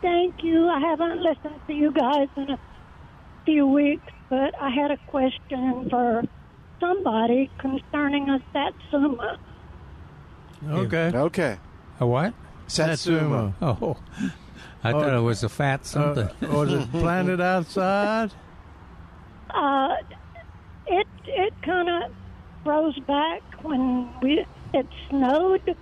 [SPEAKER 12] Thank you. I haven't listened to you guys in a few weeks, but I had a question for somebody concerning a satsuma.
[SPEAKER 2] Okay.
[SPEAKER 4] Okay.
[SPEAKER 5] A what?
[SPEAKER 2] Satsuma.
[SPEAKER 5] Oh, I thought it was a fat something.
[SPEAKER 2] Oh, Uh, was it planted outside?
[SPEAKER 12] Uh, it it kind of grows back when we it snowed,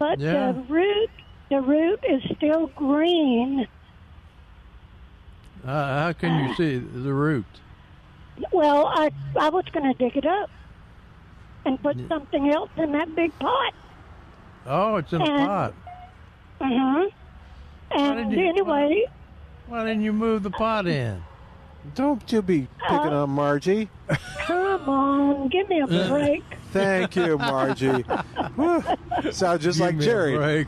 [SPEAKER 12] but
[SPEAKER 2] Yeah.
[SPEAKER 12] the root the root is still green.
[SPEAKER 2] Uh, how can you see the root?
[SPEAKER 12] Well, I I was going to dig it up and put something else in that big pot.
[SPEAKER 2] Oh, it's in a
[SPEAKER 12] And-
[SPEAKER 2] pot.
[SPEAKER 12] Uh-huh. And
[SPEAKER 2] did uh, you-
[SPEAKER 12] anyway,
[SPEAKER 2] Why didn't you move the pot in?
[SPEAKER 4] Don't you be picking on Margie.
[SPEAKER 12] come on, give me a break.
[SPEAKER 4] Thank you, Margie. Whew. Sounds just like Jerry.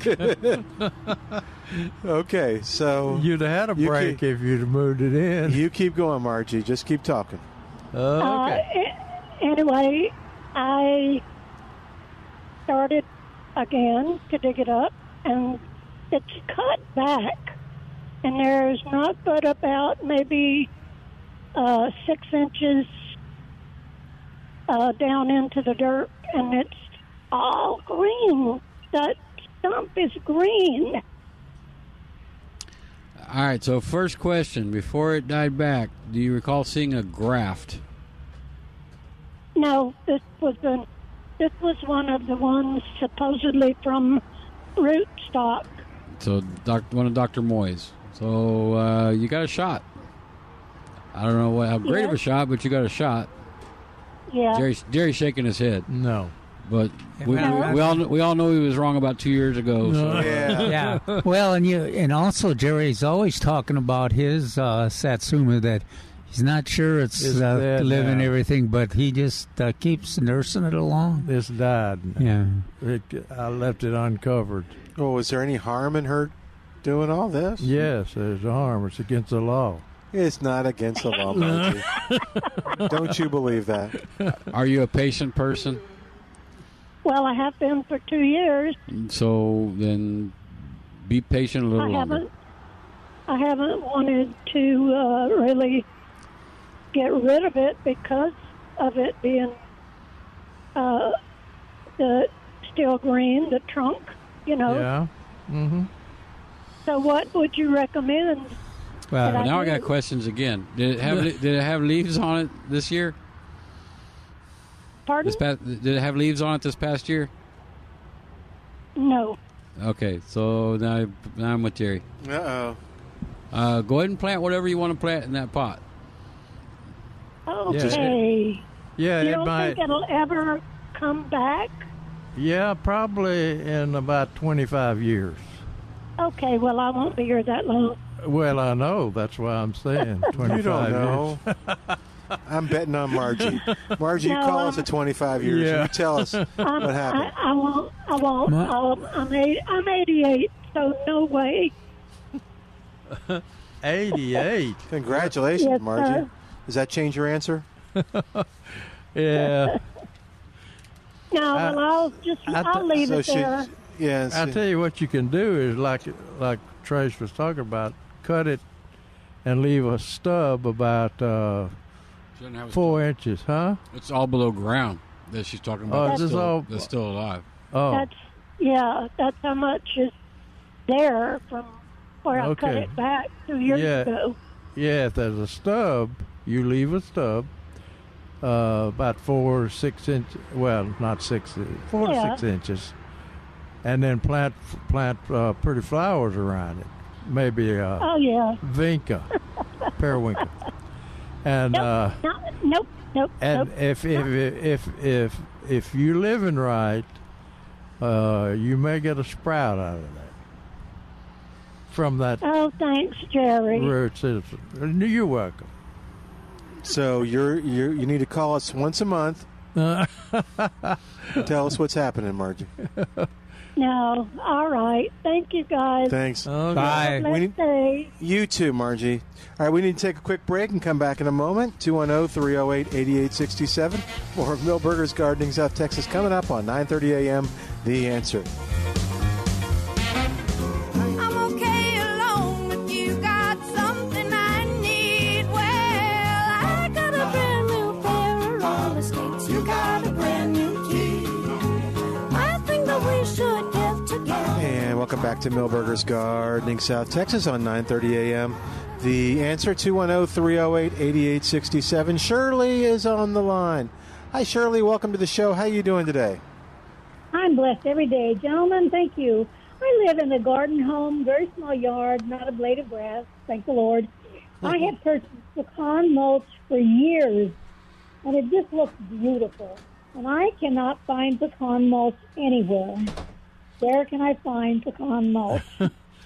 [SPEAKER 4] okay, so
[SPEAKER 2] You'd have had a break if you'd moved it in. Oh,
[SPEAKER 4] You keep going, Margie. Just keep talking.
[SPEAKER 12] Uh, a- anyway, I started again to dig it up, and it's cut back, and there's not but about maybe uh, six inches uh, down into the dirt, and it's all green. That stump is green.
[SPEAKER 6] All right. So first question: Before it died back, do you recall seeing a graft?
[SPEAKER 12] No, this was the this was one of the ones supposedly from rootstock.
[SPEAKER 6] So, doc, one of Dr. Moy's. So, uh, you got a shot. I don't know what, how great of a
[SPEAKER 12] Yeah.
[SPEAKER 6] shot, but you got a shot.
[SPEAKER 12] Yeah.
[SPEAKER 6] Jerry, Jerry's shaking his head.
[SPEAKER 2] No.
[SPEAKER 6] But we,
[SPEAKER 5] No.
[SPEAKER 6] we, we all, kn- we all know he was wrong about two years ago. So.
[SPEAKER 5] yeah. Well, and you, and also Jerry's always talking about his uh, satsuma that he's not sure it's,
[SPEAKER 2] It's
[SPEAKER 5] uh,
[SPEAKER 2] dead
[SPEAKER 5] living
[SPEAKER 2] now.
[SPEAKER 5] everything, but he just uh, keeps nursing it along.
[SPEAKER 2] This died.
[SPEAKER 5] Yeah.
[SPEAKER 2] It, I left it uncovered.
[SPEAKER 4] Well, was there any harm in her doing all this?
[SPEAKER 2] Yes, there's a harm. It's against the law.
[SPEAKER 4] It's not against the law, Margie. Don't you believe that?
[SPEAKER 6] Are you a patient person?
[SPEAKER 12] Well, I have been for two years.
[SPEAKER 6] So then be patient a little
[SPEAKER 12] I
[SPEAKER 6] longer.
[SPEAKER 12] haven't. I haven't wanted to uh, really get rid of it because of it being uh, the still green, the trunk. You know.
[SPEAKER 2] Yeah. Mm-hmm.
[SPEAKER 12] So, what would you recommend?
[SPEAKER 6] Well,
[SPEAKER 12] But I
[SPEAKER 6] now I got
[SPEAKER 12] think-
[SPEAKER 6] questions again. Did it have le- did it have leaves on it this year?
[SPEAKER 12] Pardon?
[SPEAKER 6] This past, did it have leaves on it this past year?
[SPEAKER 12] No.
[SPEAKER 6] Okay, so now, now I'm with Jerry.
[SPEAKER 4] Uh oh.
[SPEAKER 6] Uh, go ahead and plant whatever you want to plant in that pot.
[SPEAKER 2] Just-
[SPEAKER 12] Okay.
[SPEAKER 2] Yeah,
[SPEAKER 12] you
[SPEAKER 2] it
[SPEAKER 12] don't
[SPEAKER 2] might.
[SPEAKER 12] think it'll ever come back?
[SPEAKER 2] Yeah, probably in about 25 years.
[SPEAKER 12] Okay. Well, I won't be here that long.
[SPEAKER 2] Well, I know. That's why I'm saying 25
[SPEAKER 4] You don't know.
[SPEAKER 2] years.
[SPEAKER 4] I'm betting on Margie. Margie, you
[SPEAKER 12] No,
[SPEAKER 4] call us at 25 years.
[SPEAKER 2] Yeah.
[SPEAKER 4] You tell us what
[SPEAKER 12] I'm,
[SPEAKER 4] happened.
[SPEAKER 12] Um, I, I won't. I won't.
[SPEAKER 4] Ma-
[SPEAKER 12] Um, I'm, eight, I'm 88, so no way.
[SPEAKER 2] 88.
[SPEAKER 4] Congratulations,
[SPEAKER 12] Yes,
[SPEAKER 4] Margie.
[SPEAKER 12] sir.
[SPEAKER 4] Does that change your answer?
[SPEAKER 2] yeah.
[SPEAKER 12] No, well, I'll just I'll leave it there.
[SPEAKER 4] Yes.
[SPEAKER 2] I tell you what you can do is like like Trace was talking about, cut it and leave a stub about uh,
[SPEAKER 6] Shouldn't have a
[SPEAKER 2] four inches, huh?
[SPEAKER 6] It's all below ground that she's talking about.
[SPEAKER 2] Oh,
[SPEAKER 6] that's,
[SPEAKER 2] this is
[SPEAKER 6] still,
[SPEAKER 2] all-
[SPEAKER 6] that's still alive.
[SPEAKER 2] Oh,
[SPEAKER 12] That's yeah. That's how much is there from where I cut
[SPEAKER 2] Okay.
[SPEAKER 12] it back two years
[SPEAKER 2] yeah,
[SPEAKER 12] ago.
[SPEAKER 2] yeah. If there's a stub, you leave a stub uh, about four or six inch. Well, not six, uh, four
[SPEAKER 12] Yeah.
[SPEAKER 2] to six inches, and then plant plant uh, pretty flowers around it. Maybe uh,
[SPEAKER 12] Oh yeah.
[SPEAKER 2] vinca, periwinkle, and. Uh,
[SPEAKER 12] No, nope. Nope.
[SPEAKER 2] And
[SPEAKER 12] nope.
[SPEAKER 2] if, if if if if if you living right, uh, you may get a sprout out of that from that
[SPEAKER 12] oh, thanks, Jerry.
[SPEAKER 2] root system. You're welcome.
[SPEAKER 4] So you're you you need to call us once a month. and tell us what's happening, Margie.
[SPEAKER 12] No. All right. Thank you guys.
[SPEAKER 4] Thanks.
[SPEAKER 12] Have a
[SPEAKER 4] We
[SPEAKER 12] blessed
[SPEAKER 4] need,
[SPEAKER 12] day.
[SPEAKER 4] you too, Margie. All right, we need to take a quick break and come back in a moment. oh, 210 308 8867. More of Millburgers Gardening South Texas coming up on 9.30 a.m. The Answer.
[SPEAKER 7] I'm okay alone, but you got something I need. Well, I got a brand new pair of roller skates. You got a brand new key. I think that we should get together.
[SPEAKER 4] And welcome back to Millburgers Gardening South Texas on 9:30 a.m. The answer oh, 210-308-8867. Shirley is on the line. Hi Shirley, welcome to the show. How you doing today?
[SPEAKER 13] I'm blessed every day. Gentlemen, thank you. I live in a garden home, very small yard, not a blade of grass, thank the Lord.
[SPEAKER 2] Uh-huh.
[SPEAKER 13] I have purchased pecan mulch for years, and it just looks beautiful. And I cannot find pecan mulch anywhere. Where can I find pecan mulch?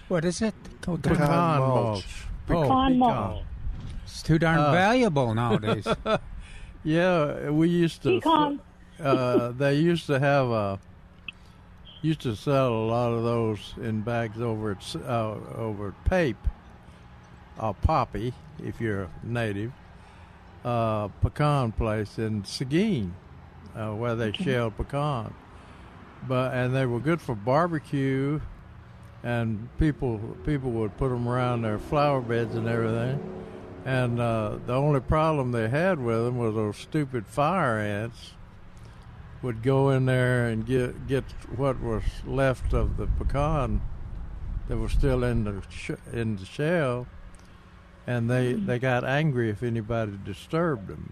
[SPEAKER 5] What is it? Oh, Pecan,
[SPEAKER 2] Pecan mulch. Oh,
[SPEAKER 5] Pecan,
[SPEAKER 13] Pecan mulch.
[SPEAKER 5] It's too darn
[SPEAKER 2] Uh,
[SPEAKER 5] valuable nowadays.
[SPEAKER 2] yeah, we used to.
[SPEAKER 13] Pecan.
[SPEAKER 2] Uh, they used to have a. Used to sell a lot of those in bags over at s- uh, over at Pape, uh, Poppy, if you're native, uh, pecan place in Seguin, uh, where they shelled pecan, but and they were good for barbecue, and people people would put them around their flower beds and everything. And uh, the only problem they had with them was those stupid fire ants would go in there and get get what was left of the pecan that was still in the sh- in the shell, and they they got angry if anybody disturbed them.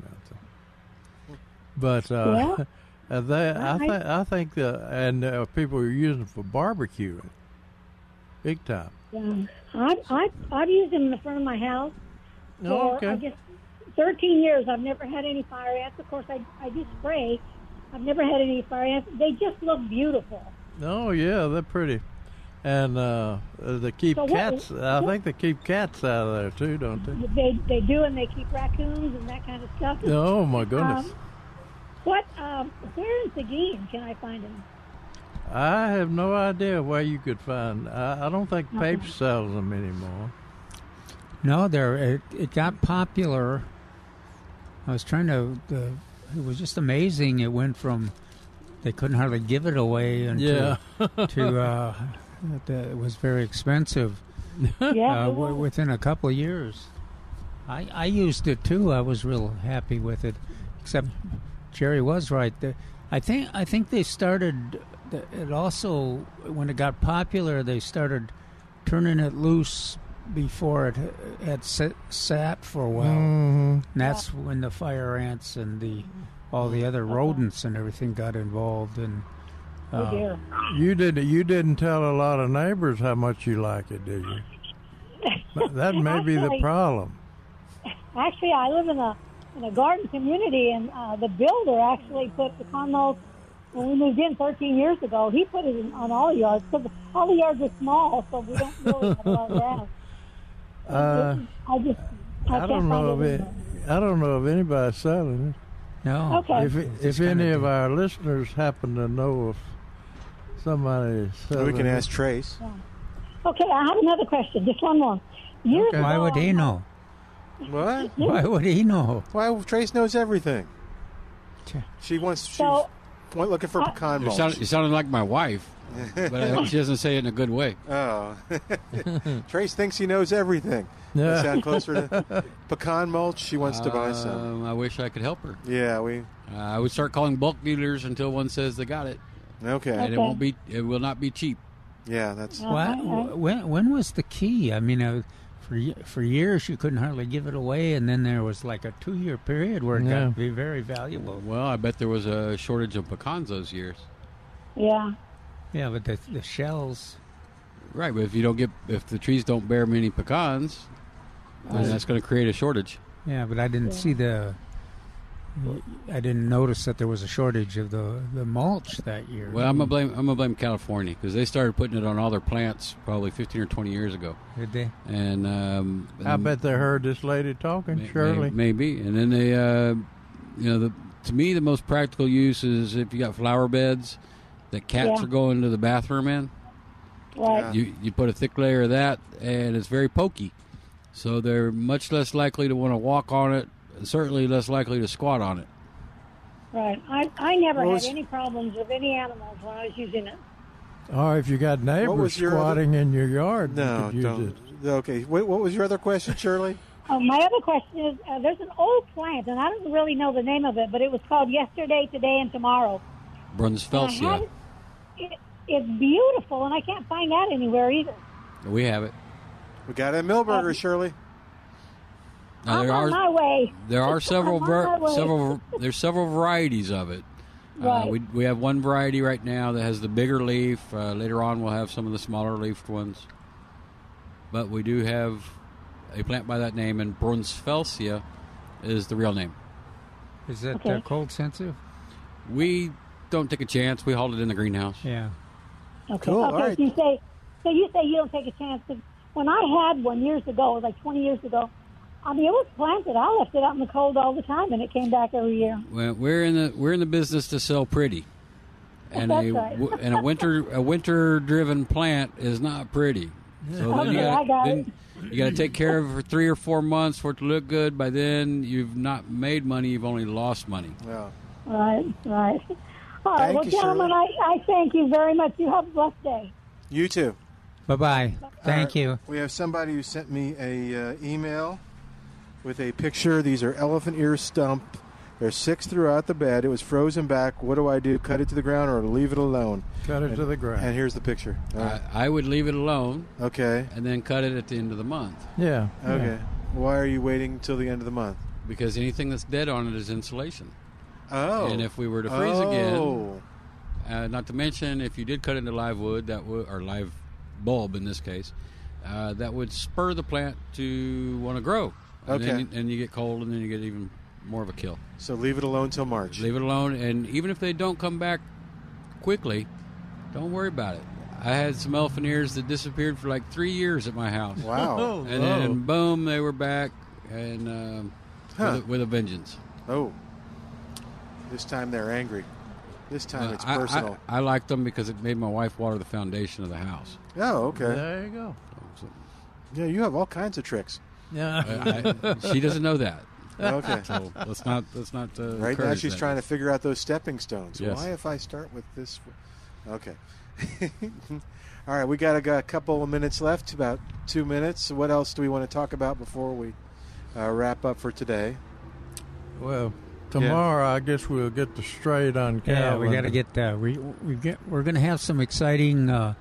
[SPEAKER 2] But uh,
[SPEAKER 9] Well,
[SPEAKER 2] uh, they, I
[SPEAKER 9] I-
[SPEAKER 2] think I think the and uh, people were using it for barbecuing, big time.
[SPEAKER 13] Yeah. I've, I've, I've used them in the front of my house for,
[SPEAKER 2] Oh, okay.
[SPEAKER 13] I guess, 13 years. I've never had any fire ants. Of course, I, I do spray. I've never had any fire ants. They just look beautiful.
[SPEAKER 2] Oh yeah, they're pretty, and uh, they keep
[SPEAKER 13] So what-
[SPEAKER 2] cats. I
[SPEAKER 13] what-
[SPEAKER 2] think they keep cats out of there too, don't they?
[SPEAKER 13] They, they do, and they keep raccoons and that kind of stuff.
[SPEAKER 2] Oh, my goodness.
[SPEAKER 13] Um, what, um, where in Seguin can I find them?
[SPEAKER 2] I have no idea where you could find. I, I don't think Pape
[SPEAKER 13] Okay.
[SPEAKER 2] sells them anymore.
[SPEAKER 5] No, there it, it got popular. I was trying to. Uh, it was just amazing. It went from they couldn't hardly give it away, and to- to uh, that it was very expensive.
[SPEAKER 10] Yeah,
[SPEAKER 5] uh,
[SPEAKER 10] it
[SPEAKER 5] w-
[SPEAKER 10] was.
[SPEAKER 5] within a couple of years, I I used it too. I was real happy with it, except Jerry was right. The- I think I think they started. the- It also when it got popular, they started turning it loose before it h- had sit, sat for a while.
[SPEAKER 10] Mhm.
[SPEAKER 5] And that's when the fire ants and the all the
[SPEAKER 10] Uh-huh.
[SPEAKER 5] other rodents and everything got involved and.
[SPEAKER 13] Oh,
[SPEAKER 5] uh,
[SPEAKER 2] You didn't. You didn't tell a lot of neighbors how much you like it, did you? that may be the
[SPEAKER 13] Actually-
[SPEAKER 2] problem.
[SPEAKER 13] Actually, I live in a in a garden community, and uh, the builder actually put the conmulch when we moved in 13 years ago. He put it in, on all the yards because all the yards are small, so we don't really have a lot of grass.
[SPEAKER 2] Uh,
[SPEAKER 13] I just I,
[SPEAKER 2] I
[SPEAKER 13] can't find
[SPEAKER 2] don't know of it. I don't know of anybody selling
[SPEAKER 5] it. No.
[SPEAKER 13] Okay.
[SPEAKER 2] If
[SPEAKER 4] It's
[SPEAKER 2] if
[SPEAKER 4] just
[SPEAKER 2] any
[SPEAKER 4] kinda
[SPEAKER 2] of our listeners happen to know of somebody selling,
[SPEAKER 4] We can
[SPEAKER 2] it.
[SPEAKER 4] ask Trace.
[SPEAKER 13] Okay, I have another question. Just one more. Years
[SPEAKER 5] Why
[SPEAKER 13] ago,
[SPEAKER 5] would he know?
[SPEAKER 4] What?
[SPEAKER 5] Why would he know?
[SPEAKER 4] Why? Trace knows everything. She wants. She's
[SPEAKER 13] So-
[SPEAKER 4] went looking for pecan
[SPEAKER 6] You
[SPEAKER 4] mulch.
[SPEAKER 6] sound- you sounded like my wife, but I- she doesn't say it in a good way.
[SPEAKER 4] Oh. Trace thinks he knows everything. Yeah.
[SPEAKER 6] Yeah.
[SPEAKER 4] sound closer to pecan mulch. She wants to
[SPEAKER 2] Uh,
[SPEAKER 4] buy some.
[SPEAKER 6] Um, I wish I could help her.
[SPEAKER 4] Yeah, we.
[SPEAKER 6] Uh, I would start calling bulk dealers until one says they got it.
[SPEAKER 4] Okay.
[SPEAKER 6] And
[SPEAKER 4] Okay.
[SPEAKER 6] it won't be. It will not be cheap.
[SPEAKER 4] Yeah, that's.
[SPEAKER 6] Oh,
[SPEAKER 5] Why, when, when was the key? I mean, uh, for ye- for years you couldn't hardly give it away, and then there was like a two year period where it
[SPEAKER 6] Yeah.
[SPEAKER 5] got to be very valuable.
[SPEAKER 6] Well, I bet there was a shortage of pecans those years.
[SPEAKER 13] Yeah.
[SPEAKER 5] Yeah, but the, the shells.
[SPEAKER 6] Right, but if you don't get, if the trees don't bear many pecans, then
[SPEAKER 5] Right.
[SPEAKER 6] that's going to create a shortage.
[SPEAKER 5] Yeah, but I didn't
[SPEAKER 6] Yeah.
[SPEAKER 5] see the. I didn't notice that there was a shortage of the, the mulch that year.
[SPEAKER 6] Well, I'm gonna blame I'm gonna blame California because they started putting it on all their plants probably 15 or 20 years ago.
[SPEAKER 5] Did they?
[SPEAKER 6] And um,
[SPEAKER 2] I
[SPEAKER 6] and
[SPEAKER 2] bet they heard this lady talking.
[SPEAKER 6] may-
[SPEAKER 2] Surely.
[SPEAKER 6] maybe. And then they, uh, you know, the to me the most practical use is if you got flower beds that cats
[SPEAKER 13] Yeah.
[SPEAKER 6] are going to the bathroom in.
[SPEAKER 13] Right.
[SPEAKER 6] You you put a thick layer of that, and it's very pokey, so they're much less likely to want to walk on it. Certainly less likely to squat on it.
[SPEAKER 13] Right. I, I never
[SPEAKER 2] What was-
[SPEAKER 13] had any problems with any animals when I was using it.
[SPEAKER 2] Or if you got neighbors
[SPEAKER 4] was your other-
[SPEAKER 2] squatting in your yard, you
[SPEAKER 4] No,
[SPEAKER 2] could use
[SPEAKER 4] don't.
[SPEAKER 2] it.
[SPEAKER 4] Okay. What, what was your other question, Shirley?
[SPEAKER 13] Oh, my other question is uh, there's an old plant, and I don't really know the name of it, but it was called Yesterday, Today, and Tomorrow. And I
[SPEAKER 6] Brunsfelsia,
[SPEAKER 13] haven't- Uh-huh. It, it's beautiful, and I can't find that anywhere either.
[SPEAKER 6] we have it.
[SPEAKER 4] We got it in Millburger, Shirley.
[SPEAKER 6] Now, there
[SPEAKER 13] I'm on
[SPEAKER 6] are-
[SPEAKER 13] my way.
[SPEAKER 6] There are several
[SPEAKER 13] on
[SPEAKER 6] ver-
[SPEAKER 13] my way.
[SPEAKER 6] several there's several varieties of it. Uh,
[SPEAKER 13] Right.
[SPEAKER 6] we we have one variety right now that has the bigger leaf. Uh, later on, we'll have some of the smaller leafed ones. But we do have a plant by that name, and Brunsfelsia is the real name.
[SPEAKER 5] Is that
[SPEAKER 6] Okay.
[SPEAKER 5] uh, cold sensitive?
[SPEAKER 6] We don't take a chance. We haul it in the greenhouse.
[SPEAKER 5] Yeah.
[SPEAKER 13] Okay.
[SPEAKER 6] Cool,
[SPEAKER 13] okay.
[SPEAKER 6] all right.
[SPEAKER 13] So you say, so you say you don't take a chance. 'cause when I had one years ago, like 20 years ago, I mean, it was planted. I left it out in the cold all the time, and it came back every year.
[SPEAKER 6] Well, we're in the we're in the business to sell pretty, and
[SPEAKER 13] Oh, That's
[SPEAKER 6] a
[SPEAKER 13] right.
[SPEAKER 6] w- and a winter a winter driven plant is not pretty. So then you
[SPEAKER 13] Okay,
[SPEAKER 6] gotta,
[SPEAKER 13] Oh, I got
[SPEAKER 6] then you got to take care of it for three or four months for it to look good. By then, you've not made money; you've only lost money.
[SPEAKER 4] Yeah.
[SPEAKER 13] Right, right. All right,
[SPEAKER 4] Thank
[SPEAKER 13] well,
[SPEAKER 4] you,
[SPEAKER 13] gentlemen, I, I thank you very much. You have a blessed day.
[SPEAKER 4] You too.
[SPEAKER 5] Bye bye. Thank you.
[SPEAKER 4] We have somebody who sent me a uh, email with a picture. These are elephant ear stump. There's six throughout the bed. It was frozen back. What do I do? Cut it to the ground or leave it alone?
[SPEAKER 2] Cut it
[SPEAKER 4] And-
[SPEAKER 2] to the ground.
[SPEAKER 4] And here's the picture. All right.
[SPEAKER 6] I, I would leave it alone.
[SPEAKER 4] Okay.
[SPEAKER 6] and then cut it at the end of the month
[SPEAKER 2] Yeah.
[SPEAKER 4] Okay. Why are you waiting until the end of the month?
[SPEAKER 6] because anything that's dead on it is insulation.
[SPEAKER 4] Oh.
[SPEAKER 6] and if we were to freeze
[SPEAKER 4] Oh.
[SPEAKER 6] again, uh, not to mention if you did cut into live wood that would or live bulb in this case, uh, that would spur the plant to want to grow. And then
[SPEAKER 4] Okay.
[SPEAKER 6] you- and you get cold, and then you get even more of a kill.
[SPEAKER 4] So leave it alone till March.
[SPEAKER 6] Leave it alone, and even if they don't come back quickly, don't worry about it. I had some elephant ears that disappeared for like three years at my house.
[SPEAKER 4] Wow. Oh,
[SPEAKER 6] and
[SPEAKER 4] wow.
[SPEAKER 6] then boom, they were back, and um,
[SPEAKER 4] Huh.
[SPEAKER 6] with, a, with a vengeance.
[SPEAKER 4] Oh. This time they're angry. This time it's
[SPEAKER 6] I- I-
[SPEAKER 4] personal.
[SPEAKER 6] I, liked them because it made my wife water the foundation of the house.
[SPEAKER 4] oh, okay.
[SPEAKER 2] There you go.
[SPEAKER 4] Yeah, you have all kinds of tricks.
[SPEAKER 2] Yeah.
[SPEAKER 6] I- I- she doesn't know that.
[SPEAKER 4] Okay.
[SPEAKER 6] So let's not let's not uh,
[SPEAKER 4] Right now,
[SPEAKER 6] encourage
[SPEAKER 4] she's
[SPEAKER 6] that.
[SPEAKER 4] trying to figure out those stepping stones.
[SPEAKER 6] Yes.
[SPEAKER 4] Why if I start with this? Okay. All right, we got a, got a couple of minutes left, about two minutes. What else do we want to talk about before we uh, wrap up for today?
[SPEAKER 2] Well, tomorrow I guess we'll get the straight on Calvin.
[SPEAKER 5] Yeah, we got to get uh, we we get we're going to have some exciting uh,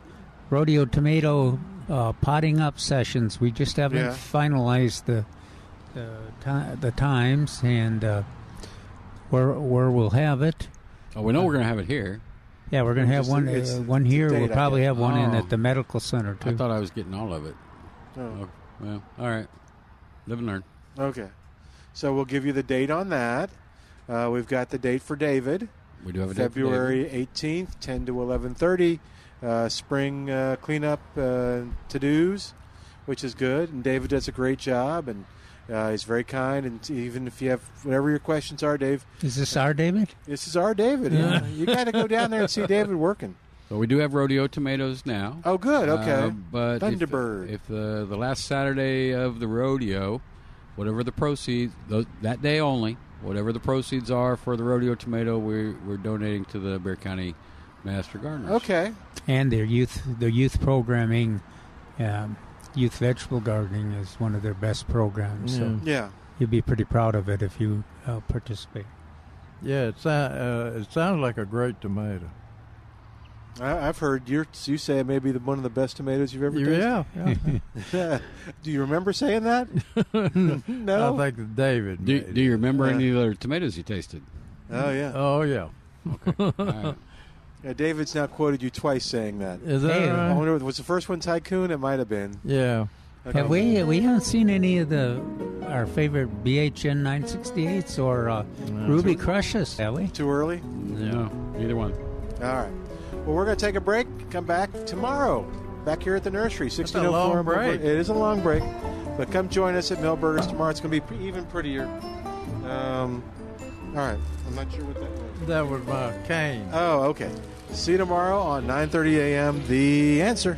[SPEAKER 5] rodeo tomato uh, potting up sessions. We just haven't
[SPEAKER 10] Yeah.
[SPEAKER 5] finalized the the, ti- the times and uh, where where we'll have it.
[SPEAKER 6] Oh, we know we're going to have it here.
[SPEAKER 5] Yeah, we're going to have
[SPEAKER 6] Just
[SPEAKER 5] one
[SPEAKER 6] the- it's
[SPEAKER 5] uh,
[SPEAKER 6] the-
[SPEAKER 5] one
[SPEAKER 6] it's the
[SPEAKER 5] here.
[SPEAKER 6] date,
[SPEAKER 5] We'll
[SPEAKER 6] I
[SPEAKER 5] probably
[SPEAKER 6] guess.
[SPEAKER 5] have one in
[SPEAKER 6] Oh.
[SPEAKER 5] at the medical center too.
[SPEAKER 6] I thought I was getting all of it.
[SPEAKER 4] Oh.
[SPEAKER 6] Well, all right. Live and learn.
[SPEAKER 4] Okay. So we'll give you the date on that. Uh, we've got the date for David.
[SPEAKER 6] We do have a date for
[SPEAKER 4] February 18th, 10 to 11:30. Uh, spring uh, cleanup uh, to-dos, which is good. And David does a great job, and uh, he's very kind. And even if you have whatever your questions are, Dave,
[SPEAKER 5] Is this our David?
[SPEAKER 4] this is our David.
[SPEAKER 5] Yeah.
[SPEAKER 4] You got to go down there and see David working.
[SPEAKER 6] So we do have rodeo tomatoes now. Uh,
[SPEAKER 4] Oh, good. Okay.
[SPEAKER 6] but
[SPEAKER 4] Thunderbird.
[SPEAKER 6] If, if the the last Saturday of the rodeo, whatever the proceeds, those, that day only, whatever the proceeds are for the rodeo tomato, we're we're donating to the Bear County Master Gardener.
[SPEAKER 4] Okay.
[SPEAKER 5] and their youth their youth programming um, youth vegetable gardening is one of their best programs so
[SPEAKER 4] Yeah. Yeah.
[SPEAKER 5] you'd be pretty proud of it if you uh, participate
[SPEAKER 2] Yeah, it, sou- uh, it sounds like a great tomato.
[SPEAKER 4] I, I've heard your, you say it may be the, one of the best tomatoes you've ever
[SPEAKER 2] Yeah,
[SPEAKER 4] tasted. Yeah. Do you remember saying that? no.
[SPEAKER 2] I think David.
[SPEAKER 6] Do,
[SPEAKER 2] made
[SPEAKER 6] do you remember
[SPEAKER 4] Uh,
[SPEAKER 6] any other tomatoes you tasted?
[SPEAKER 4] Oh yeah.
[SPEAKER 2] Oh yeah.
[SPEAKER 6] Okay. All right.
[SPEAKER 4] Yeah, David's now quoted you twice saying that.
[SPEAKER 2] Is that Hey. right?
[SPEAKER 4] I wonder was the first one tycoon? It might have been.
[SPEAKER 2] Yeah.
[SPEAKER 4] Okay.
[SPEAKER 5] have we we haven't seen any of the our favorite bhn 968s or uh, ruby crushes have we
[SPEAKER 4] too early
[SPEAKER 6] No, neither one.
[SPEAKER 4] All right. Well, we're going to take a break. Come back tomorrow, back here at the nursery. Sixteen oh
[SPEAKER 2] long
[SPEAKER 4] four.
[SPEAKER 2] break.
[SPEAKER 4] It is a long break, but come join us at Millburgers tomorrow. It's going to be pre- even prettier. Um, all right. I'm not sure what that was.
[SPEAKER 2] That was my cane.
[SPEAKER 4] Oh, okay. See you tomorrow on 9:30 a.m. The answer.